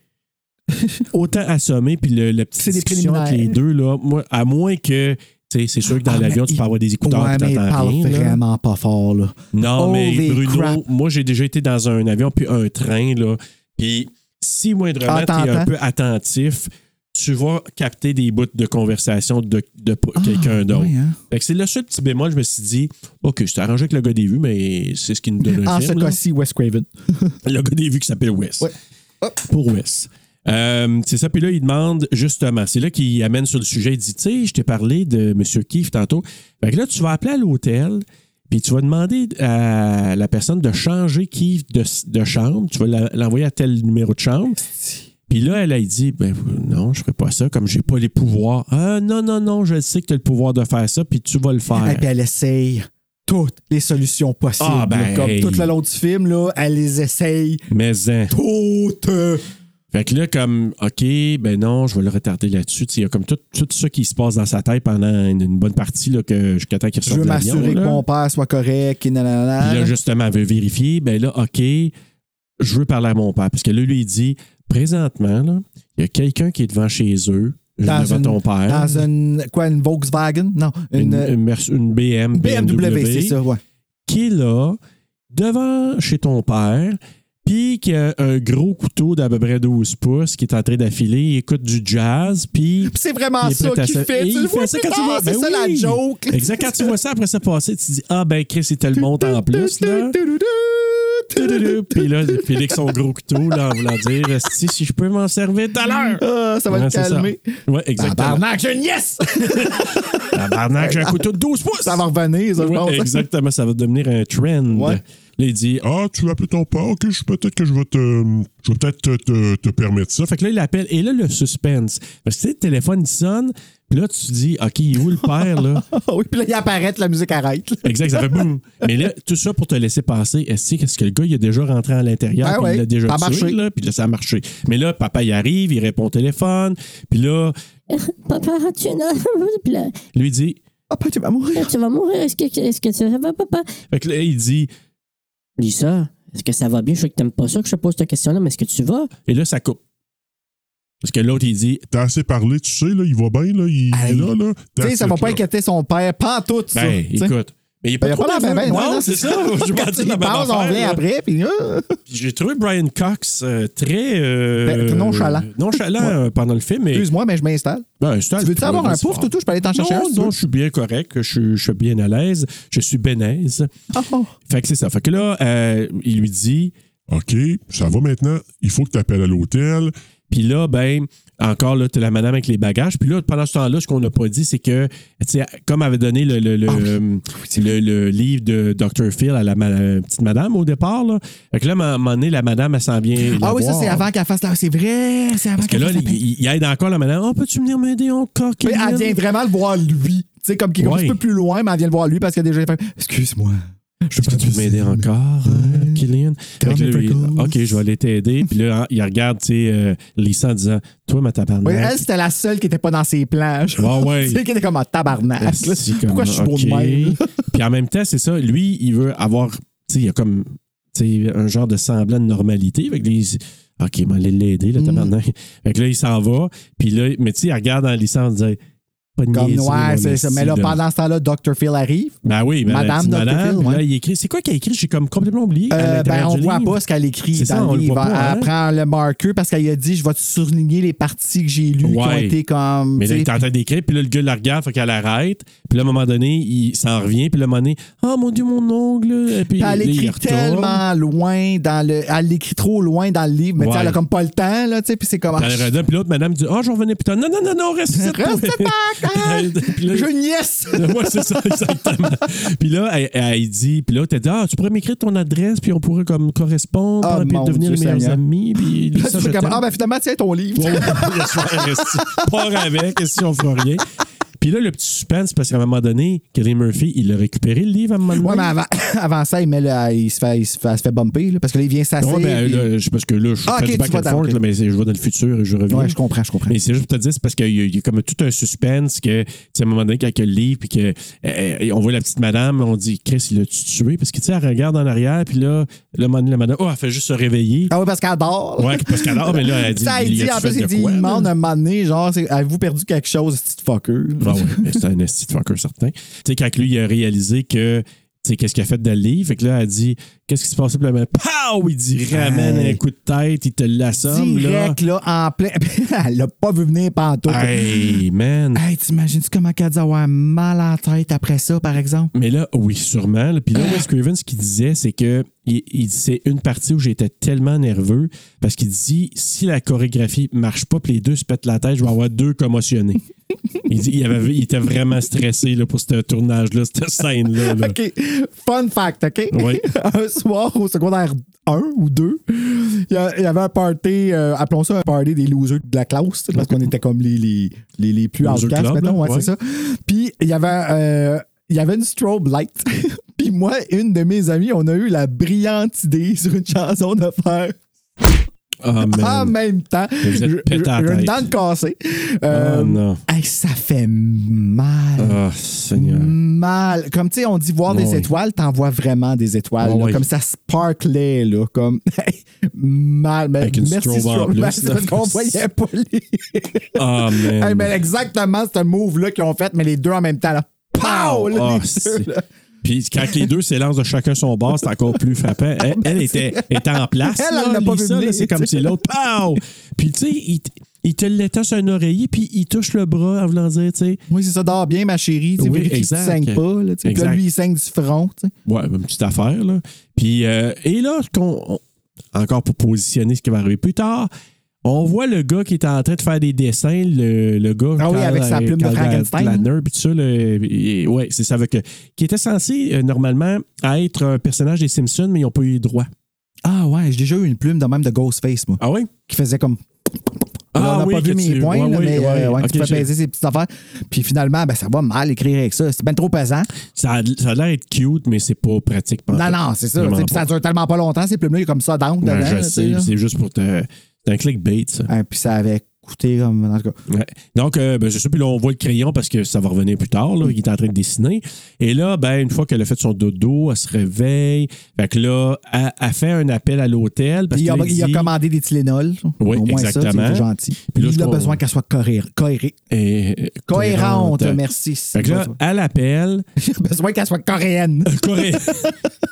A: Autant assommé, puis le, la petite
B: C'est des
A: discussion entre les
B: préliminaires.
A: deux, là, moi, à moins que, tu sais, c'est sûr que dans
B: Ah,
A: l'avion,
B: mais
A: tu
B: il-
A: peux avoir des écouteurs,
B: Ouais,
A: puis
B: mais il
A: t'entends
B: parle
A: rien, là.
B: vraiment pas fort, là.
A: Non, mais
B: Holy
A: Bruno,
B: crap.
A: moi, j'ai déjà été dans un avion, puis un train, là, puis si moindrement
B: Ah,
A: tu es
B: t'entends?
A: un peu attentif, tu vas capter des bouts de conversation de, de p-
B: Ah,
A: quelqu'un d'autre.
B: oui, hein.
A: Fait que c'est le seul petit bémol, je me suis dit, OK, je t'ai arrangé avec le gars des vues, mais c'est ce qui nous donne un
B: En Ah, ce
A: film, là.
B: cas-ci, Wes Craven.
A: Le gars des vues qui s'appelle Wes. Pour Wes. Euh, c'est ça. Puis là, il demande justement, c'est là qu'il amène sur le sujet. Il dit Tu sais, je t'ai parlé de M. Keefe tantôt. Fait que là, tu vas appeler à l'hôtel, puis tu vas demander à la personne de changer Keefe de, de chambre. Tu vas la- l'envoyer à tel numéro de chambre. Puis là, elle a dit ben non, je ferai pas ça, comme j'ai pas les pouvoirs. Ah, non, non, non, je sais que tu as le pouvoir de faire ça, puis tu vas le faire.
B: Et puis elle essaye toutes les solutions possibles.
A: Ah, ben,
B: là, comme
A: hey.
B: tout le long du film, là, elle les essaye
A: Mais hein.
B: toutes.
A: Fait que là, comme, OK, ben non, je vais le retarder là-dessus. Tu sais, Il y a comme tout, tout ça qui se passe dans sa tête pendant une, une bonne partie, là, que jusqu'à temps qu'il
B: Je
A: ressorte
B: veux
A: de l'avion,
B: m'assurer que
A: là.
B: mon père soit correct. Et nanana.
A: Puis là, justement, elle veut vérifier. Ben là, OK, je veux parler à mon père. Parce que là, lui, il dit, présentement, là, il y a quelqu'un qui est devant chez eux,
B: dans
A: devant
B: une,
A: ton père.
B: Dans une, quoi, une Volkswagen? Non,
A: une,
B: une,
A: une Merce- une BM,
B: BMW, c'est ça, ouais.
A: qui est là, devant chez ton père, puis qui a un gros couteau d'à peu près 12 pouces qui est en train d'affiler, il écoute du jazz, puis.
B: Puis c'est vraiment
A: il est
B: ça
A: prêt à
B: qu'il
A: se-
B: fait.
A: Et
B: Tu
A: il
B: le vois
A: fait ça
B: plus
A: quand tu
B: tard,
A: vois.
B: c'est
A: ben
B: ça la
A: oui.
B: joke.
A: Exact, quand tu vois ça après ça passer, tu dis Ah, ben Chris,
B: <laughs>
A: il te le monte en plus, là. Tududu. Puis là, Félix, son gros couteau, là, en voulant dire Si, si je peux m'en servir tout à l'heure.
B: Ah, ça va
A: Ouais,
B: le
A: c'est ça.
B: calmer.
A: Ouais, exactement.
B: Tabarnak, j'ai une yes!
A: <laughs> Tabarnak, j'ai un couteau de 12 pouces.
B: Ça va revenir, ça, je
A: Ouais,
B: pense.
A: exactement, ça va devenir un trend.
B: Ouais.
A: Là, il dit
M: Ah, tu appelles ton père? Ok, je- peut-être que je vais te. Je vais peut-être te, te- te permettre ça.
A: Fait que là, il appelle. Et là, le suspense. Parce que tu sais, le téléphone il sonne. Puis là, tu dis, OK, il est où le père,
B: <laughs>
A: là?
B: oui, puis là, il apparaît, la musique arrête.
A: exact, ça fait boum. Mais là, tout ça pour te laisser passer. Est-ce que, est-ce que le gars, il est déjà rentré à l'intérieur?
B: Ben
A: puis
B: ouais,
A: il l'a déjà
B: ça a
A: tué,
B: marché.
A: là? Puis là, ça a marché. Mais là, papa, il arrive, il répond au téléphone. Puis là,
L: Papa, tu es là. Puis là,
A: lui, il dit,
B: Ah, pas tu vas mourir.
L: tu vas mourir. Est-ce que, est-ce que ça va, papa?
A: fait que là, il dit,
K: Lisa, est-ce que ça va bien? Je sais que t'aimes pas ça que je te pose cette question-là, mais est-ce que tu vas?
A: et là, ça coupe. Parce que l'autre, il dit,
M: T'as assez parlé, tu sais, là, il va bien, là, il
B: Hey.
M: est là, là.
B: Tu sais, ça va
M: That's it, là.
B: pas inquiéter son père, pas en tout, ça.
A: ben,
B: tu sais.
A: écoute. Mais il est
B: Ben, il a
A: trop
B: pas l'air bien,
A: nerveux.
B: bien. Ouais,
A: Non, c'est ça. <laughs> Je
B: Quand
A: m'en dis
B: il
A: la même
B: passe, on
A: affaire,
B: revient
A: là.
B: après, puis... euh,
A: Puis J'ai trouvé Brian Cox euh, très. euh,
B: Ben, nonchalant.
A: Nonchalant
B: Ouais.
A: euh, pendant le film. Mais,
B: Excuse-moi, mais je m'installe.
A: ben, c'est
B: Tu veux-tu avoir un
A: c'est
B: pouf,
A: fort.
B: Toutou? Je peux aller t'en chercher un,
A: Non,
B: si tu
A: non,
B: veux.
A: je suis bien correct. Je, suis- je suis bien à l'aise. Je suis ben aise.
B: Ah, ah.
A: Fait que c'est ça. Fait que là, euh, il lui dit.
M: OK, ça va maintenant. Il faut que tu appelles à l'hôtel.
A: Puis là, ben, encore là, t'as la madame avec les bagages. Puis là, pendant ce temps-là, ce qu'on n'a pas dit, c'est que, tu sais, comme avait donné le, le, le,
M: Ah
A: euh, le- le livre de Dr. Phil à la, ma- la petite madame au départ, là. Fait que là, à un moment donné, la madame, elle s'en vient. la
B: Ah oui, ça,
A: voir.
B: c'est avant qu'elle fasse la... C'est vrai, c'est avant
A: Parce que
B: qu'elle
A: là,
B: fasse la...
A: il, il- il aide encore la madame. Oh, peux-tu venir m'aider encore?
B: Mais elle
A: Kylian?
B: vient vraiment le voir lui. Tu sais, comme qui est
A: Ouais.
B: un petit peu plus loin, mais elle vient le voir lui parce qu'elle a déjà fait Excuse-moi.
A: Je peux tu m'aider encore, euh, Kylian? Fait que là, lui, ok, je vais aller t'aider. Puis là, hein, il regarde, tu sais, euh, Lisa en disant, toi, ma
B: Oui,
A: tabarnak.
B: elle, c'était la seule qui était pas dans ses plages.
A: Ah ouais.
B: <laughs> tu sais, qui était comme un tabarnak. là.
A: Esti, comme,
B: Pourquoi je suis beau de
A: ok.
B: même?
A: <laughs> Puis en même temps, c'est ça, lui, il veut avoir, tu sais, il y a comme, tu sais, un genre de semblant de normalité. Fait que là, il dit, ok,
B: Mm.
A: il m'a l'aider, le tabarnak. Fait que là, il s'en va. Puis là, mais tu sais, il regarde en Lisa en disant, pas de
B: Comme
A: niaiserie,
B: noir,
A: là,
B: c'est ça. Mais là,
A: style,
B: pendant ce temps-là, Dr. Phil arrive.
A: Ben oui, ben,
B: Madame
A: petite
B: Dr. Phil,
A: puis
B: ouais.
A: là, il écrit. C'est quoi qu'elle écrit? J'ai comme complètement oublié. à
B: Euh, ben,
A: l'intérieur
B: on
A: du
B: voit
A: livre.
B: pas ce qu'elle écrit
A: C'est
B: dans
A: ça, on
B: le
A: le
B: livre.
A: voit pas,
B: Elle
A: hein?
B: prend le marqueur parce qu'elle a dit Je vais te surligner les parties que j'ai lues qui ont
A: Ouais.
B: été comme.
A: Mais là,
B: tu
A: il
B: sais,
A: est en train d'écrire, puis là, le gars la regarde, faut qu'elle arrête. Puis là, à un moment donné, il s'en revient, puis là, à un moment donné, oh mon Dieu, mon ongle. Et puis,
B: Puis elle
A: là, il
B: écrit
A: retourne.
B: tellement loin dans le. Elle l'écrit trop loin dans le livre, mais tu sais,
A: Ouais.
B: elle a comme pas le temps, là, tu sais, puis c'est comme.
A: Puis elle redonne, puis l'autre madame dit, oh, je revenais plus tard. Non, non, non, non, reste ici.
B: Reste
A: <laughs>
B: pas, hein?
A: Puis là,
B: Je nièce!
A: <laughs> Ouais, c'est ça, exactement. Puis là, elle, elle dit, puis là, t'as dit, ah, tu pourrais m'écrire ton adresse, puis on pourrait comme correspondre,
B: Ah,
A: hein, puis
B: mon
A: devenir
B: Dieu
A: les meilleurs
B: Seigneur.
A: amis. Puis
B: Puis là,
A: ça,
B: <laughs> tu fais
A: je
B: comme,
A: t'aime.
B: Ah, ben finalement, tiens ton livre.
A: Ouais, ouais, le soir, elle reste- part avec, si on fera rien. Puis là, le petit suspense, parce qu'à un moment donné, Kelly Murphy, il a récupéré le livre à un moment donné.
B: Ouais, ben, mais avant, <laughs> avant ça, il, met le- ah, il, se fait, il, se fait, elle se fait bumper, là, parce que là, il vient s'asseoir.
A: Ouais, ben,
B: puis-
A: là, je- parce que là, je suis
B: Ah,
A: pas
B: ok,
A: du
B: tu
A: back
B: vas
A: and
B: dans-
A: forth,
B: ok.
A: là, mais c'est- je vais dans le futur et je reviens.
B: Ouais, je comprends, je comprends.
A: Mais c'est juste pour te dire, c'est parce qu'il y, a- il y a comme tout un suspense que, tu sais, à un moment donné, quand il y a le livre, puis que, euh, on voit la petite madame, on dit, Chris, il l'a-tu tué? Parce que, tu sais, elle regarde en arrière, puis là, le moment donné, la madame, oh, elle fait juste se réveiller.
B: Ah oui, parce qu'elle dort.
A: Ouais, parce qu'elle dort, mais là, elle dit,
B: Ça, il
A: il
B: dit, en
A: a-tu
B: plus,
A: fait
B: il
A: de
B: dit,
A: quoi,
B: il
A: là?
B: demande à un moment donné, genre, c'est- avez-vous perdu quelque chose, petit fucker?
A: Ah ouais, mais c'est un esti de fucker certain. Tu sais, quand lui, il a réalisé que, tu sais, qu'est-ce qu'il a fait de le livre, fait que là, elle dit, qu'est-ce qui se passe? Puis là, elle met, pow! Il dit, ramène
B: Hey.
A: un coup de tête, il te l'assomme, là.
B: Direct, là, en plein. <laughs> elle l'a pas vu venir pantoute.
A: Hey, man!
B: Hey, t'imagines-tu comment qu'elle a dû avoir mal à la tête après ça, par exemple?
A: Mais là, oui, sûrement. là. Puis là, Wes Craven, ce qu'il disait, c'est que il, il dit, c'est une partie où j'étais tellement nerveux parce qu'il dit si la chorégraphie marche pas, puis les deux se pètent la tête, je vais avoir deux commotionnés. il, dit, il, avait- il était vraiment stressé là, pour ce tournage-là, cette scène-là. là.
B: OK. Fun fact, OK?
A: Oui.
B: <laughs> un soir, au secondaire 1 ou 2, il y a- il y avait un party, euh, appelons ça un party des losers de la classe, parce qu'on était comme les, les, les, les plus
A: Loser
B: outcasts,
A: club,
B: mettons,
A: là,
B: ouais,
A: ouais.
B: c'est ça. Puis, il y avait... euh, il y avait une strobe light. <laughs> Puis moi, une de mes amies, on a eu la brillante idée sur une chanson de faire
A: Ah,
B: en
A: man.
B: même temps.
A: Mais vous êtes
B: Je-
A: pété à la
B: je- J'ai une
A: tête.
B: dent de cassée.
A: Ah,
B: Euh,
A: non.
B: hey, ça fait mal
A: Ah, Seigneur.
B: mal. Comme tu sais, on dit voir des
A: Ouais.
B: étoiles, t'en vois vraiment des étoiles.
A: Ouais,
B: là.
A: ouais.
B: Comme ça sparklait, là. Comme <laughs> mal. Mais
A: Avec une
B: merci,
A: strobe en
B: strobe.
A: plus,
B: Merci,
A: là.
B: parce qu'on voyait pas <laughs> les.
A: Ah,
B: Hey,
A: man.
B: mais exactement ce move-là qu'ils ont fait, mais les deux en même temps, là. Pow! Là,
A: Ah,
B: les deux,
A: c'est-
B: là.
A: Puis quand les deux s'élancent de chacun son bord, c'est encore plus frappant. Elle,
B: <laughs>
A: elle était, était en place.
B: Elle,
A: là,
B: elle l'a pas vu
A: Lisa, là,
B: venir,
A: C'est comme
B: tu sais.
A: si l'autre. Pow! Puis tu sais, il, t- il te l'étosse un oreiller, puis il touche le bras en voulant dire, tu sais.
B: Oui, c'est ça, dors bien, ma chérie. Tu sais,
A: Oui,
B: vérifie que tu
A: exact.
B: saignes pas. Là, tu sais. Puis là,
A: Exact.
B: lui, il saigne du front. tu sais.
A: Ouais, une petite affaire, là. Puis, euh, et là, qu'on- on- encore pour positionner ce qui va arriver plus tard, on voit le gars qui est en train de faire des dessins, le, le gars.
B: Ah oui, avec sa plume de
A: Karl
B: Frankenstein. hein?
A: Gardner, puis tout ça, le- et- ouais, c'est ça. Avec, euh, qui était censé, euh, normalement, être un personnage des Simpsons, mais ils n'ont pas eu le droit.
B: Ah ouais, j'ai déjà eu une plume de même de Ghostface, moi.
A: Ah oui?
B: Qui faisait comme. Là, on n'a
A: Ah oui,
B: pas vu
A: que
B: mes
A: tu-
B: points,
A: ouais,
B: là,
A: oui,
B: mais
A: ouais.
B: euh, ouais,
A: Ok,
B: tu peux
A: j'ai-
B: peser ces petites affaires. Puis finalement, ben, ça va mal écrire avec ça. C'est bien trop pesant.
A: Ça a, ça a l'air d'être cute, mais c'est pas pratique. pas en
B: Non,
A: tout.
B: non, c'est ça.
A: Vraiment
B: tu sais, Puis
A: pas.
B: ça dure tellement pas longtemps, ces plumes-là, il y a comme ça down dedans.
A: Ouais,
B: là,
A: je
B: tu sais,
A: sais,
B: là.
A: c'est juste pour te. C'est un clickbait, ça.
B: Hein, puis ça avait coûté comme. En tout cas.
A: Ouais. Donc, euh, ben, c'est ça. Puis là, on voit le crayon parce que ça va revenir plus tard. Là. Il est en train de dessiner. Et là, ben, une fois qu'elle a fait son dodo, elle se réveille. Fait que là, elle, elle fait un appel à l'hôtel. parce
B: Puis
A: que
B: il,
A: là,
B: a, il a
A: dit-
B: commandé des Tylenol.
A: Oui,
B: Au moins ça,
A: exactement.
B: c'est gentil.
A: Puis là,
B: il
A: ce
B: a
A: qu'on-
B: besoin qu'elle soit cohérente.
A: Et-
B: Cohérente, merci.
A: euh, Fait que là, elle appelle.
B: <laughs> Il a besoin qu'elle soit coréenne. <laughs>
A: Corée.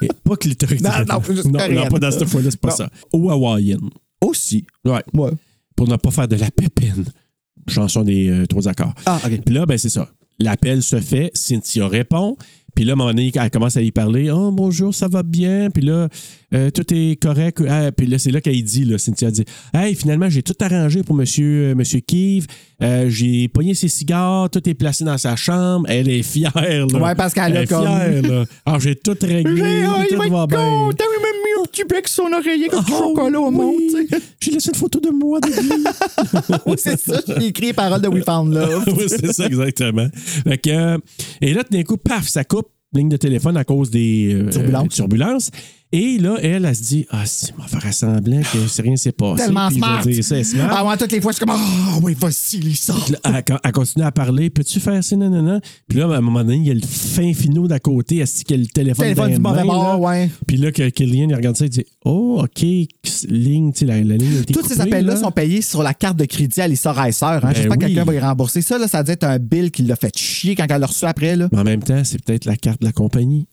A: Et pas clitoris.
B: Non, non, juste
A: non,
B: coréenne.
A: non, pas dans cette fois-là, c'est pas
B: Non.
A: ça. Ou hawaïenne.
B: Aussi.
A: <laughs> Ouais.
B: Ouais.
A: Pour ne pas faire de la pépine. Chanson des euh, trois accords.
B: Ah, OK.
A: Puis là, ben, c'est ça. L'appel se fait, Cynthia répond. Puis là, à un moment donné, elle commence à y parler. Oh, bonjour, ça va bien. Puis là, euh, tout est correct. Ah, puis là, c'est là qu'elle dit, là, Cynthia dit Hey, finalement, j'ai tout arrangé pour monsieur, euh, monsieur Keeve. Euh, j'ai pogné ses cigares. Tout est placé dans sa chambre. Elle est fière. Là.
B: Ouais, parce qu'elle a
A: Elle est
B: comme-
A: fière, là. Alors, j'ai tout réglé. tout va bien.
B: Il m'a mis un petit bec sur son oreiller comme du
A: Oh,
B: chocolat au
A: oui.
B: monde. tu sais.
A: <laughs> J'ai laissé une photo de moi. de lui.
B: <laughs> Oui, <laughs> c'est ça. J'ai écrit les paroles de We Found Love.
A: oui, c'est ça, exactement. Fait que, euh, et là, tout d'un coup, paf, ça coupe ligne de téléphone à cause des euh,
B: Turbulences.
A: turbulences. Et là, elle, elle, se dit Ah, si, on va faire semblant que <laughs> c'est rien s'est passé.
B: Tellement
A: Puis je vais
B: smart.
A: dire ça, elle est smart.
B: Ah, moi, toutes les fois, je suis comme, ah, oui, voici les sortes.
A: Puis là, elle, elle continue à parler. Peux-tu faire ça? Non, non, non. Puis là, à un moment donné, il y a le fin finot d'à côté. Est-ce qu'il y a le téléphone,
B: Téléphone
A: dans
B: du
A: les
B: mauvais
A: mains, là?
B: bord, ouais.
A: Puis là, que Killian, il regarde ça, il dit Oh, OK, ligne, tu sais, la, la ligne a été
B: Tous ces
A: coupée,
B: appels-là
A: là.
B: sont payés sur la carte de crédit à l'Issa Racer. Hein.
A: Ben
B: J'espère
A: oui.
B: que quelqu'un va y rembourser. Ça, là, ça doit être un bill qui l'a fait chier quand elle l'a reçu après. Là.
A: Mais en même temps, c'est peut-être la carte de la compagnie.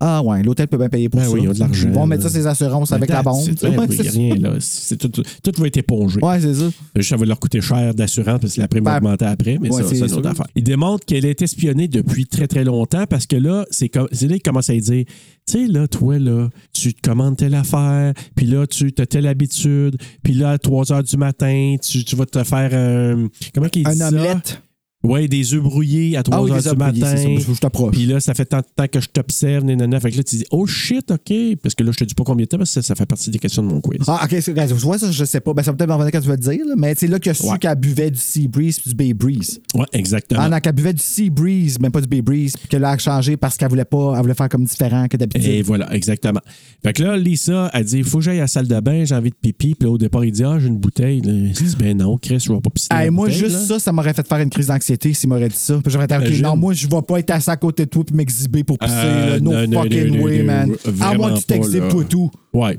B: Ah ouais, l'hôtel peut bien payer pour
A: Ben
B: ça.
A: oui, ils ont de l'argent,
B: Ils vont mettre
A: là.
B: ça ses assurances avec la
A: Attends,
B: bombe.
A: c'est- ben oui, y a rien, là. C'est- tout, tout va être épongé.
B: Ouais, c'est ça.
A: Juste, ça va leur coûter cher d'assurance parce que la prime va
B: Ben,
A: augmenter après, mais
B: ouais,
A: ça,
B: c'est
A: c'est une
B: sûr.
A: autre affaire. Il démontre qu'elle est espionnée depuis très, très longtemps parce que là, c'est comme, c'est là qu'il commence à lui dire Tu sais, là, toi, là, tu te commandes telle affaire, puis là, tu as telle habitude, puis là, à 3 h du matin, tu, tu vas te faire un. Comment qu'il dit
B: Un
A: ça?
B: omelette.
A: Ouais, des œufs brouillés à 3
B: Ah oui,
A: heures
B: des
A: du
B: œufs brouillés,
A: matin.
B: c'est ça, faut que je t'approche.
A: Puis là, ça fait tant de temps que je t'observe, nanana. Fait que là, tu dis, oh shit, OK. Parce que là, je te dis pas combien de temps, parce que ça, ça fait partie des questions de mon quiz.
B: Ah, ok, c'est- ben, je vois ça, je sais pas. Ben, ça va peut-être me revenir quand tu vas le dire, là, mais c'est là qu'il a su
A: Ouais.
B: qu'elle buvait du Sea Breeze puis du Bay Breeze.
A: Ouais, exactement.
B: Ah non, qu'elle buvait du Sea Breeze, mais pas du Bay Breeze, puis qu'elle a changé parce qu'elle voulait pas, elle voulait faire comme différent que d'habitude.
A: Et voilà, exactement. Fait que là, Lisa, elle dit, il faut que j'aille à la salle de bain, j'ai envie de pipi. Puis là, au départ, il dit, ah, j'ai une bouteille. Là, je dis, ben non, Chris, je vais pas pisser. dans
B: Hey,
A: la
B: moi,
A: bouteille,
B: juste
A: là.
B: ça, ça m'aurait fait faire une crise d'anxiété s'il m'aurait dit ça. Puis J'aurais été, OK,
A: Imagine.
B: non, moi, je vais pas être assis à côté de toi puis m'exhiber pour pisser.
A: Euh,
B: là. no
A: non, non,
B: fucking
A: non,
B: way,
A: non,
B: man.
A: non,
B: À
A: vraiment
B: moins que tu
A: pas,
B: t'exhibes
A: là.
B: toi tout. <laughs>
A: Ouais.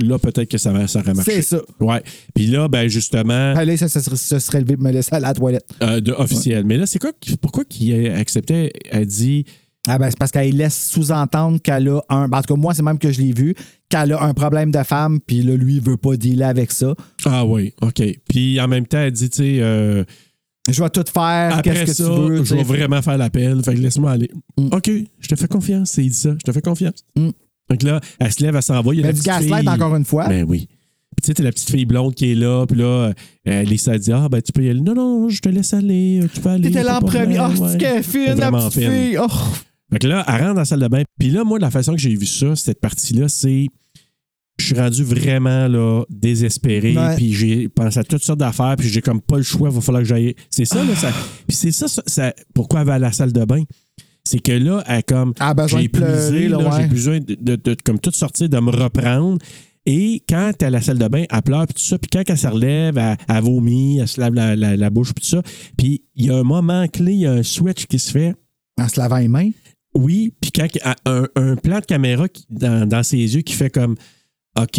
A: là, peut-être que ça, va- ça aurait marché.
B: C'est ça.
A: Ouais. Puis là, ben justement.
B: Allez, ça, ça serait, ça serait levé pour me laisser aller à la toilette.
A: euh, de officiel. Mais là, c'est quoi? qui- Pourquoi qu'il acceptait? Elle dit,
B: Ah ben, c'est parce qu'elle laisse sous-entendre qu'elle a un. ben, En tout cas, moi, c'est même que je l'ai vu, qu'elle a un problème de femme, puis là, lui, il veut pas dealer avec ça.
A: ah oui, OK. Puis en même temps, elle dit, tu sais, euh,
B: Je vais tout
A: Après
B: faire, Ah, qu'est-ce que
A: ça,
B: tu veux.
A: je
B: tu
A: vais
B: sais.
A: vraiment faire l'appel. Fait que laisse-moi aller. OK, je te fais confiance. Il dit ça. Je te fais confiance.
B: Mm.
A: Donc là, elle se lève, elle s'en va. Il y a
B: Mais
A: la
B: du
A: petite
B: gaslight,
A: fille-
B: encore une fois.
A: Ben oui. Puis tu sais, t'as la petite fille blonde qui est là. Puis là, euh, Lisa dit Ah, ben tu peux y aller. Non, non, je te laisse aller. Tu peux aller.
B: T'étais là
A: pas
B: en
A: de problème,
B: premier. Ah,
A: ouais.
B: c'est qu'elle est fine, la
A: Vraiment
B: petite fille. Oh.
A: Fait que là, elle rentre dans la salle de bain. Puis là, moi, la façon que j'ai vu ça, cette partie-là, c'est. Je suis rendu vraiment là, désespéré,
B: Ouais.
A: puis j'ai pensé à toutes sortes d'affaires, puis j'ai comme pas le choix, il va falloir que j'aille. C'est ça, là.
B: Ah.
A: ça- Puis c'est ça, ça, ça- pourquoi elle va à la salle de bain? C'est que là, elle comme.
B: Elle a besoin
A: j'ai
B: de pleurer,
A: épuisé,
B: là, ouais.
A: J'ai besoin de, de- de- comme tout sortir, de me reprendre. Et quand elle est à la salle de bain, elle pleure, puis tout ça. Puis quand elle se relève, elle, elle vomit, elle se lave la, la- la bouche, puis tout ça. Puis il y a un moment clé, il y a un switch qui se fait.
B: En Ah, se lavant les mains.
A: Oui, puis quand il y a un, un plan de caméra qui- dans, dans ses yeux qui fait comme OK,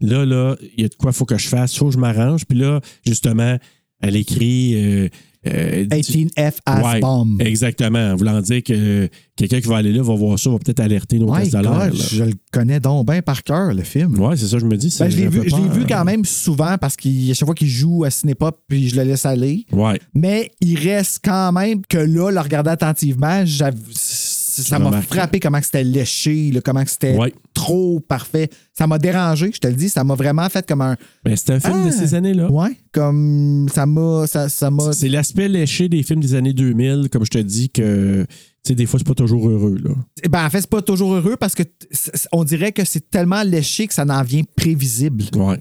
A: là, là, il y a de quoi faut que je fasse, faut que je m'arrange. Puis là, justement, elle écrit. euh, euh,
B: 18F as
A: Ouais,
B: bomb.
A: Exactement, en voulant dire que quelqu'un qui va aller là va voir ça, va peut-être alerter nos
B: My
A: caisses de l'air,
B: God,
A: là.
B: je le connais donc bien par cœur, le film.
A: Ouais, c'est ça, je me dis. ça,
B: Ben, je l'ai
A: j'ai
B: vu,
A: un peu
B: je l'ai
A: peur. hein.
B: vu quand même souvent parce qu'à chaque fois qu'il joue à Cinépop, puis je le laisse aller.
A: Ouais.
B: Mais il reste quand même que là, le regarder attentivement, j'av- ça m'a
A: remarques.
B: frappé comment que c'était léché, là, comment que c'était
A: Ouais.
B: trop parfait. Ça m'a dérangé, je te le dis. Ça m'a vraiment fait comme un.
A: Mais ben, c'est un film
B: Ah!
A: de ces années-là.
B: Ouais, comme ça m'a. Ça, ça m'a.
A: C'est l'aspect léché des films des années 2000, comme je te dis, que, tu sais, des fois, c'est pas toujours heureux, là.
B: Ben, en fait, c'est pas toujours heureux parce que t- c- c- on dirait que c'est tellement léché que ça n'en vient prévisible.
A: Ouais.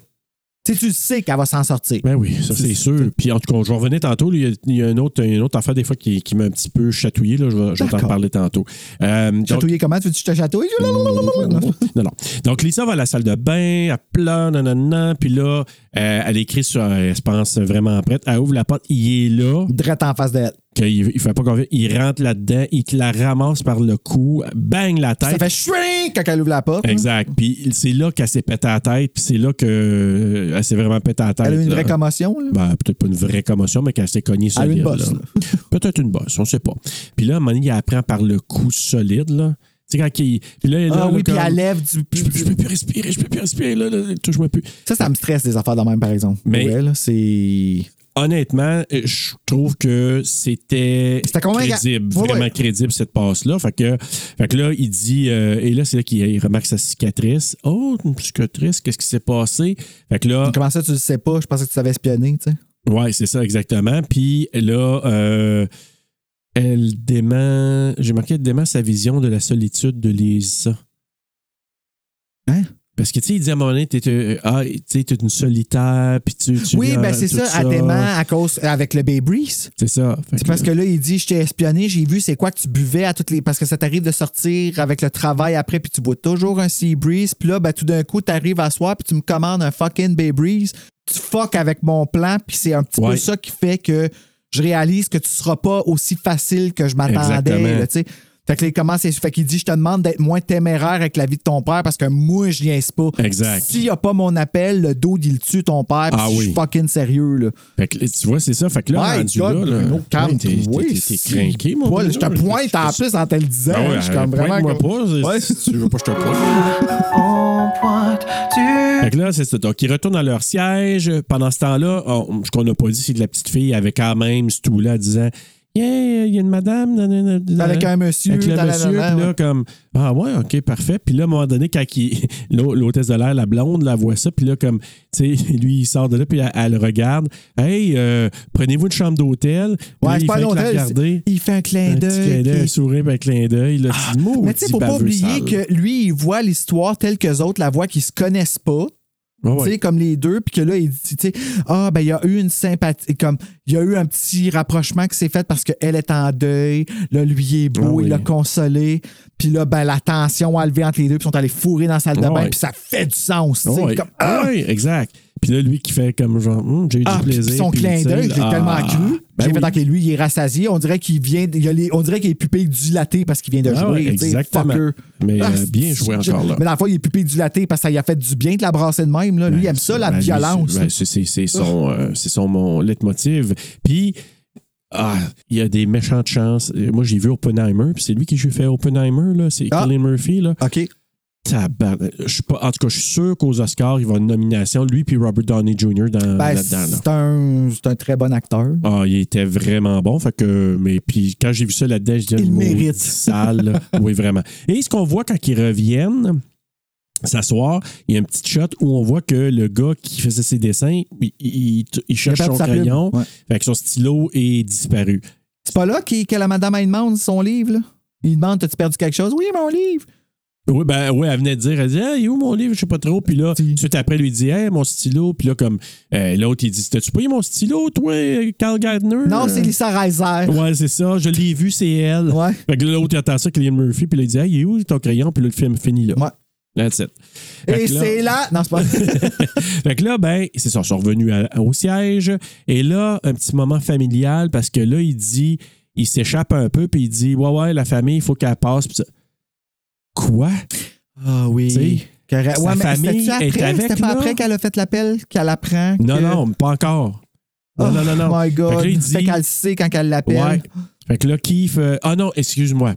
B: Tu sais, tu sais qu'elle va s'en sortir.
A: Ben oui, ça c'est sûr. Puis en tout cas, je vais revenir tantôt. Il y a, il y a une, autre, une autre affaire des fois qui, qui m'a un petit peu chatouillé. Là. Je vais, je vais t'en
B: D'accord.
A: parler tantôt. Euh, donc- Oh,
B: Chatouiller comment? Tu veux que je te chatouille?
A: non, non. Donc, Lisa va à la salle de bain, elle pleure, nanana. Puis là, euh, elle écrit sur. Elle se pense vraiment prête. Elle ouvre la porte, il est là.
B: Drette en face d'elle.
A: Qu'il il fait pas confiance. Il rentre là-dedans, il te la ramasse par le cou, bang la
B: Ça
A: tête.
B: fait shrink quand elle ouvre la porte.
A: Exact. Puis c'est là qu'elle s'est pétée à la tête, puis c'est là qu'elle s'est vraiment pétée à la tête.
B: Elle a eu une
A: là.
B: vraie commotion. là.
A: Ben, peut-être pas une vraie commotion, mais qu'elle s'est cognée
B: Elle a eu
A: solide.
B: Ah, une bosse.
A: là.
B: <laughs> là.
A: Peut-être une bosse, on sait pas. Puis là, à un moment donné, il apprend par le coup solide, là. Tu sais, quand il. Puis là, là,
B: Ah
A: là,
B: oui, puis
A: comme,
B: elle lève du.
A: Je, peux- je peux plus respirer, je peux plus respirer, là, là, là, touche-moi plus.
B: Ça, ça me stresse des affaires de même, par exemple.
A: Mais-
B: Ouais, là, c'est.
A: Honnêtement, euh, je trouve que c'était
B: C'était quand même-
A: crédible,
B: Ouais,
A: vraiment
B: ouais.
A: crédible cette passe-là. Fait que, fait que là, il dit, euh, et là, c'est là qu'il il remarque sa cicatrice. Oh, une cicatrice, qu'est-ce qui s'est passé? Fait que là,
B: Comment ça, tu le sais pas? Je pensais que tu savais espionner, tu sais.
A: Ouais, c'est ça, exactement. Puis là, euh, elle dément. J'ai marqué, elle dément sa vision de la solitude de Lisa.
B: Hein?
A: Parce que, tu sais, il dit à un moment donné, t'es, euh, ah, tu sais, t'es une solitaire, puis tu, tu
B: Oui,
A: viens,
B: ben c'est
A: tout
B: ça, à dément à cause avec le Bay Breeze.
A: C'est ça. Fait
B: C'est parce que là, il dit Je t'ai espionné, j'ai vu c'est quoi que tu buvais à toutes les. Parce que ça t'arrive de sortir avec le travail après, puis tu bois toujours un Sea Breeze, puis là, ben, tout d'un coup, t'arrives à soir, puis tu me commandes un fucking Bay Breeze. Tu fuck avec mon plan, puis c'est un petit
A: Ouais.
B: peu ça qui fait que je réalise que tu seras pas aussi facile que je
A: Exactement.
B: m'attendais. là, tu sais. Fait que là, il commence à- Fait qu'il dit Je te demande d'être moins téméraire avec la vie de ton père parce que moi, je niaise pas.
A: Exact.
B: S'il n'y a pas mon appel, le dude, il tue ton père, puis
A: Ah
B: je
A: oui.
B: suis fucking sérieux, là.
A: Fait que, tu vois, c'est ça. Fait que là,
B: My
A: rendu
B: God,
A: là, là,
B: Bruno,
A: ouais,
B: calme,
A: t'es, t'es-
B: oui,
A: t'es- t'es
B: si.
A: craqué, mon
B: Paul,
A: Bruno.
B: je te pointe en plus en te le disant.
A: Ah ouais,
B: je suis comme vraiment.
A: pointe-moi
B: comme-
A: pas, si tu veux pas, je te
B: <laughs>
A: pointe. Fait que là, c'est ça. Donc, ils retournent à leur siège. Pendant ce temps-là, on- ce qu'on n'a pas dit, c'est que la petite fille avait quand même ce tout-là en disant Yeah, il y a une madame. nan, nan, nan, nan.
B: Avec un monsieur,
A: Avec le
B: nan, nan,
A: monsieur. Puis
B: nan,
A: là,
B: ouais.
A: comme Ah ouais, OK, parfait. Puis là, à un moment donné, quand il- <laughs> l'hô- l'hôtesse de l'air, la blonde, la voit ça. Puis là, comme, tu sais, <laughs> lui, il sort de là, puis elle, elle regarde. Hey, euh, prenez-vous une chambre d'hôtel. Puis là,
B: Ouais, c'est
A: il
B: pas
A: fait que la
B: longtemps.
A: regarder.
B: Il fait un clin
A: Un petit clin
B: d'œil.
A: d'œil, un
B: puis-
A: sourire avec un clin d'œil. là, tu dis,
B: Mais tu sais,
A: maudit
B: faut pas
A: baveux
B: oublier
A: sale.
B: que lui, il voit l'histoire telle que les autres la voient, qu'ils se connaissent pas.
A: Ouais,
B: Tu
A: ouais.
B: sais, comme les deux, puis que là, il dit, tu sais, ah, ben, il y a eu une sympathie, comme, il y a eu un petit rapprochement qui s'est fait parce qu'elle est en deuil, là, lui il est beau,
A: Ah oui.
B: il l'a consolé, puis là, ben, la tension a levé entre les deux, puis ils sont allés fourrer dans la salle de
A: Ouais,
B: bain,
A: Ah ouais. Ah
B: puis ça fait du sens, tu sais,
A: Ouais,
B: comme,
A: ouais, exact. Puis là, lui qui fait comme genre, Hum, j'ai eu
B: Ah,
A: du
B: puis
A: plaisir.
B: son
A: puis
B: clin
A: tu sais,
B: d'œil, j'ai
A: ah,
B: tellement cru.
A: ben
B: j'ai fait
A: oui.
B: tant que lui, il est rassasié. On dirait qu'il vient. il a les, on dirait qu'il est pupille dilatée parce qu'il vient de
A: Ah
B: jouer.
A: ouais,
B: tu sais,
A: exactement.
B: fucker. Ah,
A: Mais, euh,
B: c'est-
A: bien joué
B: je-
A: encore, là.
B: Mais dans le fond, il est pupille dilatée parce que ça lui a fait du bien de la brasser de même. Là. Lui, il aime ça, la
A: Ben, lui, c'est-
B: violence. Ah.
A: ben, c'est- c'est c'est son, euh, c'est son mon leitmotiv. Puis, ah, il y a des méchantes chances. Euh, Moi, j'ai vu Oppenheimer, puis c'est lui qui j'ai fait Oppenheimer, là. C'est euh,
B: Ah.
A: Colin Murphy, là.
B: OK.
A: Tabarnak. euh, Je suis pas, en tout cas, je suis sûr qu'aux Oscars, il va avoir une nomination, lui puis Robert Downey Jr. dans,
B: Ben,
A: là-dedans. là.
B: c'est un, c'est un très bon acteur.
A: Ah, il était vraiment bon. Fait que, mais puis quand j'ai vu ça là-dedans, je disais,
B: Il
A: ben, maudit
B: mérite.
A: Sale.
B: <laughs>
A: oui, vraiment. Et ce qu'on voit quand ils reviennent s'asseoir, il y a un petit shot où on voit que le gars qui faisait ses dessins, il, il- il cherche
B: Il a
A: son
B: perdu sa plume.
A: crayon.
B: Ouais.
A: Fait que son stylo est disparu.
B: C'est pas là qu'il- que la madame elle demande son livre. là? Il demande T'as-tu perdu quelque chose Oui, mon livre.
A: Oui, ben, ouais, elle venait de dire, elle dit, hey, il est où mon livre? Je sais pas trop. Puis là,
B: Mm.
A: tout de suite après, lui dit, hey, mon stylo. Puis là, comme, euh, l'autre, il dit, t'as-tu payé mon stylo, toi, Carl Gardner?
B: Non, c'est Lisa Reiser.
A: Euh. Ouais, c'est ça. Je l'ai vu, c'est elle.
B: Ouais.
A: Fait que là, l'autre, il attend ça, Cillian Murphy, puis là, il dit, hey, il est où ton crayon? Puis là, le film finit là.
B: Ouais.
A: That's it. Fait
B: Et
A: que là- <laughs>
B: c'est là. Non, c'est pas.
A: fait que là, ben, c'est ça, ils sont revenus à- au siège. Et là, un petit moment familial, parce que là, il dit, il s'échappe un peu, puis il dit, ouais, ouais, la famille, il faut qu'elle passe. Puis ça- Quoi?
B: Ah
A: Tu sais,
B: oui. Correct.
A: sa
B: Ouais, mais
A: famille
B: c'était-tu après?
A: est avec,
B: C'était pas
A: là?
B: après qu'elle a fait l'appel, qu'elle apprend.
A: Non,
B: que-
A: non, pas encore. Non, non, non, non.
B: Oh my
A: Fait
B: God.
A: que là, il dit-
B: Fait qu'elle le sait quand elle
A: Ouais.
B: l'appelle.
A: Fait que là, Keith. euh, ah non, excuse-moi.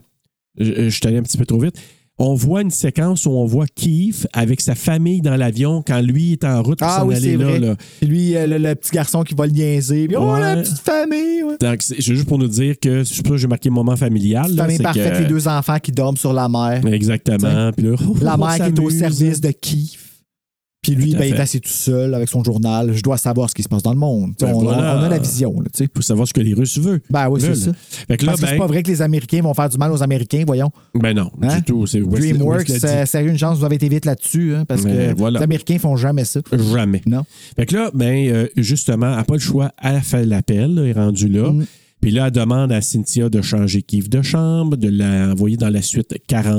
A: Je, je suis allé un petit peu trop vite. On voit une séquence où on voit Keith avec sa famille dans l'avion quand lui est en route pour
B: Ah
A: s'en
B: oui,
A: aller
B: c'est
A: là,
B: vrai.
A: là.
B: Puis Lui, euh, le, le petit garçon qui va le niaiser. Puis, Oh,
A: Ouais.
B: la petite famille. ouais.
A: Donc, c'est c'est juste pour nous dire que c'est pour ça que j'ai marqué moment familial.
B: Petite
A: là,
B: famille
A: c'est
B: parfaite,
A: que-
B: les deux enfants qui dorment sur la mer.
A: Exactement. Puis là, oh,
B: La
A: on
B: mère qui est au
A: s'amuse.
B: service de Keith. Puis lui,
A: Tout à
B: ben, il
A: fait.
B: est assis tout seul avec son journal. Je dois savoir ce qui se passe dans le monde. Tu sais,
A: Ben
B: on,
A: voilà.
B: on a la vision. Là, tu sais.
A: Pour savoir ce que les Russes veulent.
B: Ben oui, c'est
A: Veulent.
B: ça.
A: Fait que là,
B: Parce que c'est
A: ben-
B: pas vrai que les Américains vont faire du mal aux Américains, voyons.
A: Ben non,
B: Hein?
A: du tout. C'est Wes- Wes
B: DreamWorks,
A: l'a dit.
B: c'est sérieux, une chance, vous avez été vite là-dessus, hein, parce
A: Mais
B: que
A: voilà.
B: les Américains font jamais ça.
A: Jamais.
B: Non.
A: Fait que là, ben, euh, justement, elle n'a pas le choix, elle fait l'appel, là, elle est rendue là.
B: Mm.
A: Puis là, elle demande à Cynthia de changer Keith de chambre, de l'envoyer dans la suite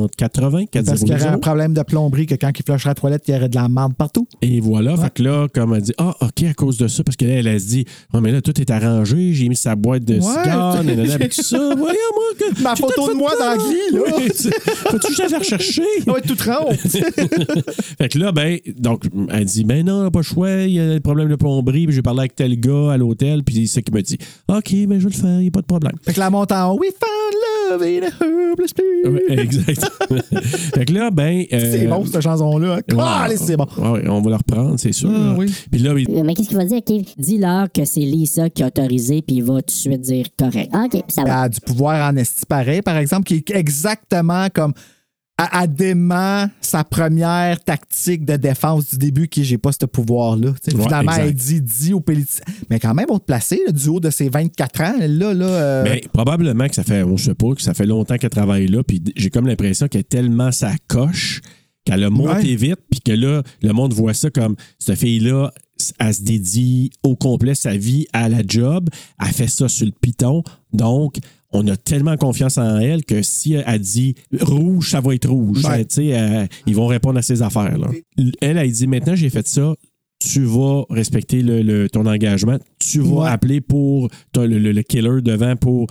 A: 40-80,
B: Parce qu'il y aurait
A: 400.
B: un problème de plomberie que quand il flusherait la toilette, il y aurait de la merde partout.
A: Et voilà, fait que là, comme elle dit, ah, OK, à cause de ça, parce que là, elle, elle se dit, oh, mais là, tout est arrangé, j'ai mis sa boîte de
B: Ouais. <laughs>
A: cigares, nanana, puis tout ça, voyons, moi, que,
B: Ma
A: j'ai tout
B: photo de
A: fait
B: moi
A: ça,
B: dans la vie, là.
A: Oui, c'est- Faut-tu que je la rechercher?
B: Ça va être tout <laughs> rond.
A: Fait que là, ben, donc, elle dit, ben non, on n'a pas le choix, il y a le problème de plomberie, puis j'ai parlé avec tel gars à l'hôtel, puis c'est ça qui me dit, OK, ben, je vais le faire, il n'y a pas de problème.
B: fait que la monte en haut, we found love in a hopeless place.
A: Ouais,
B: <laughs>
A: exact. fait que là, ben. euh,
B: C'est bon, cette chanson-là.
A: ouais.
B: Ah, allez, c'est bon. Ah,
A: Ouais, ouais, on va la reprendre, c'est sûr. là. Puis là, il-
L: Euh, Mais qu'est-ce qu'il va dire, Kev? Dis-leur que c'est Lisa qui a autorisé, puis il va tout de suite dire correct. OK, ça
B: Elle
L: va.
B: a du pouvoir en esti pareil, par exemple, qui est exactement comme à, à dément sa première tactique de défense du début qui est, j'ai pas ce pouvoir-là. Tu sais,
A: Ouais,
B: finalement,
A: exact.
B: elle dit dit au Pelletier. Mais quand même, on te placer là, du haut de ses 24 ans, là, là. euh,
A: ben, probablement que ça fait, on sait pas, que ça fait longtemps qu'elle travaille là, puis d- j'ai comme l'impression qu'elle est tellement sa coche qu'elle a monté vite, puis que là, le monde voit ça comme cette fille-là, elle se dédie au complet sa vie à la job, elle fait ça sur le piton, donc on a tellement confiance en elle que si elle dit rouge, ça va être rouge.
B: Ouais.
A: Tu sais, elle- ils vont répondre à ses affaires. là. Elle, elle dit maintenant j'ai fait ça, tu vas respecter le, le- ton engagement, tu vas
B: Ouais.
A: appeler pour t'as le, le- le killer devant pour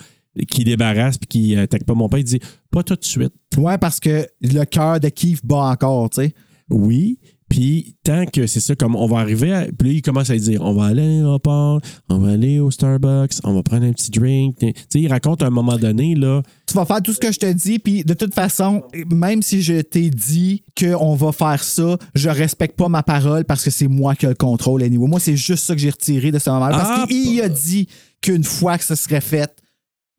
A: qui débarrasse puis qui attaque pas mon père. Il dit pas tout de suite.
B: Ouais, parce que le cœur de Keith bat encore, tu sais.
A: Oui. Puis, tant que c'est ça, comme on va arriver à. Puis là, il commence à dire on va aller à l'aéroport, on va aller au Starbucks, on va prendre un petit drink. Tu sais, il raconte à un moment donné, là.
B: Tu vas faire tout ce que je te dis, puis de toute façon, même si je t'ai dit qu'on va faire ça, je respecte pas ma parole parce que c'est moi qui ai le contrôle anyway. Moi, c'est juste ça que j'ai retiré de ce moment Parce
A: Ah,
B: qu'il a dit qu'une fois que ce serait fait,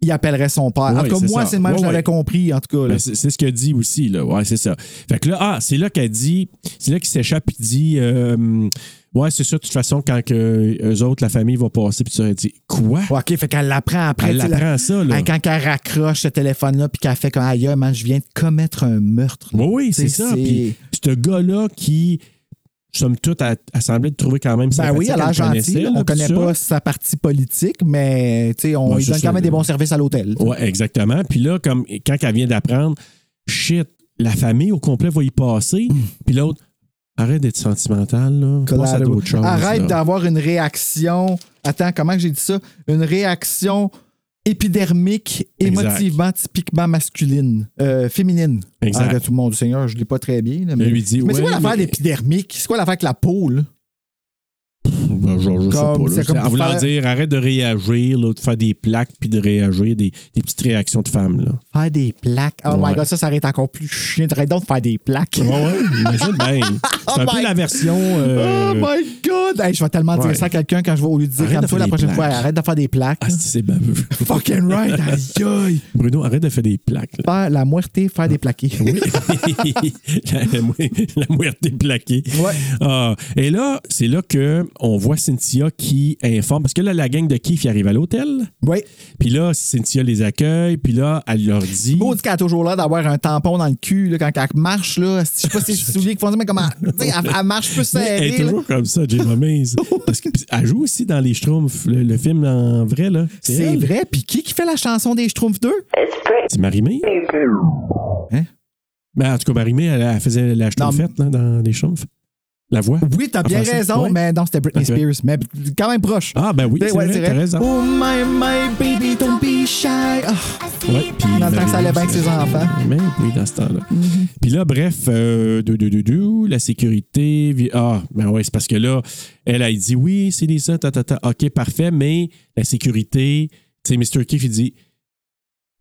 B: il appellerait son père. en
A: Ouais,
B: tout cas,
A: c'est
B: moi,
A: ça.
B: c'est le même que
A: Ouais,
B: je l'avais
A: ouais.
B: compris, en tout cas. là.
A: Ben, c'est c'est ce qu'elle dit aussi, là. Ouais, c'est ça. Fait que là, ah, c'est là qu'elle dit, c'est là qu'il s'échappe et dit, euh, ouais, c'est ça, de toute façon, quand que eux autres, la famille va passer, puis ça, elle dit, quoi?
B: Ouais, OK, fait qu'elle l'apprend après.
A: Elle
B: tu sais,
A: l'apprend
B: la-
A: ça, là.
B: elle- Quand elle raccroche ce téléphone-là, puis qu'elle fait comme aïe, man, je viens de commettre un meurtre.
A: Oui, oui, c'est ça. Puis ce gars-là qui, somme toute, a, a semblé trouver quand même
B: Ben oui,
A: sympathique,
B: elle a l'air
A: le
B: gentille.
A: connaissait, là,
B: on
A: tout
B: connaît
A: ça.
B: pas sa partie politique, mais tu sais, on
A: Ouais,
B: lui
A: c'est
B: donne
A: ça,
B: quand
A: là.
B: même des bons services à l'hôtel.
A: Oui, exactement. Puis là, comme quand elle vient d'apprendre, shit, la famille au complet va y passer.
B: Mm.
A: Puis l'autre, arrête d'être sentimental, là. Passe à d'autres choses.
B: Arrête
A: là.
B: d'avoir une réaction. Attends, comment que j'ai dit ça? Une réaction épidermique,
A: Exact.
B: émotivement, typiquement masculine, euh, féminine.
A: Exact.
B: Ah, là, tout le monde, Seigneur, je l'ai pas très bien. là, mais
A: lui dit,
B: mais c'est
A: ouais,
B: quoi l'affaire
A: mais-
B: d'épidermique? C'est quoi l'affaire avec la peau? là?
A: Ben, genre, je sais
B: Comme-
A: pas, là.
B: c'est comme
A: en
B: pour
A: voulant
B: faire-
A: dire, arrête de réagir, là, de faire des plaques, puis de réagir, des, des petites réactions de femmes.
B: <laughs>
A: Là.
B: Faire des plaques. Oh
A: Ouais.
B: my god, ça, ça aurait été encore plus chiant. T'arrêtes donc de faire des plaques.
A: Ouais, ouais, imagine bien. C'est un
B: Oh
A: peu
B: my-
A: la version. euh,
B: <laughs> Oh my god! Hey, je vais tellement
A: Ouais.
B: dire ça à quelqu'un quand je vais au lieu de dire
A: Arrête
B: comme
A: de
B: toi la
A: faire des
B: prochaine fois,
A: plaques.
B: arrête de faire des plaques.
A: Ah, c'est c'est baveux.
B: Fucking right! Aïe, aïe.
A: <laughs> Bruno, arrête de faire des plaques. là.
B: Faire la moitié, faire des plaqués.
A: la, <laughs> la, mou- la muerte est plaquée.
B: Ouais.
A: Ah, et là, c'est là que on voit Cynthia qui informe. Parce que là, la gang de Keith ils arrive à l'hôtel.
B: Oui.
A: Puis là, Cynthia les accueille. Puis là, elle leur dit.
B: Beau dit qu'elle a toujours l'air d'avoir un tampon dans le cul là, quand elle marche. Là. Je sais pas si c'est souliers qui font ça, mais comment. tu sais, Elle, elle marche plus
A: Mais Elle
B: serrée.
A: est
B: là.
A: toujours comme ça, Jim Mays.
B: <laughs>
A: Parce qu'elle joue aussi dans les Schtroumpfs, le, le film en vrai, là.
B: C'est
A: elle.
B: vrai. Puis qui qui fait la chanson des Schtroumpfs 2?
A: C'est Marimé.
B: Hein?
A: Ben, en tout cas, Marimé, elle, elle faisait la Schtroumpfette, là, dans les Schtroumpfs. La voix.
B: Oui,
A: En
B: t'as bien
A: français.
B: raison,
A: Ouais.
B: mais non, c'était Britney
A: Ah, Ok.
B: Spears. Mais quand même proche.
A: Ah, ben oui,
B: Ouais,
A: c'est
B: ouais,
A: vrai,
B: c'est
A: t'as
B: vrai.
A: raison.
B: Oh my, my baby, don't be shy. Ah,
A: Ouais, puis
B: Dans le temps que ça allait bien avec ses enfants. Mm-hmm.
A: Mais oui, dans ce temps-là. Puis là, bref, euh, dou- dou- dou- dou, la sécurité. vi- Ah, ben ouais, c'est parce que là, elle a dit oui, c'est des ça, ta, ta, ta. OK, parfait, mais la sécurité, tu sais, Mr. Keefe, il dit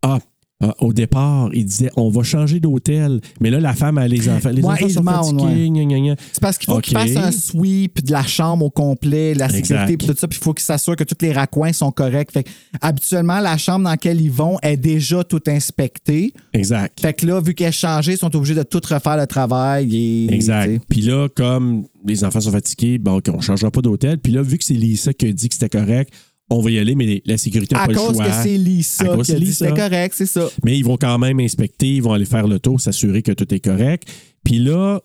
A: Ah, ah, au départ, il disait on va changer d'hôtel. Mais là, la femme a les enfants. Les
B: Ouais,
A: enfants
B: il
A: sont
B: demande,
A: fatigués,
B: ouais.
A: gna, gna, gna.
B: C'est parce qu'il faut qu'il
A: Ok.
B: fasse un sweep de la chambre au complet, de la sécurité,
A: Exact.
B: puis tout ça, puis il faut qu'il s'assure que tous les raccoins sont corrects. Fait que, habituellement, la chambre dans laquelle ils vont est déjà tout inspectée.
A: Exact.
B: Fait que là, vu qu'elle est changée, ils sont obligés de tout refaire le travail. Et, tu sais.
A: Exact. Puis là, comme les enfants sont fatigués, bon, OK, on ne changera pas d'hôtel. Puis là, vu que c'est Lisa qui a dit que c'était correct, on va y aller, mais la sécurité n'a
B: À
A: pas le
B: cause
A: choix.
B: que c'est
A: À
B: Lisa
A: cause
B: qui a
A: de
B: dit
A: Lisa.
B: c'est correct, c'est ça.
A: Mais ils vont quand même inspecter, ils vont aller faire le tour, s'assurer que tout est correct. Puis là,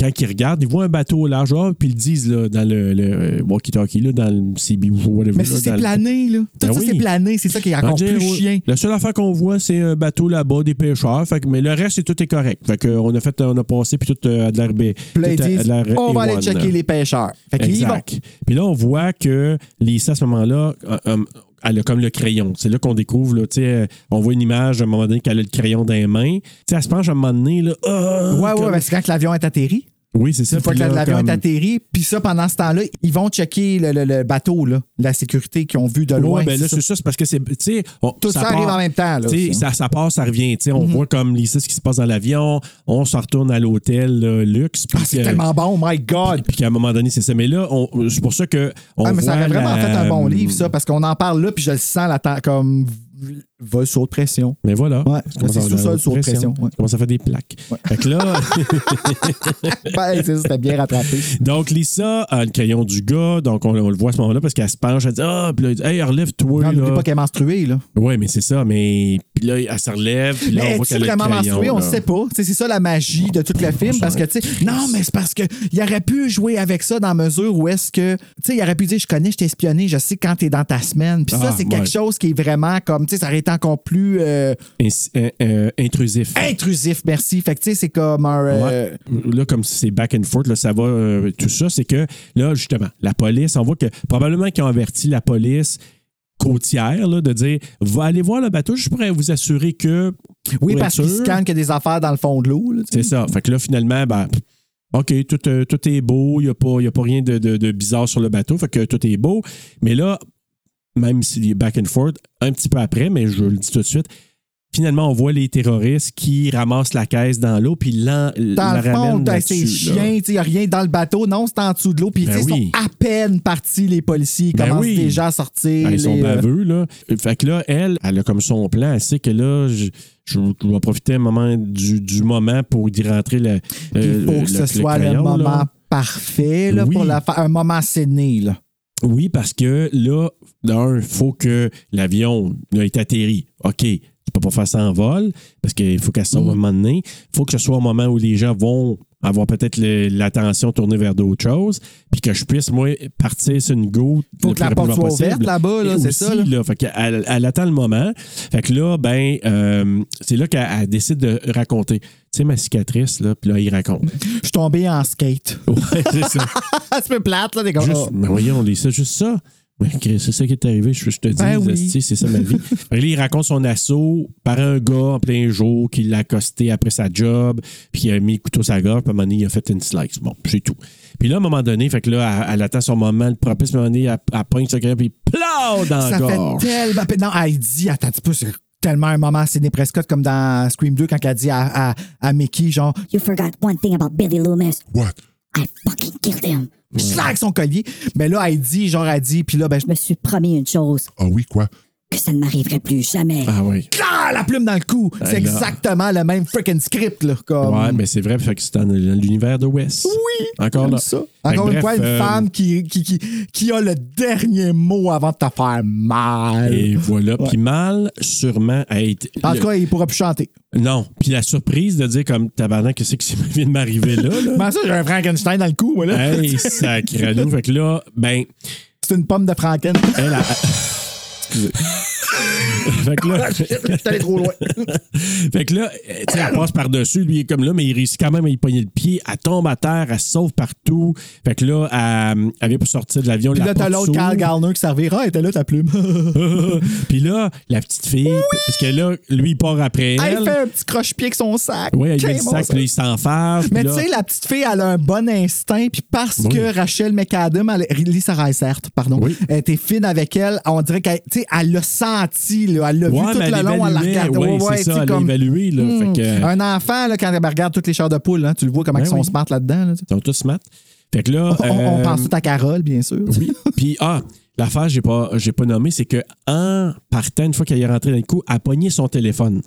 A: quand ils regardent, ils voient un bateau au large, ah, puis ils le disent là, dans le, le, euh, walkie-talkie, là, dans le CB ou whatever.
B: Mais
A: là,
B: ça, c'est
A: dans le-
B: plané, là. Tout
A: Ben
B: ça,
A: oui.
B: c'est plané. C'est ça qui est encore
A: Ah,
B: plus
A: Jay, ouais.
B: chien.
A: La seule affaire qu'on voit, c'est un bateau là-bas, des pêcheurs. Fait que- mais le reste, c'est tout est correct. Fait que, euh, on a fait, on a passé, puis tout euh, à de l'air B.
B: Puis là, ils
A: tout à- à
B: disent,
A: de l'air
B: on va aller
A: A1.
B: checker les pêcheurs. Fait qu'ils y vont.
A: Exact. Puis là, on voit que Lisa, à ce moment-là, euh, euh, elle a comme le crayon. C'est là qu'on découvre, là, tu sais, euh, on voit une image à un moment donné qu'elle a le crayon dans les mains. Tu sais, elle se penche à un moment donné, là. Ah!
B: Ouais, ouais,
A: Comme-
B: mais c'est quand que l'avion est atterri.
A: Oui, c'est ça.
B: Une fois
A: Puis
B: que
A: là,
B: l'avion
A: comme-
B: est atterri, puis ça, pendant ce temps-là, ils vont checker le, le- le bateau, là, la sécurité qu'ils ont vu de loin.
A: Ouais, ben là,
B: c'est
A: c'est ça, c'est parce que c'est. Tu sais, on-
B: Tout ça arrive en même temps,
A: tu
B: là,
A: sais,
B: aussi, Mhm. hein.
A: ça, ça part, ça revient. Tu sais, on voit comme Lisa ce qui se passe dans l'avion, on se retourne à l'hôtel euh, luxe. puis
B: Ah, c'est
A: que-
B: tellement bon, my God!
A: Puis qu'à un moment donné, c'est ça. Mais là, on- c'est pour ça que. On
B: Ah, mais ça
A: voit
B: aurait vraiment
A: la-
B: fait un bon livre, ça, parce qu'on en parle là, puis je le sens, la ta- comme Vol sur haute pression.
A: Mais voilà.
B: Ouais,
A: Ça commence
B: c'est
A: à avoir de la
B: sous-sol
A: haute
B: sur haute pression. ouais.
A: Comment ça fait des plaques. Fait que
B: <laughs>
A: là,
B: Ben, c'est ça, c'était
A: <laughs>
B: bien rattrapé.
A: donc Lisa a le caillon du gars, donc on, on le voit à ce moment-là parce qu'elle se penche, elle dit Ah, puis là, elle dit, hey, relève-toi.
B: Non, n'oublie
A: là.
B: pas qu'elle est menstruée, là.
A: Oui, mais c'est ça, mais puis là, elle se relève, puis là, on
B: Mais
A: voit
B: est-ce
A: qu'elle a
B: vraiment
A: le crayon,
B: menstruée? On
A: là.
B: ne sait pas. Tu sais, C'est ça la magie de tout le film. Parce que, tu sais, non, mais c'est parce qu'il aurait pu jouer avec ça dans la mesure où est-ce que, tu sais, il aurait pu dire, je connais, je t'ai espionné, je sais quand t'es dans ta semaine. Puis
A: Ah,
B: ça, c'est
A: ouais.
B: quelque chose qui est vraiment comme, tu sais, ça aurait été encore plus euh,
A: Ins- euh, euh, intrusif.
B: intrusif, merci. Fait que, tu sais, c'est comme un. euh,
A: Là, comme c'est back and forth, là, ça va, euh, tout ça, c'est que là, justement, la police, on voit que probablement qu'ils ont averti la police côtière là, de dire va aller voir le bateau, je pourrais vous assurer que.
B: Oui,
A: pour
B: parce
A: être
B: qu'il
A: sûr.
B: scanne qu'il y a des affaires dans le fond de l'eau. là, tu sais.
A: C'est ça. Fait que là, finalement, ben, pff, OK, tout, euh, tout est beau, il n'y a, pas- y a pas rien de, de- de bizarre sur le bateau, fait que tout est beau. Mais là, même s'il est back and forth, un petit peu après, mais je le dis tout de suite, finalement, on voit les terroristes qui ramassent la caisse dans l'eau, puis l'en-
B: Dans
A: la
B: le fond, ben,
A: ramènent
B: t'as
A: là-dessus.
B: ces
A: là.
B: chiens, il n'y a rien dans le bateau. Non, c'est en dessous de l'eau. Puis,
A: Ben
B: tu sais,
A: oui.
B: ils sont à peine partis, les policiers. Ils
A: Ben
B: commencent
A: oui.
B: déjà à sortir.
A: Ah, ils sont
B: les, euh,
A: baveux, là. Fait que là, elle, elle a comme son plan. Elle sait que là, je, je- je vais profiter un moment du, du moment pour y rentrer le.
B: Il faut
A: euh,
B: que
A: le-
B: ce
A: le
B: soit le
A: crayon, là.
B: moment parfait là,
A: Oui.
B: pour la faire. Un moment séné. Là.
A: Oui, parce que là, d'un, il faut que l'avion là, est atterri. OK, tu peux pas faire ça en vol parce qu'il faut qu'elle se sauve
B: Mm.
A: à un moment donné. Il faut que ce soit un moment où les gens vont avoir peut-être le- l'attention tournée vers d'autres choses, puis que je puisse, moi, partir sur une go.
B: Faut
A: le
B: que
A: plus
B: la porte
A: rapidement
B: soit ouverte là-bas, là,
A: Et
B: c'est ça,
A: aussi, là, fait qu'elle- elle, attend le moment. Fait que là, ben, euh, c'est là qu'elle elle décide de raconter. Tu sais, ma cicatrice, là, puis là, il
B: <laughs>
A: raconte.
B: Je suis tombé en skate. <laughs> Ah,
A: Ouais, c'est ça.
B: c'est peu plate, là, oh, des gars.
A: Juste, mais voyons, les- c'est juste ça. Mais Chris, c'est ça qui est arrivé, je, je te dis,
B: Ben oui.
A: esti, c'est ça ma
B: <laughs>
A: vie. Fait que là, il raconte son assaut par un gars en plein jour qui l'a accosté après sa job, puis il a mis le couteau sur sa gorge, puis à un moment donné, il a fait une slice. Bon, c'est tout. Puis là, à un moment donné, fait que là, elle, elle attend son moment, le propice, à un moment donné, elle, elle pointe sa crème, puis plau dans la
B: Ça
A: gorge.
B: fait tellement. Non, elle dit, attends un petit peu, c'est tellement un moment séné Prescott comme dans Scream 2 quand elle dit à, à, à Mickey, genre,
F: You forgot one thing about Billy Loomis.
M: What?
F: I fucking killed him.
B: slack son collier. Mais là, elle dit, genre, elle dit, puis là, ben, je
F: Je me suis promis une chose,
M: Ah oui, quoi?
F: que ça ne m'arriverait plus jamais.
A: Ah oui.
B: claque la plume dans le cou. C'est
A: Ben là.
B: exactement le même freaking script, là. Comme...
A: Ouais, mais c'est vrai, fait que c'est dans l'univers de Wes.
B: Oui!
A: Encore
B: Comme
A: là.
B: ça.
A: Fait que
B: Encore une
A: bref,
B: fois, une
A: euh,
B: femme qui, qui, qui, qui a le dernier mot avant de te faire mal.
A: Et voilà. Puis mal, sûrement, a été.
B: En
A: le-
B: tout cas, il pourra plus chanter.
A: Non. Puis la surprise de dire comme tabarnak, qu'est-ce qui <laughs> vient de m'arriver là? là?
B: Comment ça, j'ai un Frankenstein dans le cou, moi, là?
A: hey, sacré nous. Fait que là, ben,
B: C'est une pomme de Franken. <laughs>
A: elle a. Excusez. <laughs> fait que
B: <laughs>
A: là,
B: J'étais allé trop loin.
A: fait que là euh, tu sais, elle passe par-dessus, lui il est comme là, mais il réussit quand même à y pogner le pied. Elle tombe à terre, elle se sauve partout. Fait que là, elle, elle vient pour sortir de l'avion.
B: Puis
A: la
B: là, t'as
A: porte
B: l'autre
A: s'ouvre.
B: Carl Garner qui servira. Ah, Elle était là,
A: <laughs>
B: ta plume. <laughs>
A: Puis là, la petite fille, parce que là, lui, il part après
B: Elle
A: elle.
B: fait un petit croche-pied avec son sac.
A: Oui, elle lui
B: Quel
A: met le
B: bon
A: sac,
B: sac.
A: puis là, il s'enferme.
B: Mais
A: puis
B: tu
A: là-
B: sais, la petite fille, elle a un bon instinct, puis parce
A: Oui.
B: que Rachel McAdam, elle, Lisa Reisert, pardon,
A: Oui.
B: elle était fine avec elle, on dirait qu'elle tu sais, elle l'a senti, là, elle l'a
A: Ouais,
B: vu tout
A: mais
B: le
A: elle
B: long, elle la
A: évaluait,
B: regarde.
A: ouais,
B: Ouais,
A: c'est
B: ouais,
A: ça,
B: tu sais,
A: elle
B: comme-
A: évalue, là,
B: Hmm.
A: fait que-
B: Un enfant, là, quand elle regarde toutes les chairs de poule, hein, tu le vois comment
A: Ben
B: ils sont
A: oui.
B: smart là-dedans. là, tu-
A: Ils sont tous smart. Fait que là.
B: on, on
A: euh,
B: pense tout à Carole, bien sûr.
A: Oui. Puis, ah, l'affaire, j'ai pas, j'ai pas nommé, c'est que en partant, une fois qu'elle est rentrée dans le coup, elle a pogné son téléphone.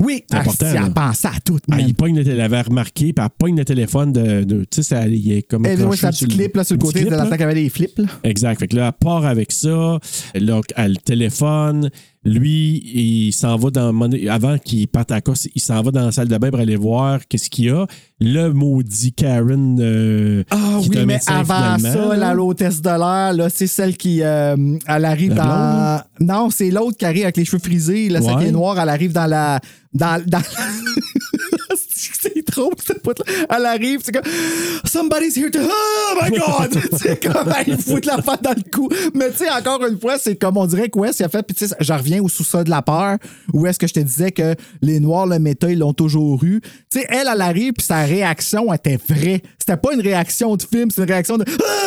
B: Oui,
A: C'est
B: ah,
A: important,
B: si, elle,
A: là.
B: pensait à tout.
A: Ah,
B: man.
A: il pogne le tél- elle avait remarqué, puis elle pogne le téléphone de. de- tu sais, ça- il est comme.
B: Elle voit
A: accroché
B: sa
A: sur
B: petite clip là, sur le
A: petit
B: côté
A: clip,
B: de
A: là.
B: la tête avait des flips. là.
A: Exact. Fait que là, elle part avec ça. Là, elle téléphone. Lui, il s'en va dans. mon- Avant qu'il parte à la course, il s'en va dans la salle de bain pour aller voir qu'est-ce qu'il y a. Le maudit Karen. euh,
B: Ah
A: qui est
B: oui,
A: un
B: mais
A: médecin,
B: avant
A: finalement,
B: ça,
A: là.
B: la l'hôtesse de l'air, là, c'est celle qui euh, elle arrive
A: La
B: dans. Euh, Non, c'est l'autre qui arrive avec les cheveux frisés, là, celle
A: Ouais.
B: qui est noire, elle arrive dans la. Dans, dans... <laughs> c'est trop, cette pote Elle arrive, c'est comme Somebody's here to. Oh
A: <laughs>
B: my god! c'est comme elle fout de la face dans le cou. Mais tu sais, encore une fois, c'est comme on dirait que Wes, il a fait. Puis tu sais, je reviens au sous-sol de la peur, où est-ce que je te disais que les Noirs, le méta, ils l'ont toujours eu. Tu sais, elle, elle arrive, puis sa réaction était vraie. C'était pas une réaction de film, c'est une réaction de.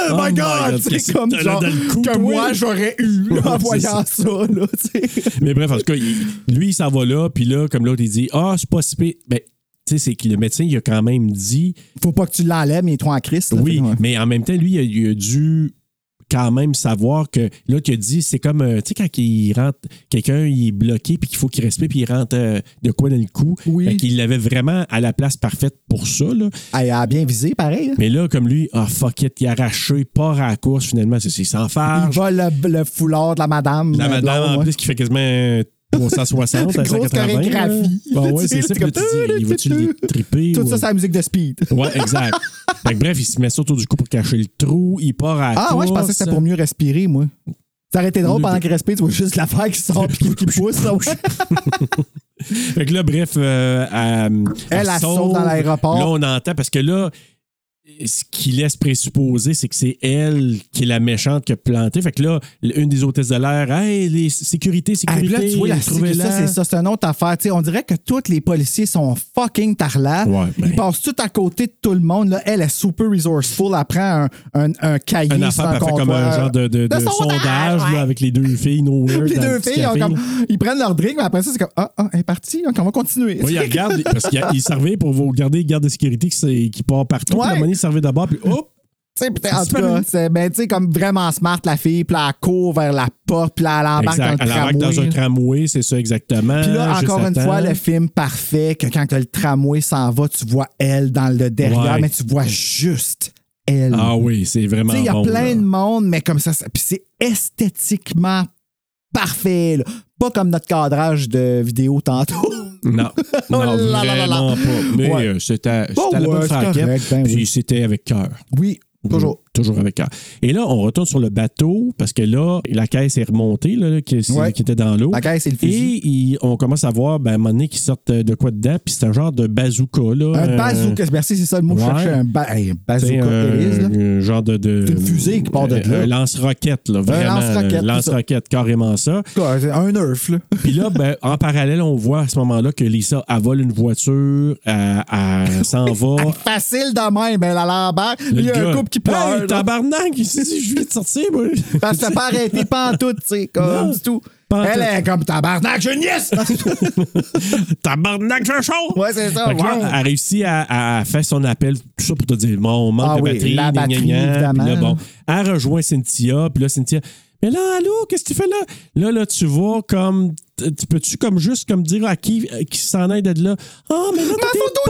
B: Oh, my god!
A: qu'est-ce
B: C'est comme
A: que t'as là
B: genre
A: dans le cou,
B: que
A: toi?
B: moi, j'aurais eu là, en
A: Ouais, c'est
B: voyant ça, là, tu sais.
A: Mais bref, en tout cas, il- lui, il s'en va là, puis là, comme l'autre, il dit Ah, c'est pas si pire. Ben, tu sais, c'est que le médecin, il a quand même dit
B: Faut pas que tu l'enlèves, mais ils sont en Christ. là,
A: oui,
B: fait, ouais.
A: mais en même temps, lui, il a, il a dû quand même savoir que là, tu as dit, c'est comme, euh, tu sais, quand il rentre, quelqu'un il est bloqué, puis qu'il faut qu'il respire, puis il rentre euh, de quoi dans le cou.
B: Oui.
A: Fait qu'il l'avait vraiment à la place parfaite pour ça. Là.
B: euh, Elle a bien visé, pareil. là.
A: Mais là, comme lui, ah fuck it, il a arraché, part à la course finalement, c'est c'est sans faire.
B: Il vole le, le foulard de la madame.
A: Ah, La
B: euh,
A: madame,
B: blonde,
A: en
B: ouais.
A: plus, qui fait quasiment euh,
B: <laughs>
A: 360 à
B: Grosse
A: 180.
B: chorégraphie.
A: là. Ouais, ouais, c'est
B: Tu sais,
A: ça.
B: c'est
A: Puis là, tu dis, il va-tu le triper?
B: Tout
A: ou-
B: ça, c'est la musique de Speed.
A: Ouais,
B: <laughs>
A: exact. Fait que bref, il se met ça autour du cou pour cacher le trou, il part à la
B: Ah ouais, je pensais que
A: course.
B: c'était pour mieux respirer, moi. Ça aurait été drôle
A: Le-
B: pendant qu'il respire, tu vois juste l'affaire qui sort
A: <laughs>
B: puis qui, qui pousse. là, ouais.
A: Fait que là, bref, euh, elle,
B: Elle, elle saute dans l'aéroport.
A: Là, on entend parce que là, ce qui laisse présupposer, c'est que c'est elle qui est la méchante qui a planté. Fait que là, une des hôtesses de l'air, hey, les sécurités,
B: Hey,
A: sécurité,
B: Ah, là, tu vois, la
A: trouvez
B: ça, c'est ça, c'est une autre affaire. Tu sais, on dirait que tous les policiers sont fucking tarlats.
A: Ouais, ben.
B: Ils passent tout à côté de tout le monde. Là. Elle est super resourceful. Elle prend un, un, un cahier
A: Une affaire,
B: sur un
A: elle fait comme
B: comptoir.
A: un genre de, de- de sondage
B: ouais.
A: là, avec les deux filles, no weird,
B: Les
A: dans le
B: deux
A: petit
B: filles, ont
A: café,
B: comme-
A: là.
B: ils prennent leur drink, mais après ça, c'est comme Ah, ah, elle est partie, donc on va continuer. <laughs>
A: Oui, il regarde, parce qu'il servait pour vous regarder les gardes de sécurité qui, c'est- qui part partout. Puis
B: Ouais.
A: à un moment donné, il servait d'abord, puis hop!
B: Tu sais, peut-être- en tout
A: C'est
B: cas,
A: pas-
B: c'est ben, tu sais, comme vraiment smart, la fille, puis là, elle court vers la porte, puis là, elle embarque
A: Exact.
B: dans le
A: Elle embarque
B: tramway.
A: dans un tramway, c'est ça exactement.
B: Puis là,
A: Juste
B: encore une
A: attends.
B: fois, le film parfait, que quand que le tramway s'en va, tu vois elle dans le derrière,
A: Ouais.
B: mais tu vois juste elle.
A: Ah oui, c'est
B: Tu
A: vraiment
B: sais, il y a
A: bon.
B: plein
A: là.
B: de monde, mais comme ça, ça- puis c'est esthétiquement parfait. là. Pas comme notre cadrage de vidéo tantôt. <laughs>
A: Non, non
B: Oh là là là là.
A: vraiment pas. Mais
B: Ouais.
A: euh, c'était c'était
B: Bon,
A: à la
B: ouais,
A: bonne
B: c'est
A: franquette.
B: correct, ben
A: puis
B: oui.
A: c'était avec cœur.
B: Oui, toujours.
A: Toujours avec cœur. Et là, on retourne sur le bateau parce que là, la caisse est remontée, là, là, qui, c'est-
B: Ouais.
A: qui était dans l'eau.
B: La caisse et le fusil.
A: Et il- on commence à voir, ben, à un moment donné, qu'ils sortent de quoi dedans. Puis c'est un genre de bazooka. Là,
B: Un
A: euh,
B: bazooka. Merci, c'est ça le mot. Je
A: ouais.
B: cherchais un, ba- hey, un
A: C'est euh,
B: bazooka.
A: un,
B: Élise, là.
A: un genre de. de Euh,
B: C'est une fusée qui part de là.
A: Un lance-roquette, là. Vraiment.
B: lance-roquette,
A: Un lance-roquette, carrément ça.
B: Quoi, c'est Un nerf, là. <laughs>
A: Puis là, ben, en parallèle, on voit à ce moment-là que Lisa, elle vole une voiture, elle, elle s'en va.
B: Facile de même, mais la l'embarque. <laughs> Il y a
A: gars,
B: un couple qui pleure.
A: Hey,
B: là.
A: tabarnak, <laughs> il s'est dit, je viens de sortir, moi.
B: Parce que t'as pas arrêté pantoute, tu sais, comme
A: Non,
B: du tout.
A: pantoute.
B: Elle est comme tabarnak, j'ai une nièce!
A: <laughs> tabarnak, je chaud.
B: Ah, Ouais, c'est ça,
A: Fait que là,
B: wow.
A: elle a réussi à, à- à faire son appel, tout ça pour te dire, bon, on manque
B: Ah
A: de
B: oui,
A: batterie,
B: la
A: gna,
B: batterie,
A: gna, gna.
B: évidemment.
A: Puis là, bon, elle rejoint Cynthia, puis là, Cynthia, mais là, allô, qu'est-ce que tu fais là? Là, là, tu vois, comme, t- tu peux-tu, comme, juste, comme, dire à qui, à qui s'en aide de là? Ah, mais là, t'es
B: photo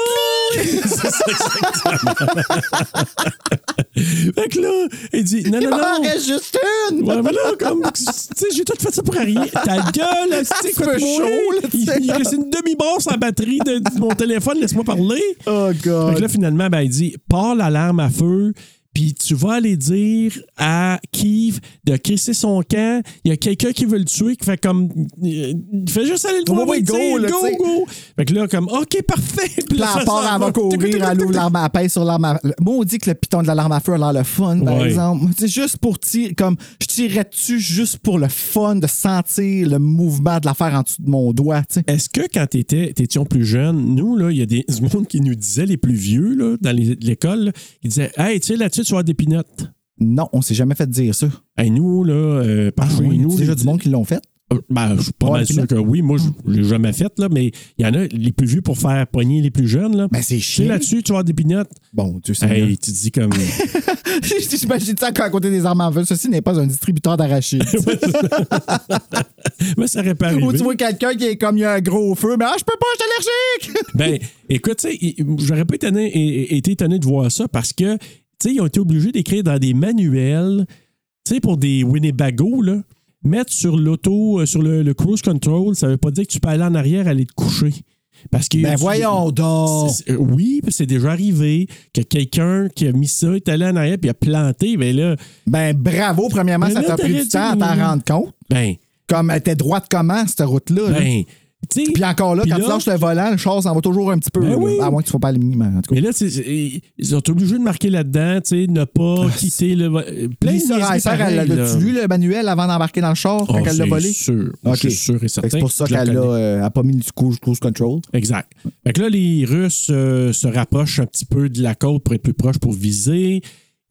A: <laughs> C'est ça, exactement. <laughs> fait que là, elle dit, non, non,
B: Il m'en
A: non.
B: reste juste une!
A: Ouais, mais là, comme, tu sais, j'ai tout fait ça pour rien. Ta
B: <laughs>
A: gueule, c'est
B: Ça
A: quoi
B: fait chaud, là, tu
A: Il,
B: sais.
A: il reste une demi-brosse à batterie de, de mon téléphone, laisse-moi parler.
B: Oh,
A: Fait que
B: God.
A: là, finalement, ben, il dit, pars l'alarme à feu, puis tu vas aller dire à Keith de crisser son camp. Il y a quelqu'un qui veut le tuer, qui fait comme, euh, fais juste aller le voir,
B: Ouais, ouais,
A: va
B: go,
A: dire,
B: là,
A: go,
B: tu sais.
A: go. Fait que là, comme, OK, parfait. Puis
B: Puis
A: là,
B: là,
A: ça
B: elle part,
A: s'en
B: elle va courir, elle ouvre l'arme à pèse sur l'arme à Moi, on dit que le piton de l'alarme à feu a l'air le fun, par
A: Ouais.
B: exemple. C'est juste pour tirer, comme, je tirerais dessus juste pour le fun de sentir le mouvement de l'affaire en dessous de mon doigt, tu sais.
A: Est-ce que quand t'étais, t'étions plus jeune, nous, là, il y a des <laughs> du monde qui nous disait, les plus vieux, là, dans les- l'école, là, ils disaient, hey, tu sais, là-dessus, tu vas avoir des pinottes.
B: Non, on s'est jamais fait dire ça.
A: Hey, nous, là, euh, par chez
B: Ah oui,
A: nous.
B: c'est déjà
A: les-
B: du monde qui l'ont fait.
A: Euh, ben, je suis pas
B: Ouais,
A: mal
B: les
A: sûr
B: pinottes. Hmm.
A: que oui. Moi, je je l'ai jamais fait, là, mais il y en a, les plus vieux pour faire pogner les plus jeunes, là.
B: Ben, c'est
A: tu sais,
B: chiant.
A: là-dessus, tu vas avoir des pinottes.
B: Bon, tu sais.
A: Hey, tu te dis comme. <laughs> Ouais,
B: <laughs> J'imagine ça à côté des armes à feu. Ceci n'est pas un distributeur
A: <laughs>
B: d'arachides.
A: Moi, ça aurait pas
B: <laughs> Ou
A: arrivé.
B: tu vois quelqu'un qui est comme il y a un gros feu, mais ah, je peux pas,
A: <laughs>
B: je suis allergique!
A: Ben, écoute, tu sais, il- j'aurais pas étonné- é- é- été étonné de voir ça parce que, tu sais, ils ont été obligés d'écrire dans des manuels, tu sais, pour des Winnebago, là, mettre sur l'auto, euh, sur le, le cruise control, ça veut pas dire que tu peux aller en arrière, aller te coucher. Parce que
B: Ben voyons donc!
A: C'est- c'est- Oui, puis c'est déjà arrivé que quelqu'un qui a mis ça est allé en arrière puis a planté, ben là,
B: Ben bravo, premièrement,
A: Mais
B: ça
A: là,
B: t'a pris
A: t'aurais
B: du temps à
A: dû-
B: t'en rendre compte.
A: ben,
B: Comme elle était droite comment, cette route-là. là.
A: ben, tu sais.
B: Puis encore là,
A: puis
B: quand tu lâches le volant, le char s'en va toujours un petit peu.
A: Ben
B: là.
A: oui.
B: À moins que tu ne pas le minimum, en tout
A: Mais
B: cas.
A: là, c'est- c'est- ils ont été obligés de marquer là-dedans, tu sais, ne pas
B: Ah,
A: quitter le. euh, Plein
B: Lisa
A: niaiseries
B: Reiser,
A: pareilles,
B: elle
A: là.
B: a-tu lu le manuel avant d'embarquer dans le char
A: Ah,
B: quand elle l'a
A: c'est
B: volé?
A: sûr. Je suis
B: Ok.
A: sûr et
B: Fait que
A: certain.
B: C'est pour ça
A: que je la
B: qu'elle a,
A: connais.
B: euh, elle a pas mis du cruise, cruise control.
A: Exact. Fait que là, les Russes euh, se rapprochent un petit peu de la côte pour être plus proches pour viser.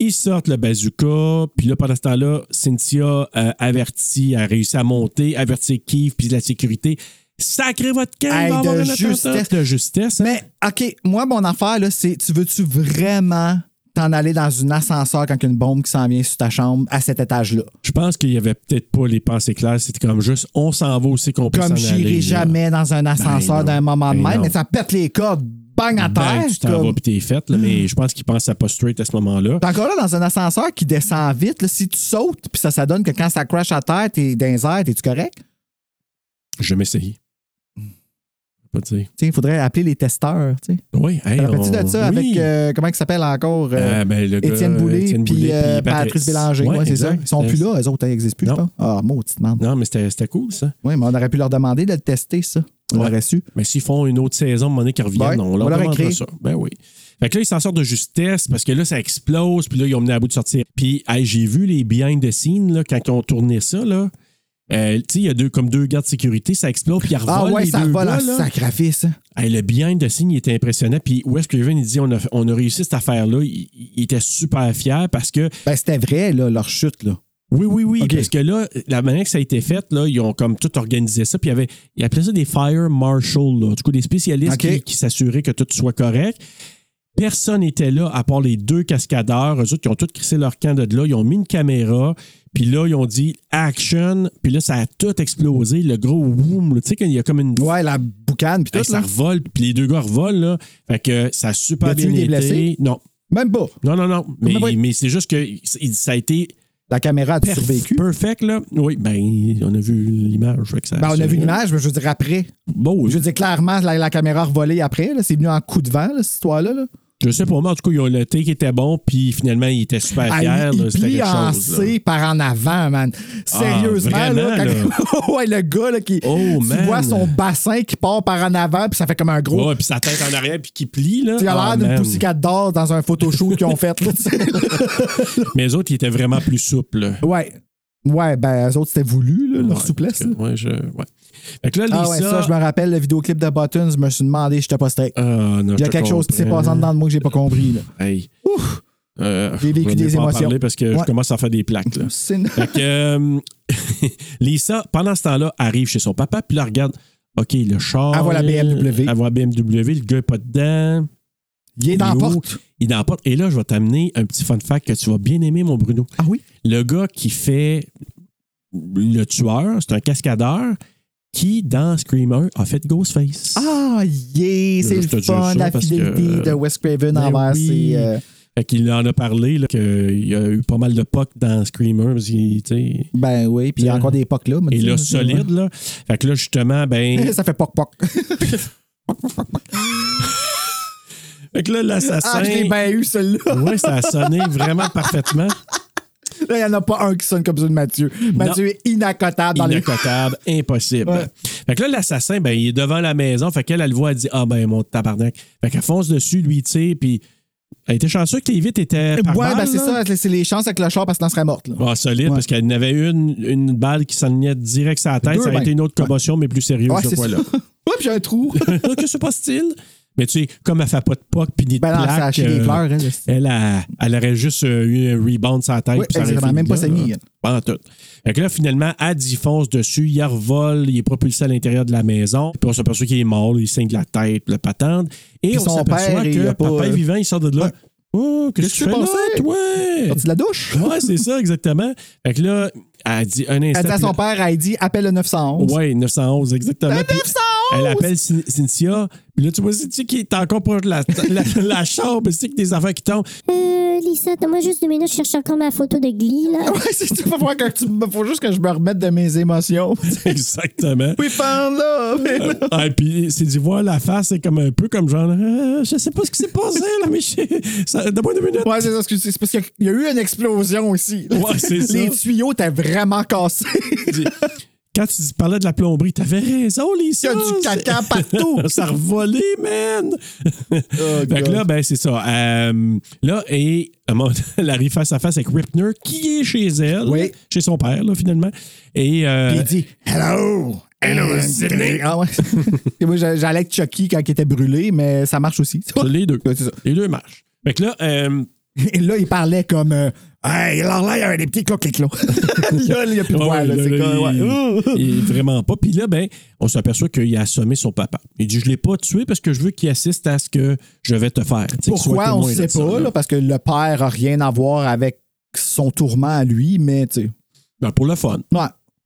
A: Ils sortent le bazooka. Puis là, pendant ce temps-là, Cynthia euh, avertit, a réussi à monter, avertit Kiev, puis la sécurité. Sacré votre camp,
B: Hey,
A: il va y avoir
B: de
A: un attentat.
B: justesse.
A: De justesse. hein.
B: Mais, OK, moi, mon affaire, là, c'est tu veux-tu vraiment t'en aller dans une ascenseur quand il y a une bombe qui s'en vient sur ta chambre à cet étage-là.
A: Je pense qu'il y avait peut-être pas les pensées claires. C'était comme juste, on s'en va aussi qu'on peut
B: Comme
A: s'en aller,
B: j'irai
A: là. Ben,
B: jamais dans un ascenseur
A: non.
B: d'un moment de
A: Ben
B: même,
A: non.
B: mais ça pète les cordes, bang à
A: Ben,
B: terre.
A: tu t'en
B: comme- Hmm.
A: vas pis t'es faite, là, mais je pense qu'il pense à pas straight à ce moment-là.
B: T'es encore là dans un ascenseur qui descend vite. là. si tu sautes, puis ça, ça donne que quand ça crash à terre, t'es dans les airs, t'es-tu correct?
A: Je vais m'essayer.
B: Hmm.
A: Pas te dire.
B: Il faudrait appeler les testeurs. tu sais.
A: Oui, hey,
B: Te rappelles-tu
A: on-
B: de ça
A: Oh, oui.
B: avec, euh, comment il s'appelle encore? euh,
A: Ah, ben, le gars,
B: Étienne Boulay
A: Étienne
B: puis
A: Boulay, puis
B: euh, Patrice
A: Patrice.
B: Bélanger.
A: Ouais,
B: Ouais, c'est ça.
A: exact. Euh,
B: Ils sont plus là, eux autres, ils n'existent plus, je
A: Non.
B: pense. Ah, maudite merde.
A: Non, mais c'était c'était cool, ça.
B: Oui, mais on aurait pu leur demander de le tester, ça. On
A: Ouais.
B: aurait su.
A: Mais s'ils font une autre saison, à un moment donné, qu'ils reviennent,
B: Ouais,
A: on leur
B: Ben, on leur
A: demandera
B: écrit.
A: ça. Ben oui. Fait que là, ils s'en sortent de justesse parce que là, ça explose, puis là, ils ont mené à bout de sortir. Puis, hey, j'ai vu les behind the scenes, là, quand ils ont tourné ça, là. Euh, tu sais, il y a deux, comme deux gardes de sécurité, ça explose, puis ils
B: Ah
A: revolent
B: ouais,
A: les
B: ça
A: deux
B: revole
A: gars,
B: en
A: là.
B: sacrifice. hein.
A: Hey, le behind the scene, il était impressionnant. Puis Wes Craven, il dit on a, on a réussi cette affaire-là. Il, il était super fier parce que.
B: Ben, c'était vrai, là, leur chute, là.
A: Oui, oui, oui.
B: Ok.
A: Parce que là, la manière que ça a été fait, là, ils ont comme tout organisé ça. Puis il y avait, ils appelaient ça des fire marshals, là. du coup, des spécialistes
B: Ok.
A: qui, qui s'assuraient que tout soit correct. Personne n'était là à part les deux cascadeurs. Eux autres, ils ont tous crissé leur camp de là. Ils ont mis une caméra. Puis là, ils ont dit action. Puis là, ça a tout explosé. Le gros boom. Tu sais, qu'il y a comme une
B: Ouais, la boucane, puis
A: Hey,
B: tout,
A: ça
B: là.
A: revole, puis les deux gars revolent, là. Fait que ça a super
B: Y
A: bien
B: a-t-il eu des
A: été.
B: blessés?
A: Non.
B: Même pas.
A: Non, non, non. Mais,
B: Comment va-
A: mais c'est juste que il- ça a été
B: La caméra a
A: perf-
B: survécu.
A: perfect, là. Oui, ben, on a vu l'image. fait que ça-
B: Ben, on a
A: ça-
B: vu l'image, mais je veux dire après.
A: Bon,
B: Je
A: je,
B: veux dire clairement, la, la caméra a revolé après. là. C'est venu en coup de vent, là, cette histoire-là. Là.
A: je sais pas, moi, en tout cas, ils ont- le take était bon, puis finalement, il était super
B: Ah,
A: fier.
B: il-
A: là,
B: il
A: C'était
B: plie
A: quelque
B: en
A: chose. là.
B: C par en avant, man. Sérieusement,
A: Ah,
B: là,
A: vraiment,
B: <laughs> quand- ouais, le gars là, qui
A: Oh,
B: tu
A: man.
B: vois son bassin qui part par en avant, puis ça fait comme un gros. <laughs>
A: Ouais, puis sa tête en arrière, puis qui plie, là.
B: Tu as
A: Ah,
B: l'air d'une
A: man.
B: poussicat d'or dans un photoshoot qu'ils ont fait. là, tu sais.
A: Mais les autres, ils étaient vraiment plus souples.
B: ouais. Ouais, ben, eux autres, c'était voulu, là, leur
A: Ouais,
B: souplesse.
A: parce que-
B: là.
A: Ouais, je. Ouais. Fait que là, Lisa.
B: Ah ouais, ça, je me rappelle le vidéoclip de Buttons, je me suis demandé, j'étais pas straight.
A: Ah, non,
B: Il y a
A: je te
B: quelque chose qui s'est
A: comprends.
B: passé en dedans de moi que j'ai pas compris. là.
A: Hey. Euh,
B: J'ai vécu
A: je vais
B: des
A: mieux pas en
B: émotions.
A: parler parce que je
B: Ouais.
A: commence à faire des plaques. Là.
B: C'est une-
A: Fait que, euh, <laughs> Lisa, pendant ce temps-là, arrive chez son papa, puis là, regarde, OK, le char. euh,
B: Elle voit la BMW.
A: Elle voit la BMW, le gars n'est pas dedans.
B: Il est dans la
A: est où?
B: porte.
A: Il est dans la porte. Et là, je vais t'amener un petit fun fact que tu vas bien aimer, mon Bruno.
B: Ah oui?
A: Le gars qui fait le tueur, c'est un cascadeur qui, dans Screamer, a fait Ghostface.
B: Ah, yeah! C'est
A: Je te
B: le
A: dis ça
B: fun, la
A: parce que-
B: fidélité de Wes Craven
A: Ben
B: envers
A: oui.
B: ses. euh,
A: Fait qu'il en a parlé, là, qu'il y a eu pas mal de pocs dans Screamer. parce qu'il, tu sais,
B: Ben oui, puis il y a
A: Ouais.
B: encore des pocs là. mais
A: Et
B: tu sais,
A: là,
B: c'est-
A: solide, là. Fait que là, justement,
B: <laughs>
A: ben.
B: ça fait poc poc.
A: fait que là, l'assassin.
B: Ah, je l'ai bien eu, celle-là.
A: oui, ça a sonné vraiment parfaitement.
B: <laughs> Là, il n'y en a pas un qui sonne comme ça de Mathieu. Mathieu est inaccotable <laughs> dans les
A: Inaccotable, impossible.
B: Ouais.
A: Fait que là, l'assassin, ben, il est devant la maison. Fait qu'elle, elle le voit, elle dit Ah, ben, mon tabarnak. Fait qu'elle fonce dessus, lui, tu sais, puis. Elle était chanceuse que les vitres étaient. par
B: Ouais,
A: balles,
B: ben c'est
A: là.
B: ça, c'est les chances avec le char parce que l'on serait morte. là.
A: Ah, solide,
B: Ouais.
A: parce qu'elle en avait une, une balle qui s'alignait direct sur la tête.
B: Deux
A: ça aurait
B: balles.
A: été une autre commotion, mais plus sérieuse,
B: <laughs> Ouais,
A: cette
B: c'est ça.
A: fois-là. <laughs>
B: Oups, j'ai un trou.
A: que se passe-t-il? Mais tu sais, comme elle fait pas de poc puis ni de
B: Ben non, ça a
A: plaque,
B: acheté des
A: euh,
B: fleurs. hein, le-
A: Elle, a- elle aurait juste euh, eu un rebound sur la tête.
B: Oui,
A: puis ça aurait
B: exactement.
A: fini
B: Même pas
A: là,
B: saigné,
A: là. Pas en tout. Fait que là, finalement, Ad y fonce dessus, il revole, il est propulsé à l'intérieur de la maison. Puis on s'aperçoit qu'il est mort, là, il saigne de la tête, le patente. Et
B: Puis
A: on
B: son
A: s'aperçoit
B: père, il
A: que
B: a pas,
A: papa est
B: euh,
A: vivant, il sort de là.
B: Ouais.
A: Oh, qu'est-ce que tu
B: Qu'est-ce
A: fais là,
B: qui s'est
A: toi?
B: Sorti de la douche.
A: euh, Ouais, c'est ça, exactement. Fait que là, elle dit un instant.
B: Elle dit à
A: puis
B: son
A: là-
B: père, elle dit appelle le 911.
A: Ouais, 911, exactement.
B: Le
A: Puis
B: 911!
A: Elle appelle Cyn- Cynthia. Puis là, tu vois Cynthia qui est encore proche de la, <laughs> la, la chambre. C'est que des affaires qui tombent. <laughs>
L: Euh, Lisa, donne-moi juste deux minutes, je cherche encore ma photo de Glee, là.
B: <laughs> Ouais, c'est tu vas voir que tu me- faut juste que je me remette de mes émotions. <laughs>
A: Exactement.
B: We found love.
A: Euh, ah, puis c'est d'y voir la face, c'est comme un peu comme genre, Euh, je sais pas ce qui s'est passé là, mais je- ça- donne-moi deux minutes.
B: Ouais, c'est ça, excusez, c'est parce qu'il y a eu une explosion ici.
A: Ouais,
B: <laughs>
A: c'est ça.
B: Les tuyaux étaient vraiment cassés. <laughs>
A: Quand tu parlais de la plomberie, t'avais raison,
B: Il y
A: Lisa.
B: a du caca partout.
A: C'est- ça a revolé, man. <laughs> fait
B: God.
A: que là, ben, c'est ça. Euh, là, et à un moment donné, <laughs> elle arrive face à face avec Ripner, qui est chez elle,
B: Oui.
A: chez son père, là, finalement. Et euh,
B: Puis il dit Hello! Hello, Sydney! Ah ouais. <laughs> Et moi, j'a- j'allais avec Chucky quand il était brûlé, mais ça marche aussi.
A: les deux.
B: Ouais, c'est ça.
A: Les deux marchent. Fait que là, euh,
B: <laughs> Et là, il parlait comme. euh, hey, alors là, il y avait des petits clocs-clocs. là, <laughs> il n'y a plus de
A: Ah
B: voix.
A: ouais,
B: là,
A: là,
B: c'est
A: là,
B: comme, ouais.
A: il- il est vraiment pas. Puis là, ben, on s'aperçoit qu'il a assommé son papa. Il dit Je l'ai pas tué parce que je veux qu'il assiste à ce que je vais te faire. Tu sais, qu'il soit
B: Pourquoi, on
A: témoin
B: ne
A: de
B: sait
A: ça,
B: pas,
A: là.
B: là, parce que le père a rien à voir avec son tourment à lui, mais tu sais.
A: Ben, pour le fun.
B: Ouais.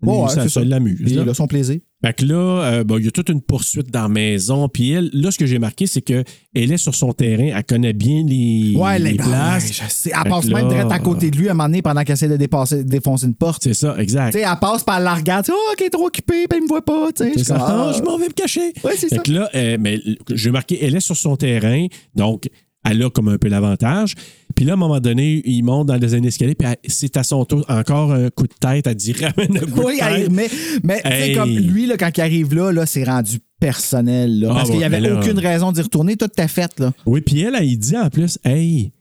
B: Ouais,
A: Lui,
B: ouais,
A: ça-
B: c'est
A: ça
B: ça.
A: l'amuse,
B: Il
A: là.
B: a son plaisir.
A: Fait que là, euh, bon, il y a toute une poursuite dans la maison. Puis elle, là, ce que j'ai marqué, c'est qu'elle est sur son terrain. Elle connaît bien les,
B: Ouais,
A: les
B: les
A: places.
B: je sais. Elle
A: Fait
B: passe
A: que
B: même
A: là,
B: direct à côté de lui à un moment donné pendant qu'elle essaie de dépasser- défoncer une porte.
A: C'est ça, exact.
B: Tu sais, elle passe, par elle la regarde. Oh, elle est trop occupée, puis elle me voit pas. Tu sais,
A: C'est
B: Je suis
A: ça.
B: comme, ah.
A: Ah, je m'en vais me cacher.
B: Ouais, c'est
A: Fait
B: ça.
A: que là, euh, mais l- j'ai marqué, elle est sur son terrain, donc elle a comme un peu l'avantage. Puis là, à un moment donné, il monte dans les escaliers, puis elle- c'est à son tour encore un coup de tête. Elle dit <laughs> ramène un <laughs> coup
B: Oui,
A: de tête.
B: elle- mais, mais tu sais,
A: Hey.
B: comme lui, là, quand il arrive là, là c'est rendu personnel. Là,
A: Ah,
B: parce qu'il n'y
A: ouais,
B: avait
A: mais là-
B: aucune raison d'y retourner. Tout était fait. Là.
A: Oui, puis elle, elle dit en plus, hey,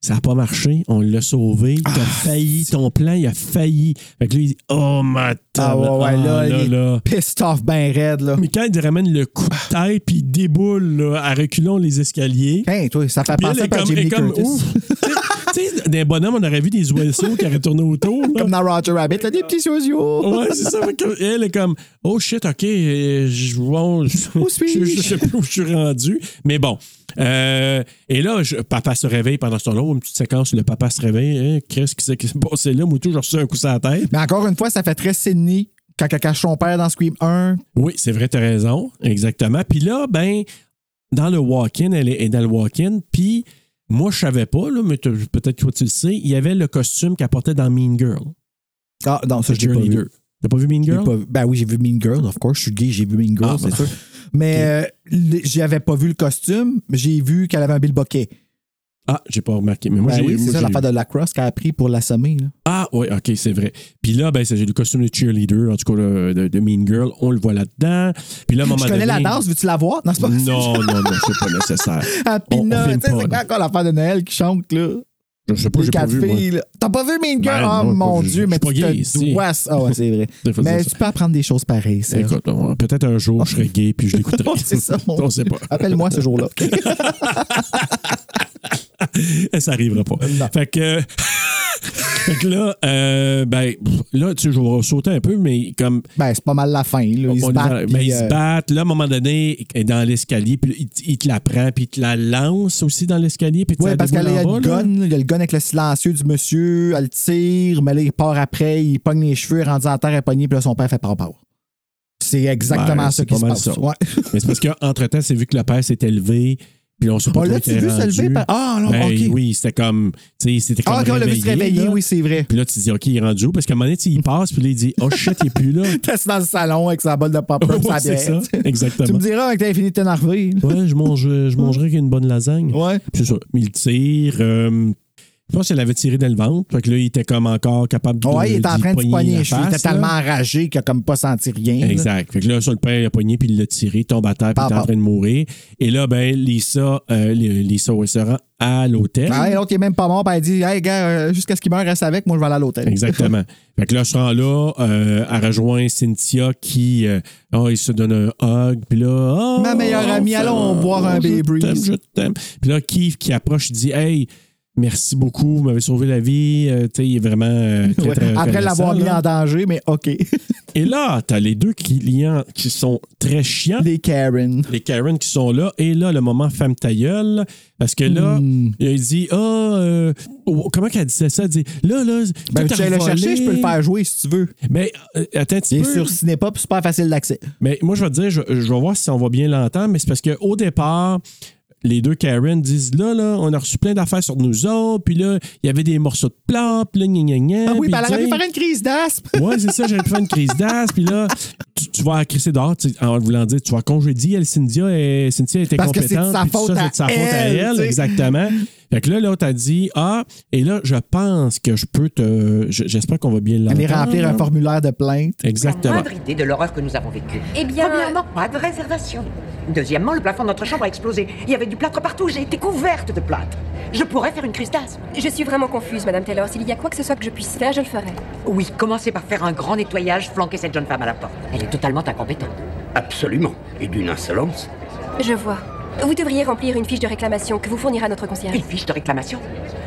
A: ça n'a pas marché, on l'a sauvé, t'as
B: Ah,
A: failli, ton plan, il a failli. Fait que lui, il dit, oh ma
B: Ah,
A: table,
B: ouais, ouais,
A: ah,
B: là, il est pissed off ben raide. Là.
A: Mais quand il ramène le coup de tête, puis il déboule là, à reculons les escaliers.
B: Hey, toi, ça fait
A: Puis elle
B: penser
A: est
B: à
A: comme,
B: Jimmy
A: est comme
B: Curtis. <laughs>
A: ouf. tu sais, d'un bonhomme, on aurait vu des oiseaux qui auraient tourné autour. là.
B: Comme dans Roger Rabbit, là, des petits yeux.
A: Ouais, c'est ça. Fait que Elle est comme, oh shit, ok, euh, je bon, je-
B: Où suis-je?
A: je- je sais plus où je suis rendu. Mais bon. Euh, et là, je- papa se réveille pendant ce temps-là, une petite séquence, où le papa se réveille. Hein, Qu'est-ce qui s'est qui s'est passé là? Moi, tout, j'ai reçu un coup sur la tête.
B: Mais encore une fois, ça fait très Sydney quand elle cache son père dans Scream 1.
A: Oui, c'est vrai, t'as raison. Exactement. Puis là, ben, dans le walk-in, elle est, elle est dans le walk-in, puis moi, je savais pas, là, mais t'as- peut-être que toi, tu le sais, il y avait le costume qu'elle portait dans Mean Girl.
B: Ah, non, ça, je l'ai pas vu.
A: Cheerleader. T'as pas vu Mean
B: J'ai
A: Girl?
B: pas vu- ben oui, j'ai vu Mean Girl, of course. Je suis gay, j'ai vu Mean Girl,
A: Ah,
B: c'est
A: bah.
B: sûr. Mais euh, j'avais pas vu le costume, mais j'ai vu qu'elle avait un bill bucket.
A: Ah, j'ai pas remarqué. Mais moi,
B: Ben
A: j'ai
B: oui,
A: moi,
B: c'est ça
A: j'ai-
B: l'affaire de lacrosse qu'elle a pris pour l'assommer. là.
A: Ah, oui, OK, c'est vrai. Puis là, ben, c'est j'ai le costume de cheerleader, en tout cas, là, de, de Mean Girl. On le voit là-dedans. Puis là, à un
B: Je
A: moment donné...
B: connais la danse, veux-tu la voir? Non, <laughs> c'est pas
A: Non, non, non, c'est pas nécessaire.
B: <laughs>
A: On- on
B: Happy
A: filme
B: Night, tu sais,
A: pas, là.
B: c'est quoi encore l'affaire de Noël qui chante, là?
A: Je sais pas,
B: Les
A: j'ai pas
B: quatre
A: vu, moi.
B: filles, là. T'as pas vu Mean
A: Ben
B: Girl?
A: non,
B: oh
A: j'ai pas
B: mon
A: vu.
B: Dieu,
A: Je
B: mais
A: suis pas
B: tu
A: gay,
B: te
A: si.
B: dois ça. Ah ouais, c'est vrai.
A: C'est facile,
B: mais
A: ça.
B: tu peux apprendre des choses pareilles, ça.
A: Écoute, on- peut-être un jour, je serai gay,
B: <laughs>
A: puis je l'écouterai.
B: Ouais, c'est ça, mon-
A: on sait
B: <laughs>
A: pas.
B: Appelle-moi ce jour-là.
A: <laughs> ça arrivera pas.
B: Non.
A: Fait que. <laughs> fait que là, euh, ben, pff, là, tu sais, je vais sauter un peu, mais comme.
B: ben, c'est pas mal la fin, là. Ils
A: on
B: se
A: est dans-
B: battent.
A: ben,
B: puis,
A: ils se
B: euh,
A: battent. Là, à un moment donné, elle est dans l'escalier, puis il, il te la prend, puis il te la lance aussi dans l'escalier, puis tu
B: Oui,
A: la
B: parce qu'il y
A: déboule
B: a
A: en
B: le
A: bas, là.
B: gun, il y a le gun avec le silencieux du monsieur, elle le tire, mais là, il part après, il pogne les cheveux, il est rendu à terre, elle pogne, puis là, son père fait par C'est exactement
A: Ben,
B: ça
A: c'est
B: qui
A: pas
B: se
A: mal
B: passe.
A: ça.
B: Ouais.
A: Mais c'est parce qu'entre-temps, c'est vu que le père s'est élevé, puis on sait pas
B: Ah,
A: trop
B: là,
A: où
B: tu
A: il
B: l'as
A: est
B: vu se
A: rendu.
B: lever par- Ah, non,
A: Ben
B: ok.
A: Oui, c'était comme. Tu sais, c'était comme.
B: Ah, quand on l'a vu se
A: réveillé,
B: réveiller,
A: là.
B: oui,
A: <laughs>
B: c'est vrai.
A: Puis là, tu te dis, OK, il est rendu où? Parce qu'à un moment donné, tu sais, il passe, puis là, il dit, Oh shit, il est
B: <laughs>
A: plus là.
B: T'es assis dans le salon avec sa bolle de pop
A: <laughs> Ouais,
B: ça
A: c'est ça. Exactement.
B: Tu me diras quand t'as fini de t'énerver. là.
A: Ouais, je, mange, je mangerais qu'une bonne lasagne.
B: Ouais.
A: C'est ça. Mais il tire. euh, je pense qu'elle avait tiré dans le ventre. Fait que là, il était comme encore capable de.
B: Ouais, il est en
A: d'y
B: train de se
A: la
B: pogner les cheveux. Il
A: face,
B: était tellement
A: là.
B: enragé qu'il a comme pas senti rien. là. Ah,
A: Exact. Fait que là, ça, le père, il a pogné, puis il l'a tiré, il tombe à terre, puis il est
B: Pam,
A: en train de mourir. Et là, ben, Lisa, euh, Lisa, ouais, se rend à l'hôtel.
B: Ah, ouais, l'autre, il est même pas mort, puis elle dit Hey, gars, euh, jusqu'à ce qu'il meure, reste avec, moi, je vais aller à l'hôtel. <laughs>
A: Exactement. fait que là, je rends là, euh, elle rejoint Cynthia qui, euh, oh, il se donne un hug, puis là, oh,
B: Ma meilleure amie,
A: enfin,
B: allons boire un
A: je
B: Bay Breeze.
A: t'aime, Je t'aime. Puis là, Keith qui approche, il dit, hey, merci beaucoup, vous m'avez sauvé la vie. Euh, tu sais, il est vraiment euh, très,
B: Ouais.
A: très
B: Après l'avoir
A: reconnaissant,
B: mis
A: là.
B: en danger, mais
A: <laughs>
B: OK.
A: Et là, t'as les deux clients qui sont très chiants.
B: Les Karen.
A: Les Karen qui sont là, et là, le moment femme ta gueule, parce que là,
B: Hmm.
A: il dit, ah, euh, oh, comment qu'elle disait ça? Elle dit, là, là,
B: Ben,
A: tout
B: tu
A: a
B: sais le
A: volé.
B: chercher, je peux le faire jouer si tu veux.
A: Mais euh, attends un petit
B: Il est
A: peu.
B: sur Cinépop, super facile d'accès. Ah
A: Mais moi, je vais te dire, je, je vais voir si on va bien l'entendre, mais c'est parce qu'au départ, les deux Karen disent là, là, on a reçu plein d'affaires sur nous autres, puis là, il y avait des morceaux de plats, puis là, gna, gna, gna,
B: Ah oui,
A: puis
B: ben, elle aurait
A: ils
B: pu
A: disent,
B: faire une crise
A: <laughs>
B: d'asthme.
A: Ouais, c'est ça, j'aurais pu faire une crise d'as, puis là, tu, tu vas crisser dehors, tu sais, en voulant dire, tu vas congédier elle, Cynthia, et Cynthia était
B: Parce que c'est de
A: compétente.
B: sa faute
A: ça,
B: à
A: c'est de sa faute à
B: elle,
A: elle,
B: tu sais.
A: exactement. Fait que là, l'autre a dit, ah, et là, je pense que je peux te. je- J'espère qu'on va bien l'entendre.
B: Aller remplir un formulaire de plainte.
A: Exactement.
G: moindre idée de l'horreur que nous avons vécue.
E: Eh bien,
G: Premièrement, pas de réservation. Deuxièmement, le plafond de notre chambre a explosé. Il y avait du plâtre partout. J'ai été couverte de plâtre. Je pourrais faire une crise d'asthme.
E: je suis vraiment confuse, Madame Taylor. S'il y a quoi que ce soit que je puisse faire, je le ferai.
G: Oui, commencez par faire un grand nettoyage, flanquer cette jeune femme à la porte. Elle est totalement incompétente.
N: Absolument. Et d'une insolence.
E: Je vois. Vous devriez remplir une fiche de réclamation que vous fournira notre concierge.
G: Une fiche de réclamation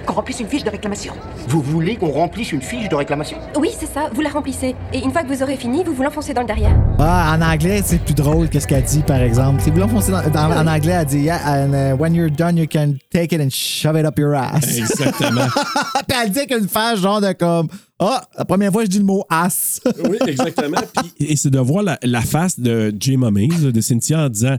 G: Qu'on remplisse une fiche de réclamation
N: Vous voulez qu'on remplisse une fiche de réclamation
E: Oui, c'est ça, vous la remplissez. Et une fois que vous aurez fini, vous vous l'enfoncez dans le derrière.
B: Ah, en anglais, c'est plus drôle que ce qu'elle dit, par exemple. C'est vous l'enfoncez dans- dans- en anglais, elle dit Yeah, and uh, when you're done, you can take it and shove it up your ass.
H: Exactement.
B: <laughs> Puis elle dit qu'une phase genre de comme Ah, la première fois, je dis le mot ass.
H: Oui, exactement.
A: Et c'est de voir la, la face de Jay Mummings, là, de Cynthia, en disant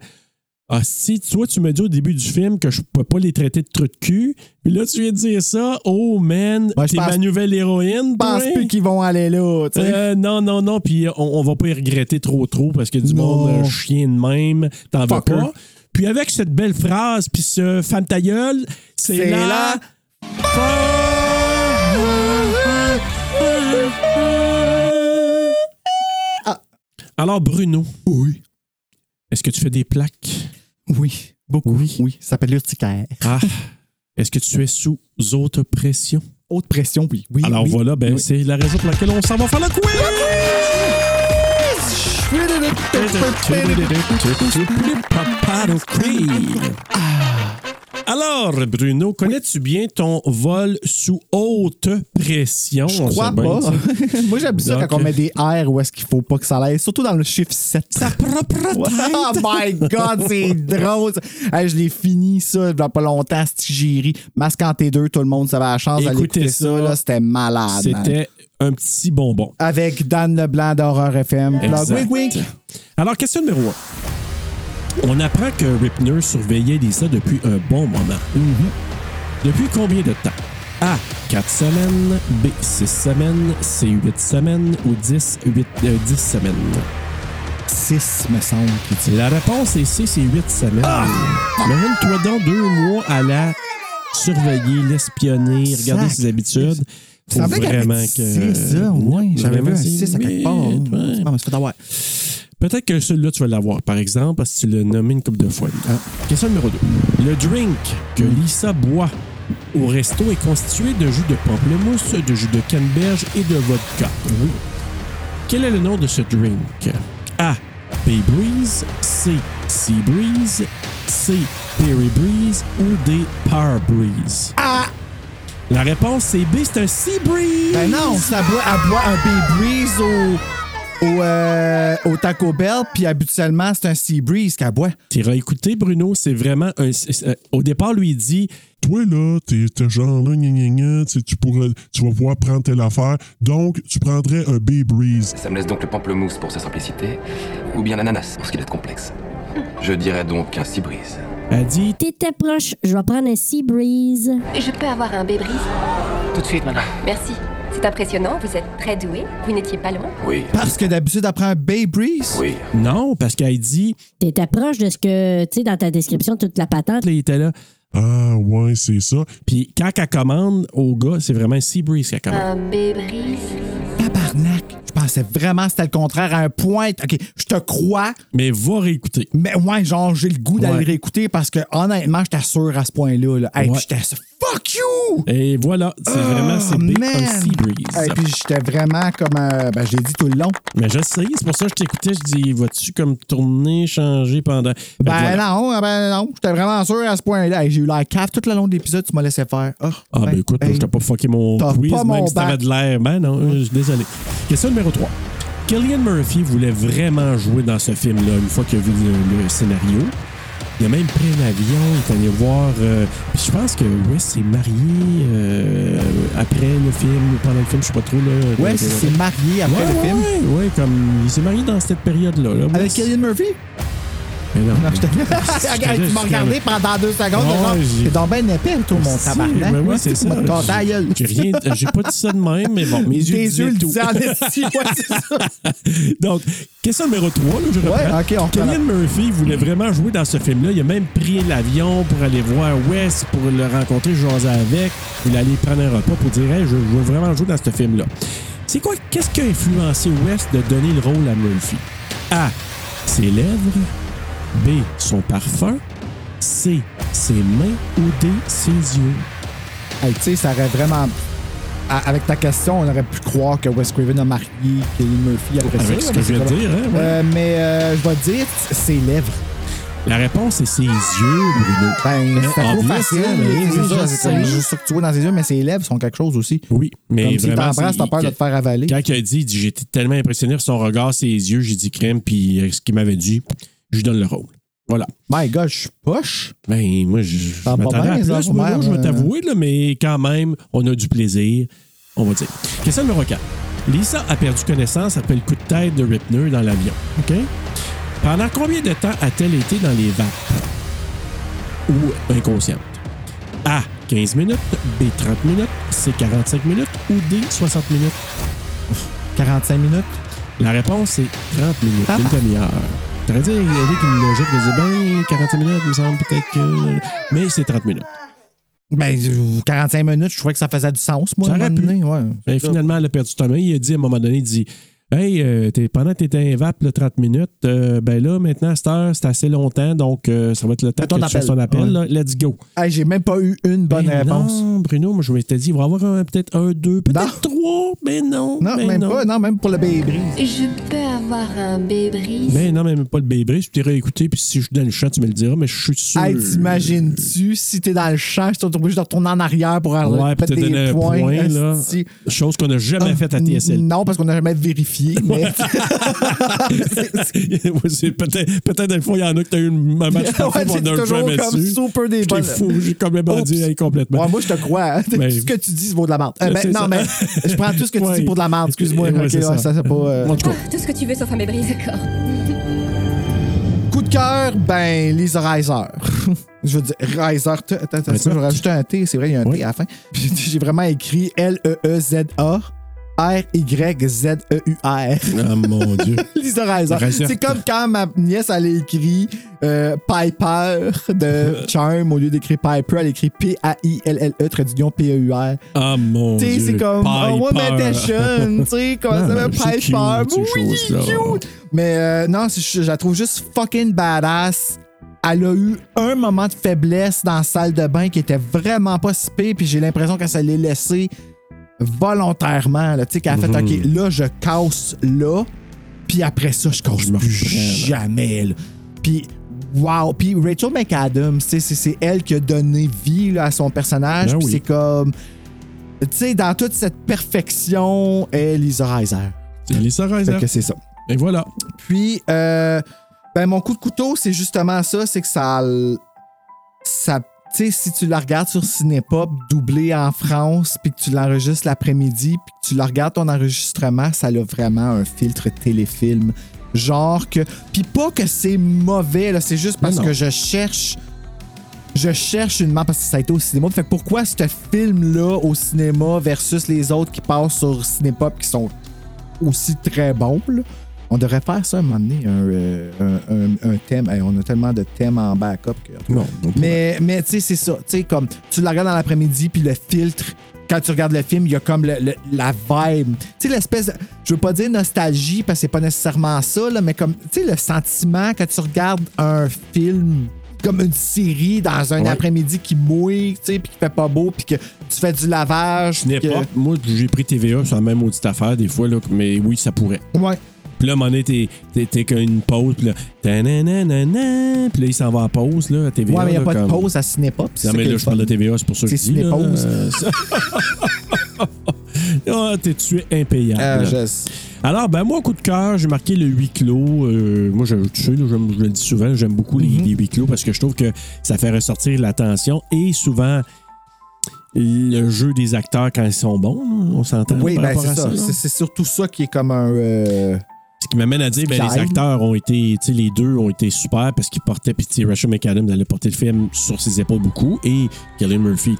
A: Ah, si, toi, tu me dis au début du film que je ne peux pas les traiter de trucs de cul. Puis là, tu viens de dire ça. Oh, man,
B: Moi, je
A: t'es
B: pense-
A: ma nouvelle héroïne.
B: Je pense
A: toi?
B: plus qu'ils vont aller là, tu sais.
A: Euh, non, non, non, puis on, on va pas y regretter trop, trop, parce que du
B: Non.
A: monde euh, chien de même, t'en veux
B: Fucker.
A: pas. Puis avec cette belle phrase, puis ce femme ta gueule, c'est
B: C'est
A: là...
B: là-
A: Ah. Alors, Bruno. Oui. Est-ce que tu fais des plaques?
B: Oui, beaucoup. Oui, ça s'appelle l'urticaire.
A: Ah. Est-ce que tu es sous haute pression?
B: Haute pression, oui. oui
A: Alors
B: oui.
A: voilà, ben,
B: Oui.
A: c'est la raison pour laquelle on s'en va faire le quiz! Ah. Alors, Bruno, connais-tu bien ton vol sous haute pression?
B: Je crois pas. <laughs> Moi, j'aime ça
A: euh,
B: quand on met des R où est-ce qu'il faut pas que ça l'aille, surtout dans le chiffre 7.
A: Sa propre
B: <laughs> Oh my God, c'est drôle. ça. Hey, je l'ai fini, ça, il y a pas longtemps, Stigiri. Masque en T2, tout le monde, ça avait la chance d'aller
A: Écoutez
B: écouter ça.
A: ça.
B: là, C'était malade. man.
A: C'était un petit bonbon.
B: Avec Dan Leblanc d'Horreur FM. Blog
A: Exact.
B: Wig Wig.
A: Alors, question numéro 1. On apprend que Ripner surveillait Lisa depuis un bon moment.
B: Mm-hmm.
A: Depuis combien de temps? A. 4 semaines. B. 6 semaines. C. 8 semaines. Ou 10, 8, 10 semaines.
B: 6, me semble. qu'il dit.
A: La réponse est C. C'est 8 semaines.
B: Ah!
A: Imagine-toi dans deux mois à la surveiller, l'espionner, regarder
B: Ah, Sac.
A: ses habitudes.
B: Il
A: Faut
B: semblait qu'il y avait
A: vraiment que.
B: dit six, ça, au moins. J'avais vu
A: vraiment,
B: un
A: c'est
B: 6 à quelque part.
A: huit, ouais.
B: Non, mais c'est fait avoir.
A: Peut-être que celui-là, tu vas l'avoir, par exemple, parce que tu l'as nommé une couple de fois. Ah, Question numéro 2. Le drink que Lisa boit au resto est constitué de jus de pamplemousse, de jus de canneberge et de vodka. Oui. Quel est le nom de ce drink? A. Bay Breeze. C. Sea Breeze. C. Perry Breeze. Ou D. Power Breeze.
B: Ah!
A: La réponse, c'est B. C'est un Sea Breeze.
B: Ben non, ça boit, elle boit un Bay Breeze au, au, euh, au Taco Bell, puis habituellement, c'est un Sea Breeze qu'elle boit.
A: T'as écouté, Bruno, c'est vraiment un. euh, Au départ, lui, il dit
M: Toi, là, t'es t'es genre là, gna, gna, gna, tu, sais, tu pourrais, tu vas pouvoir prendre telle affaire. Donc, tu prendrais un Bay Breeze.
O: Ça me laisse donc le pamplemousse pour sa simplicité, ou bien l'ananas pour ce qu'il a de complexe. Je dirais donc un cibrise.
A: Elle dit
L: T'étais proche, je vais prendre un Sea Breeze.
E: Je peux avoir un bébris
O: Tout de suite, madame.
E: Merci. C'est impressionnant, vous êtes très doué. Vous n'étiez pas loin.
O: Oui.
B: Parce que d'habitude, elle prend un Bay Breeze.
O: Oui.
A: Non, parce qu'elle dit.
L: T'étais proche de ce que, tu sais, dans ta description, toute la patente.
A: Là, il était là.
M: Ah, ouais, c'est ça.
A: Puis quand elle commande au gars, c'est vraiment un Sea Breeze qu'elle
B: Ah.
A: commande.
E: Un bébris
B: Tabarnak. Je pensais vraiment que c'était le contraire à un point. OK, je te crois,
A: Mais va réécouter.
B: mais ouais, genre, j'ai le goût d'aller
A: Ouais.
B: réécouter parce que honnêtement, j'étais sûr à ce point-là. Là. Hey,
A: Ouais.
B: puis j'étais sûr, fuck you! Oh,
A: Et voilà, c'est
M: Ah,
A: vraiment c'est B, un
B: man.
A: Sea Breeze.
B: Hey, puis j'étais vraiment comme. euh, ben, je l'ai dit tout le long.
A: Mais je sais, c'est pour ça que je t'écoutais, je dis vas-tu comme tourner, changer pendant. Fait que
B: Ben
A: voilà.
B: non, ben non, j'étais vraiment sûr à ce point-là. Hey, j'ai eu la cave tout le long de l'épisode, tu m'as laissé faire. Ah,
A: Ah, ben écoute,
B: hey.
A: je t'ai pas fucké mon
B: T'as
A: quiz,
B: pas
A: même
B: mon
A: si t'avais
B: bac.
A: de l'air. Ben non, euh, je suis désolé. Question numéro 3. Killian Murphy voulait vraiment jouer dans ce film-là, une fois qu'il a vu le, le scénario. Il a même pris un avion, il est allé voir. euh, puis je pense que Wes s'est marié euh, après le film ou pendant le film, je sais pas trop. Là,
B: Ouais,
A: Le-
B: il s'est marié après
A: Ouais,
B: le film.
A: ouais, ouais, comme il s'est marié dans cette période-là. là.
B: Avec
A: Wes-
B: Killian Murphy? <laughs>
A: Mais non,
B: Non, je te- tu m'as regardé pendant deux secondes.
A: Ouais,
B: genre,
A: j'ai-
B: T'es donc ben épais, toi, mon
A: Si,
B: tabarnak.
A: ben oui, c'est ça.
B: Mon corps, ta gueule.
A: J'ai rien, j'ai pas dit ça de même, mais bon, mes yeux
B: Tes
A: disaient
B: yeux le
A: tout.
B: <laughs> disaient en esti, ouais, c'est ça.
A: Donc, question numéro 3, là, je
B: Ouais,
A: reprends.
B: ok, on reprend
A: Cillian Murphy voulait vraiment jouer dans ce film-là. Il a même pris l'avion pour aller voir Wes, pour le rencontrer, jaser avec. Il allait prendre un repas pour dire Hey, je, je veux vraiment jouer dans ce film-là. C'est quoi, qu'est-ce qui a influencé Wes de donner le rôle à Murphy A. Ses lèvres. B. Son parfum. C. Ses mains. Ou D. Ses yeux.
B: Hey, tu sais, ça aurait vraiment. à- Avec ta question, on aurait pu croire que Wes Craven a marié Killian Murphy après ça.
A: Avec ce
B: là,
A: que
B: mais
A: je viens de
B: c'est
A: dire, hein, ouais.
B: Euh, mais euh, je vais te dire, c'est lèvres.
A: La réponse est ses yeux, Bruno.
B: Ben, c'est trop
A: Obvious,
B: facile.
A: hein, mais
B: tu sais,
A: je
B: genre,
A: sais.
B: C'est comme juste ça que tu vois dans ses yeux, mais ses lèvres sont quelque chose aussi.
A: Oui, mais
B: Comme si
A: vraiment,
B: t'embrasses,
A: c'est-
B: t'as peur de te faire avaler.
A: Quand il a dit, il dit, j'étais tellement impressionné par son regard, ses yeux, j'ai dit crème, puis euh, ce qu'il m'avait dit, je lui donne le rôle. Voilà.
B: My God, je suis poche.
A: Ben, moi, je, je
B: va
A: m'attendais
B: bien,
A: à plus,
B: ça va
A: Bruno,
B: bien,
A: je vais
B: euh.
A: t'avouer, là, mais quand même, on a du plaisir, on va dire. Question numéro 4. Lisa a perdu connaissance après le coup de tête de Ripner dans l'avion. OK? Pendant combien de temps a-t-elle été dans les vapes ou inconsciente? A. 15 minutes, B. 30 minutes, C. 45 minutes ou D. 60 minutes?
B: 45 minutes.
A: La réponse est 30 minutes,
B: Ah.
A: une demi-heure. T'aurais dit, il y avait une logique de dire, ben, 45 minutes, il me semble peut-être que. Mais c'est 30 minutes.
B: Ben, je- 45 minutes, je trouvais que ça faisait du sens, moi,
A: Ça
B: à un
A: aurait
B: moment
A: pu.
B: donné, ouais.
A: Ben, finalement, elle a perdu ton main. Il a dit à un moment donné, il dit Hey, euh, t'es- pendant que t'étais invap le 30 minutes, euh, ben là, maintenant, à cette heure, c'est assez longtemps, donc euh, ça va être le temps
B: Fais ton
A: que tu fasses
B: appel.
A: ton appel.
B: Ouais.
A: là. let's go.
B: Hey, J'ai même pas eu une bonne
A: Ben
B: réponse.
A: Non, Bruno, moi, je m'étais dit, il va y avoir un- peut-être un, deux, peut-être trois, mais Ben non.
B: Non,
A: mais
B: même pas. Non, même pour le bébé.
P: Je peux avoir un bébris
A: Mais Ben non, mais même pas le bébé. Je t'ai écouter, puis si je suis dans le chat, tu me le diras, mais je suis sûr.
B: Hey, t'imagines-tu, si t'es dans le champ, tu es obligé de retourner en arrière pour aller
A: Ouais, puis te
B: mettre
A: donner
B: Ah des
A: un
B: points.
A: point, là.
B: esti.
A: Chose qu'on n'a jamais
B: Ah,
A: faite à TSL. <laughs>
B: Non, parce qu'on n'a jamais vérifié, mais
A: Ouais, c'est peut-être, peut-être des fois, il y en a que t'as eu
B: <laughs>
A: une- un match
B: Ouais,
A: parfait, mais
B: c'est
A: on n'a
B: toujours
A: jamais
B: comme
A: su.
B: super des
A: Je t'ai
B: bonnes-
A: fou, j'ai complètement dit hey, complètement.
B: Ouais, moi, je te crois.
A: <laughs>
B: hein.
A: Mais-
B: Tout ce que tu dis, c'est pour de la merde. Euh, ben,
A: C'est
B: non,
A: ça.
B: mais je prends tout ce que tu
A: Ouais.
B: dis pour de la merde, excuse-moi.
A: Ouais,
B: Ok,
A: c'est
B: ouais,
A: ça.
B: ça, c'est pas. euh,
A: En tout cas,
E: Tout ce que tu veux sauf un bébris, d'accord.
B: Coup de cœur, ben, les Riser. <laughs> je veux dire, Riser. t- Attends, attends, je vais rajouter un T, c'est vrai, il y a un T à la fin. <laughs> Puis J'ai vraiment écrit L-E-E-Z-A. R-Y-Z-E-U-R. <laughs>
A: Ah, mon Dieu.
B: Lisa Riser.
A: Riser.
B: C'est comme quand ma nièce, elle a écrit euh, Piper
A: <laughs>
B: de Charm. Au lieu d'écrire Piper, elle écrit P-A-I-L-L-E, E, traduction P-E-U-R.
A: Ah mon
B: Tu
A: dieu.
B: sais, c'est comme
A: Piper.
B: oh, One Man
A: <laughs>
B: Station, tu sais, comment ça
A: Ah,
B: s'appelle
A: c'est cute,
B: Piper.
A: ces
B: Oui, il est
A: choses-là.
B: cute. Mais euh, non, c'est- je je la trouve juste fucking badass. Elle a eu un moment de faiblesse dans la salle de bain qui était vraiment pas si pire, puis j'ai l'impression qu'elle se l'est laissée volontairement, là, tu sais, qu'elle a fait
A: Mhm.
B: OK, là, je casse là, puis après ça, je casse plus jamais, là. Puis, wow. Puis Rachel McAdams, tu sais, c'est c'est elle qui a donné vie là, à son personnage,
A: Ben
B: puis
A: oui.
B: c'est comme. Tu sais, dans toute cette perfection, est Lisa Reiser.
A: C'est Lisa Reiser.
B: Fait que c'est ça.
A: Et voilà.
B: Puis, euh, ben, mon coup de couteau, c'est justement ça, c'est que ça. l- ça tu sais, si tu la regardes sur Cinépop, doublée en France, puis que tu l'enregistres l'après-midi, puis que tu la regardes ton enregistrement, ça a vraiment un filtre téléfilm. Genre que. Puis pas que c'est mauvais, là, c'est juste parce
A: non.
B: que je cherche. Je cherche une map parce que ça a été au cinéma. Fait que pourquoi ce film-là au cinéma versus les autres qui passent sur Cinépop qui sont aussi très bon. là. On devrait faire ça à un moment donné, un, euh, un- un- un thème. Hey, on a tellement de thèmes en backup. Que...
A: Non, non.
B: Mais, mais tu sais, c'est ça. Tu sais, comme tu la regardes dans l'après-midi, puis le filtre, quand tu regardes le film, il y a comme le- le- la vibe. Tu sais, l'espèce de. Je veux pas dire nostalgie, parce que c'est pas nécessairement ça, là, mais comme, tu sais, le sentiment quand tu regardes un film comme une série dans un
A: Ouais.
B: après-midi qui mouille, tu sais, puis qui fait pas beau, puis que tu fais du lavage.
A: N'est
B: puis que-
A: pas. Moi, j'ai pris TVA sur la même audite affaire des fois, là, mais oui, ça pourrait.
B: Ouais.
A: Puis là, à un moment donné, t'es- t'es t'es qu'à une pause, puis là, ta-na-na-na-na, puis là, il s'en va en pause, là, à TVA.
B: Ouais, mais il n'y a
A: là,
B: pas de
A: comme-
B: pause à Cinépop. c'est
A: Non,
B: ça
A: mais
B: qui est
A: là,
B: le
A: je parle de
B: fun.
A: TVA, c'est pour ça que je
B: C'est
A: dis. là,
B: Cinépause.
A: euh, ça- <laughs> Ah, t'es tué impayable.
B: Euh, je sais.
A: Alors, ben moi, coup de cœur, j'ai marqué le huis clos. Euh, moi, je, tu sais, là, j'aime- je le dis souvent, j'aime beaucoup les-
B: Mhm.
A: les, huis clos parce que je trouve que ça fait ressortir l'attention et souvent le jeu des acteurs quand ils sont bons. là. On s'entend.
B: Oui,
A: par
B: ben
A: rapport
B: c'est
A: à
B: ça.
A: là.
B: C'est c'est surtout ça qui est comme un. euh,
A: Ce qui m'amène à dire, ben,
B: J'aille.
A: les acteurs ont été, tu sais, les deux ont été super parce qu'ils portaient, puis tu sais, Rachel McAdams, elle a porté le film sur ses épaules beaucoup et Kelly Murphy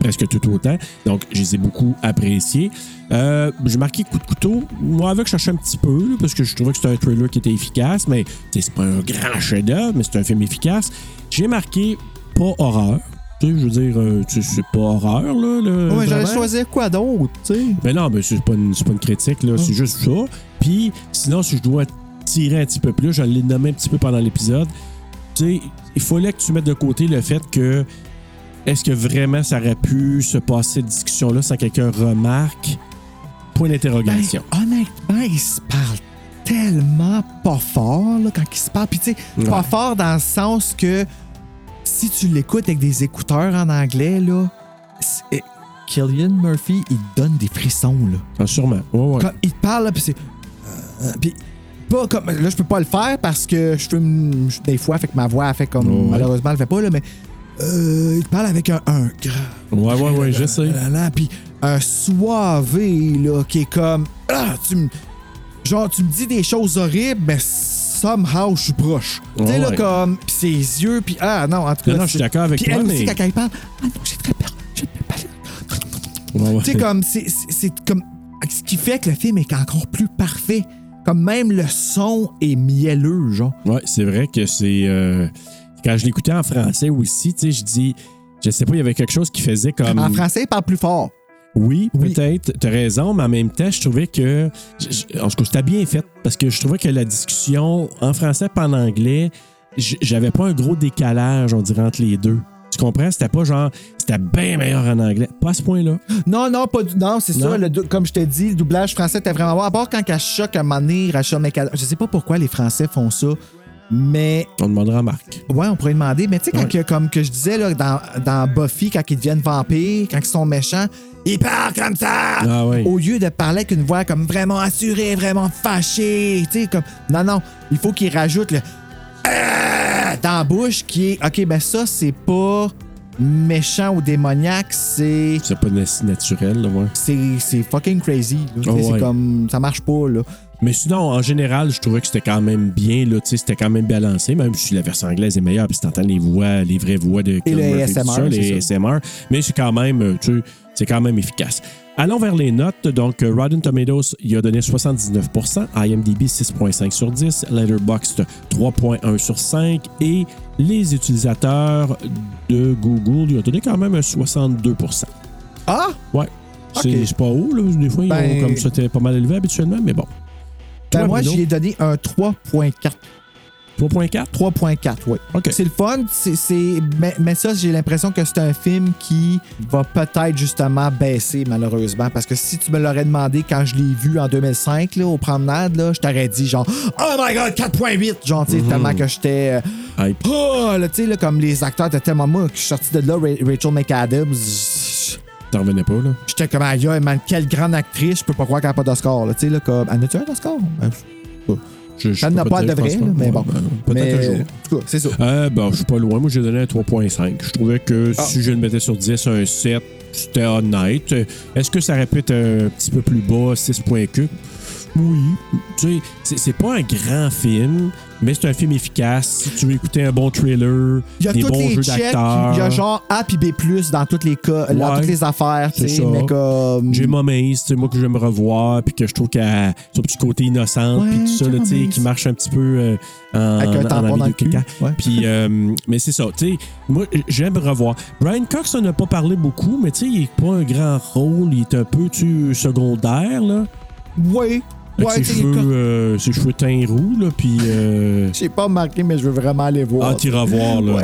A: presque tout autant. Donc, je les ai beaucoup appréciés. Euh, j'ai marqué coup de couteau. Moi, avec, je cherchais un petit peu, là, parce que je trouvais que c'était un trailer qui était efficace, mais tu sais, c'est pas un grand chef-d'œuvre, mais c'est un film efficace. J'ai marqué pas horreur. Tu sais, je veux dire, euh, tu sais, c'est pas horreur, là. le-
B: ouais, j'allais
A: vraiment.
B: choisir quoi d'autre, tu sais?
A: Mais non, mais c'est pas une, c'est pas une critique, là.
B: Hum.
A: C'est juste ça. Puis, sinon, si je dois tirer un petit peu plus, je l'ai nommé un petit peu pendant l'épisode. Tu sais, il fallait que tu mettes de côté le fait que est-ce que vraiment ça aurait pu se passer cette
B: Ben,
A: discussion-là sans que quelqu'un remarque? Point d'interrogation.
B: Honnêtement, ils se parlent tellement pas fort là, quand il se parle. Puis tu sais, pas fort dans le sens que si tu l'écoutes avec des écouteurs en anglais, là, c'est- Killian Murphy, il te donne des frissons. Là.
A: Ah, sûrement. Ouais, ouais.
B: Comme il te parle, là, puis c'est. euh, puis pas comme. Là, je peux pas le faire parce que je fume je- des fois, fait que ma voix, elle fait comme.
A: Ouais.
B: Malheureusement, elle le fait pas, là, mais. euh, il te parle avec un. un
A: Ouais, ouais, ouais, je sais.
B: là, là, puis un suavé, là, qui est comme. Ah, tu me. Genre, tu me dis des choses horribles, mais somehow, je suis proche. tu sais,
A: Ouais,
B: là,
A: ouais.
B: comme. Pis ses yeux, puis ah, non, en tout cas.
A: Non, non, je suis
B: c'est-
A: d'accord avec
B: puis
A: toi,
B: elle aussi,
A: mais-
B: quand elle parle, ah non, j'ai très peur.
A: Ouais, ouais.
B: Tu sais, comme, c'est- c'est c'est comme. Ce qui fait que le film est encore plus parfait. Comme même le son est mielleux, genre.
A: Ouais, c'est vrai que c'est. euh, quand je l'écoutais en français aussi, tu sais, je dis. Je sais pas, il y avait quelque chose qui faisait comme.
B: En français, il parle plus fort.
A: Oui, peut-être. T'as raison, mais en même temps, je trouvais que. je- je- en tout cas, c'était bien fait parce que je trouvais que la discussion en français pas en anglais, j- j'avais pas un gros décalage, on dirait, entre les deux. Tu comprends? C'était pas genre. C'était bien meilleur en anglais. Pas à ce point-là.
B: Non, non, pas du. Non, c'est
A: Non.
B: ça. le dou- comme je te dis, le doublage français était vraiment bon. À part quand Kachok, à un moment donné, Rachel McAdams. Je sais pas pourquoi les Français font ça, mais.
A: On demandera à Marc.
B: Ouais, on pourrait demander. Mais tu sais, quand
A: Ouais.
B: que- comme que je disais, là, dans, dans Buffy, quand ils deviennent vampires, quand ils sont méchants, ils parlent comme ça!
A: Ah ouais.
B: Au lieu de parler avec une voix comme vraiment assurée, vraiment fâchée, tu sais, comme. Non, non, il faut qu'ils rajoutent le. Ah dans la bouche qui est. Ok, ben ça, c'est pas méchant ou démoniaque, c'est.
A: C'est pas na- naturel, là, ouais.
B: C'est c'est fucking crazy. là. Tu
A: Ah
B: sais, C'est
A: ouais.
B: comme. Ça marche pas, là.
A: Mais sinon, en général, je trouvais que c'était quand même bien, là, tu sais, c'était quand même balancé, même si la version anglaise est meilleure, puis si t'entends les voix, les vraies voix de Kilmer
B: les
A: et tout
B: ASMR,
A: ça,
B: c'est
A: les ASMR, mais c'est quand même, euh, tu sais, c'est quand même efficace. Allons vers les notes. Donc, euh, Rotten Tomatoes, il a donné 79%, IMDb 6.5 sur 10, Letterboxd 3.1 sur 5, et les utilisateurs de Google lui ont donné quand même un 62%.
B: Ah!
A: Ouais. C'est- C'est pas haut, là. Des fois, ils
B: Ben-
A: ont comme ça, c'était pas mal élevé habituellement, mais bon.
B: Ben
A: Toi,
B: moi,
A: Bruno?
B: j'y ai donné un 3.4.
A: 3.4?
B: 3.4, oui.
A: OK.
B: C'est le fun, c'est- c'est- mais, mais ça, j'ai l'impression que c'est un film qui va peut-être justement baisser, malheureusement. Parce que si tu me l'aurais demandé quand je l'ai vu en 2005, là, aux promenades, là, je t'aurais dit genre « Oh my God, 4.8! » Genre, tu sais,
A: Mhm.
B: tellement que j'étais...
A: euh,
B: Oh! là, Tu sais, là, comme les acteurs étaient tellement... Moi, que je suis sorti de là, Ra- Rachel McAdams... je-
A: T'en revenais pas, là?
B: J'étais comme, aïe, aïe, man, quelle grande actrice, je peux pas croire qu'elle n'a pas d'Oscar. là. Tu sais, là, comme, elle a-tu un Oscar? Ben, je-
A: Je- je
B: Elle
A: peux
B: n'a pas
A: te
B: de
A: dire, je
B: vrai,
A: pense pas.
B: là, mais
A: Ouais,
B: bon.
A: ben, Peut-être
B: Mais,
A: un jour.
B: En tout cas, c'est ça.
A: Euh, ben, je suis pas loin. Moi, j'ai donné un 3.5. Je trouvais que
B: Ah.
A: si je le mettais sur 10, un 7, c'était honnête. Euh, Est-ce que ça aurait pu être un petit peu plus bas, 6.4? Oui. Tu sais, c'est- c'est pas un grand film, mais c'est un film efficace. Si tu veux écouter un bon thriller,
B: Il y a
A: des
B: tous
A: bons
B: les
A: jeux
B: checks, il y a
A: d'acteurs.
B: genre A puis B dans tous les cas, dans
A: Ouais.
B: toutes les affaires, tu
A: C'est
B: sais,
A: ça.
B: mais comme.
A: J'ai Maze, c'est moi que je me revoir, puis que je trouve qu'elle son petit côté innocente, puis tout ça, là, tu sais, qui marche un petit peu euh, en,
B: Avec un
A: en,
B: tampon
A: envie de
B: dans le cul.
A: quelqu'un.
B: Ouais.
A: Puis, euh, mais c'est ça, tu sais, moi, j'aime revoir. Brian Cox, on n'a pas parlé beaucoup, mais tu sais, il n'est pas un grand rôle, il est un peu, tu sais, secondaire, là.
B: Oui.
A: Avec
B: Ouais,
A: ses,
B: tu sais, il est
A: cheveux,
B: comme-
A: euh, ses cheveux teints roux, là, puis... euh,
B: J'ai pas marqué, mais je veux vraiment aller
A: ah,
B: voir.
A: t'iras voir, là.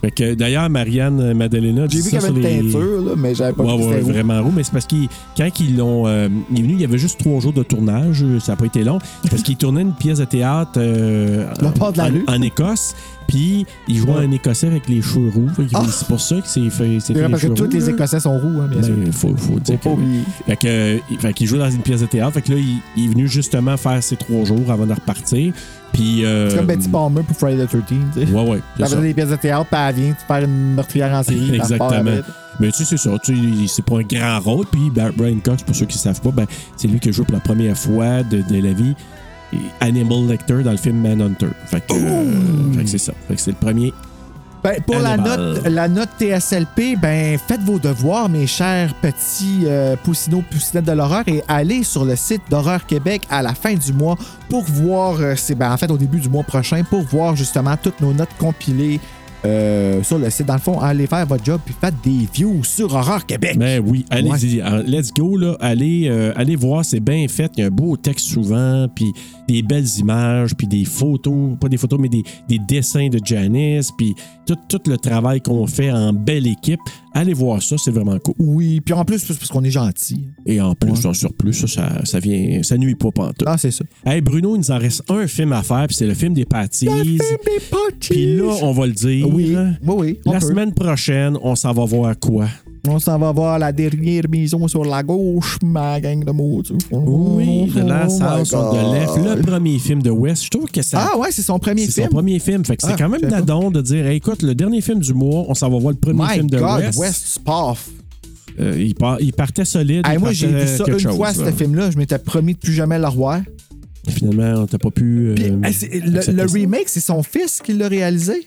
A: Fait que, D'ailleurs, Marianne Madelena dit
B: J'ai vu qu'il
A: ça
B: y avait
A: sur
B: une
A: les-
B: teinture, là, mais j'avais pas
A: Ouais,
B: vu que
A: ouais,
B: c'était où.
A: vraiment roux, mais c'est parce qu'il, quand ils l'ont, euh, il est venu, il y avait juste trois jours de tournage, euh, ça n'a pas été long, C'est parce qu'il tournait une pièce de théâtre euh,
B: Le
A: en-
B: bord de la
A: en,
B: rue.
A: en Écosse, puis il jouait un Écossais avec les cheveux roux, Fait que
B: Ah!
A: c'est pour ça que c'est fait, c'est
B: C'est vrai,
A: fait
B: Parce que
A: cheveux
B: tous
A: roux,
B: les
A: là.
B: Écossais sont roux, hein, bien
A: Ben,
B: sûr.
A: faut, faut dire
B: Faut pas
A: que-
B: oublier.
A: Fait que, euh, il- fait qu'il jouait dans une pièce de théâtre, fait que là, il, il est venu justement faire ses trois jours avant de repartir, puis... euh,
B: C'est comme Betty Palmer pour Friday the 13 tu sais.
A: Ouais, ouais, c'est
B: Elle
A: ça.
B: faisait des pièces de théâtre, puis elle vient te faire une meurtrière en série. puis elle repart
A: <laughs> Exactement.
B: avec.
A: Mais tu sais, c'est ça. Tu sais, il- c'est pas un grand rôle. Puis ben, Brian Cox, pour ceux qui ne savent pas, ben, c'est lui qui joue pour la première fois de, de la vie et Animal Lecter dans le film Manhunter. Fait que, euh, fait que c'est ça. Fait que c'est le premier.
B: Ben, pour la
A: Hannibal.
B: note, la note TSLP, ben, faites vos devoirs, mes chers petits euh, poussinots, poussinettes de l'horreur, et allez sur le site d'Horreur Québec à la fin du mois pour voir, euh, c'est ben, en fait au début du mois prochain, pour voir justement toutes nos notes compilées euh, sur le site. Dans le fond, allez faire votre job puis faites des views sur Horror Québec.
A: Ben oui, allez-y, euh, let's go, là. Allez, euh, allez voir, c'est bien fait. Il y a un beau texte souvent, puis des belles images, puis des photos, pas des photos, mais des, des dessins de Janice, puis tout, tout le travail qu'on fait en belle équipe. Allez voir ça, c'est vraiment cool.
B: Oui, puis en plus, c'est parce qu'on est gentil.
A: Et en plus, en surplus, ça, ça, ça vient, ça nuit pas pantoute.
B: Ah, c'est ça.
A: Hey, Bruno, il nous en reste un film à faire, puis c'est le film des Patties. Le film
B: des Patties!
A: Puis là, on va le dire.
B: Oui, oui, oui, on
A: La
B: peut.
A: semaine prochaine, on s'en va voir quoi?
B: On s'en va voir la dernière maison sur la gauche, ma gang de mots. tu sais.
A: Oui, The
B: Oh
A: Last
B: my
A: House on the
B: God.
A: Left, le premier film de West. Je trouve que ça.
B: Ah ouais, c'est son premier
A: C'est
B: film.
A: son premier film. Fait que
B: Ah,
A: c'est quand même
B: je savais
A: d'adon de dire hey, écoute, le dernier film du mois, on s'en va voir le premier
B: My
A: film de
B: God,
A: West.
B: West Spaff.
A: Euh, il, part- il partait solide.
B: Hey,
A: il
B: moi, j'ai
A: partait
B: vu ça
A: quelque
B: une
A: chose,
B: fois,
A: là.
B: ce film-là. Je m'étais promis de plus jamais le revoir.
A: Finalement, on t'a pas pu. euh,
B: Hey, c'est- le,
A: accepter
B: le
A: ça.
B: remake, c'est son fils qui l'a réalisé?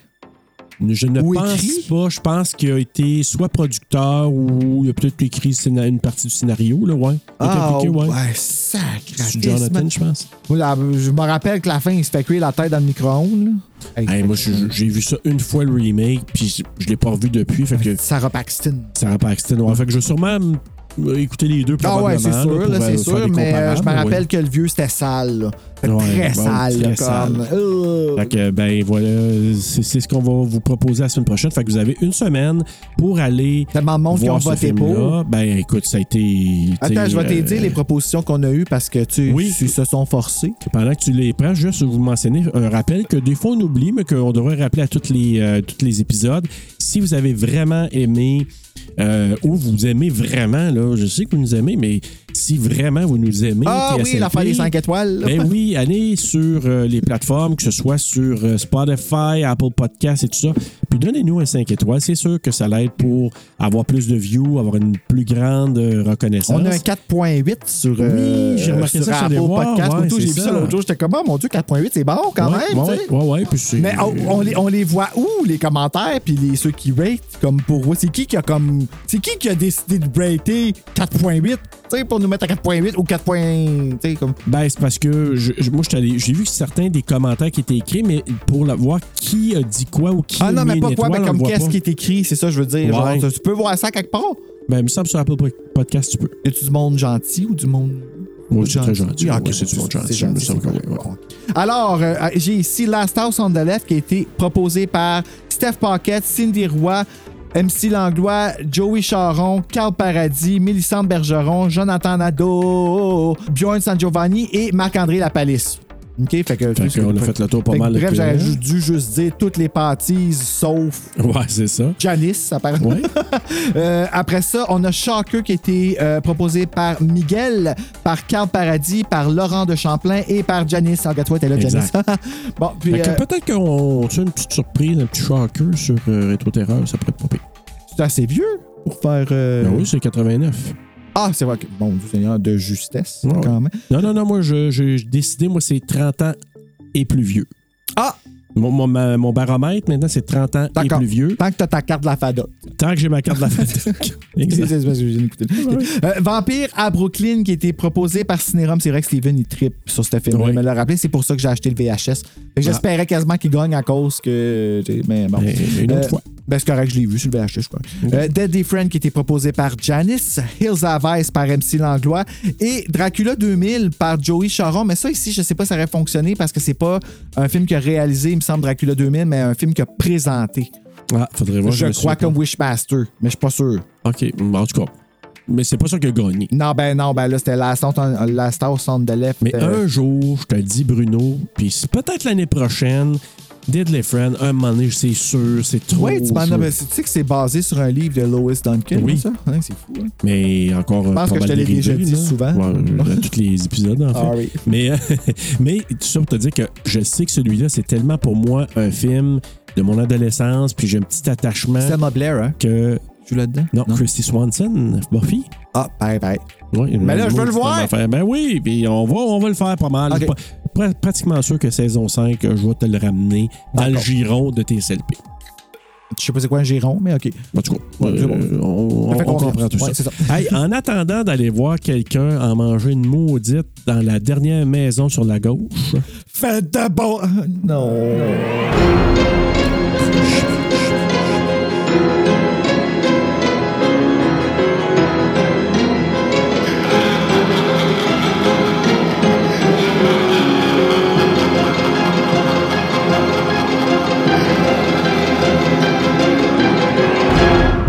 A: Je ne
B: Ou
A: pense
B: écrit?
A: pas. Je pense qu'il a été soit producteur ou il a peut-être écrit le scéna- une partie du scénario, là, ouais. Il a été
B: Ah,
A: impliqué, ouais.
B: ouais, sacré.
A: C'est Jonathan, je pense.
B: Moi, là, je me rappelle que la fin, il se fait cuire la tête dans le micro-ondes. là.
A: Hey, moi, je- j'ai vu ça une fois le remake, puis je, je l'ai pas revu depuis. Fait que
B: Sarah Paxton.
A: Sarah Paxton. Ouais, fait que je vais sûrement m- euh, écouter les deux
B: Ah
A: probablement.
B: ouais, c'est sûr,
A: là,
B: là,
A: pour, euh,
B: c'est
A: faire
B: sûr,
A: des
B: mais euh, je me
A: comparables,
B: rappelle
A: ouais.
B: que le vieux, c'était sale. là. C'était
A: Ouais,
B: très
A: ouais,
B: sale,
A: très
B: là,
A: sale.
B: comme. Euh,
A: Fait que, ben voilà, c'est c'est ce qu'on va vous proposer la semaine prochaine. Fait que vous avez une semaine pour aller
B: Tellement de monde qui ont
A: voir ce
B: voté
A: film-là.
B: pour.
A: Ben écoute, ça a été. tu sais,
B: Attends, je vais te
A: euh,
B: dire les propositions qu'on a eues parce que tu,
A: Oui.
B: tu- se sont forcés.
A: Pendant que tu les prends, juste vous mentionner un rappel que des fois on oublie, mais qu'on devrait rappeler à tous les, euh, tous les épisodes. Si vous avez vraiment aimé euh, ou vous aimez vraiment, là, je sais que vous nous aimez, mais si vraiment vous nous aimez,
B: Ah oui,
A: TSLP,
B: l'affaire des 5 étoiles. là.
A: ben oui, allez sur euh, les plateformes, que ce soit sur euh, Spotify, Apple Podcasts et tout ça. Puis donnez-nous un 5 étoiles. C'est sûr que ça l'aide pour avoir plus de views, avoir une plus grande euh, reconnaissance.
B: On a un 4.8 sur, euh,
A: j'ai remarqué
B: sur
A: ça, j'allais
B: Apple
A: voir,
B: Podcast.
A: ouais,
B: Auto,
A: c'est
B: j'ai vu
A: ça.
B: ça l'autre jour, j'étais comme, oh mon Dieu, 4.8, c'est bon quand
A: Ouais,
B: même.
A: ouais,
B: tu sais.
A: ouais, ouais, puis c'est-
B: Mais on, on les, on les voit où, les commentaires, puis les, ceux qui rate, comme pour vous, c'est qui qui a comme. C'est qui qui a décidé de rater 4.8, tu sais, pour nous mettre à 4.8 ou 4. tu sais, comme.
A: Ben, c'est parce que je, je- moi, je suis allé- j'ai vu certains des commentaires qui étaient écrits, mais pour la, voir qui a dit quoi ou qui
B: Ah non,
A: a
B: mais
A: mis
B: pas
A: une
B: quoi,
A: étoile,
B: mais
A: on le
B: comme
A: voit
B: qu'est-ce
A: pas.
B: qui est écrit, c'est ça, que je veux dire.
A: Ouais.
B: Genre, tu peux voir ça quelque part.
A: Ben, il me semble sur Apple Podcast, tu peux.
B: Y a-tu du monde gentil ou du monde.
A: Moi, c'est très
B: Gentil.
A: gentil.
B: Ah,
A: Ouais,
B: ok,
A: c'est du monde
B: c'est
A: gentil,
B: gentil,
A: il me semble
B: c'est
A: que oui, ouais.
B: Alors, euh, j'ai ici Last House on the Left qui a été proposé par Steph Paquette, Cindy Roy, MC Langlois, Joey Charon, Carl Paradis, Mélissande Bergeron, Jonathan Nadeau, Bjorn San Giovanni et Marc-André Lapalisse. OK, fait que.
A: Fait qu'on a fait le tour pas
B: Fait que
A: mal.
B: bref,
A: avec- euh,
B: j'aurais ju- dû juste dire toutes les pâtisses sauf
A: <laughs> Ouais, c'est ça.
B: Janice, apparemment.
A: Ouais.
B: Euh, après ça, on a Shocker qui a été euh, proposé par Miguel, par Carl Paradis, par Laurent de Champlain et par Janice. En toi, t'es là, Janice.
A: Exact.
B: <laughs> bon, puis
A: Fait que
B: euh,
A: Peut-être qu'on tu as une petite surprise, un petit shocker sur euh, Rétro Terreur, ça pourrait être popé.
B: c'est assez vieux pour faire. euh,
A: Ben oui, c'est 89.
B: Ah, c'est vrai que. Bon, Dieu Seigneur, de justesse,
A: Ouais.
B: quand même.
A: Non, non, non, moi, je- je- j'ai décidé, moi, c'est 30 ans et plus vieux.
B: Ah!
A: Mon, mon, ma- mon baromètre, maintenant, c'est 30 ans et
B: D'accord.
A: plus vieux.
B: Tant que t'as ta carte de la FADA.
A: Tant que j'ai ma carte de la
B: <laughs>
A: fête.
B: C'est-
A: exact.
B: c'est parce que j'ai écouté.
A: Ah,
B: Euh, Vampire à Brooklyn qui a été proposé par Cinérum. C'est vrai que Steven, il tripe sur ce film.
A: Ouais.
B: Il me l'a rappelé. C'est pour ça que j'ai acheté le VHS. Fait que J'espérais quasiment qu'il gagne à cause que. Mais bon.
A: Ah. Mais une autre
B: Euh,
A: fois.
B: Ben, c'est correct, je l'ai vu sur le VHS, je crois. Euh, Deadly Friend qui a été proposé par Janice, Hills of Ice par MC Langlois et Dracula 2000 par Joey Charon. Mais ça, ici, je sais pas si ça aurait fonctionné parce que c'est pas un film qui a réalisé, il me semble, Dracula 2000, mais un film qui a présenté.
A: Ah, faudrait voir.
B: je
A: me souviens
B: crois comme Wishmaster, mais je suis pas sûr.
A: pas. OK, en tout cas. Mais c'est pas ça qu'il a gagné.
B: Non, ben non, ben là, c'était Last House on, Last House on the Left.
A: Mais
B: Euh,
A: un jour, je te le dis, Bruno, puis c'est peut-être l'année prochaine, Deadly Friend, un moment donné, c'est sûr, c'est trop.
B: Ouais, tu m'en
A: sûr.
B: as- mais tu sais que c'est basé sur un livre de Lois Duncan,
A: Oui.
B: ça? Hein, c'est fou. hein?
A: Mais encore
B: pense
A: pas
B: que
A: mal
B: je te l'ai
A: dérivé,
B: déjà dit
A: là.
B: souvent. Ah
A: Ouais,
B: <laughs>
A: dans tous les épisodes, en fait.
B: Sorry.
A: Mais, <laughs> mais tout ça pour te dire que je sais que celui-là, c'est tellement pour moi un film de mon adolescence, puis j'ai un petit attachement
B: Selma Blair, hein?
A: que.
B: Je suis là-dedans.
A: Non, Christy Swanson, Buffy.
B: Ah, pareil, pareil.
A: Ouais,
B: Mais là, je veux le
A: maudite
B: voir.
A: affaire. Ben oui, puis on va, on va le faire pas mal.
B: Ok.
A: Je suis pas- pra- pratiquement sûr que saison 5, euh, je vais te le ramener dans le
B: D'accord.
A: giron de tes SLP.
B: Je sais pas c'est quoi un giron, mais OK.
A: En tout cas,
B: Ouais, c'est bon.
A: euh, on,
B: Ça fait
A: on
B: confiance.
A: comprend tout
B: Ouais,
A: ça.
B: c'est ça.
A: Hey,
B: <laughs>
A: en attendant d'aller voir quelqu'un en manger une maudite dans la dernière maison sur la gauche,
B: Ah, Faites de bon. Non.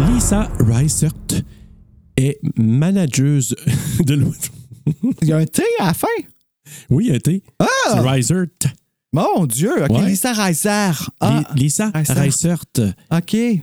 A: Lisa Reisert est manageuse <laughs> de l'autre.
B: Il y a un T à la fin.
A: Oui, elle était.
B: Ah!
A: C'est Reisert.
B: Mon Dieu, OK,
A: Ouais.
B: Lisa Reiser. Ah,
A: Li- Lisa
B: Reisert.
A: Reisert.
B: OK.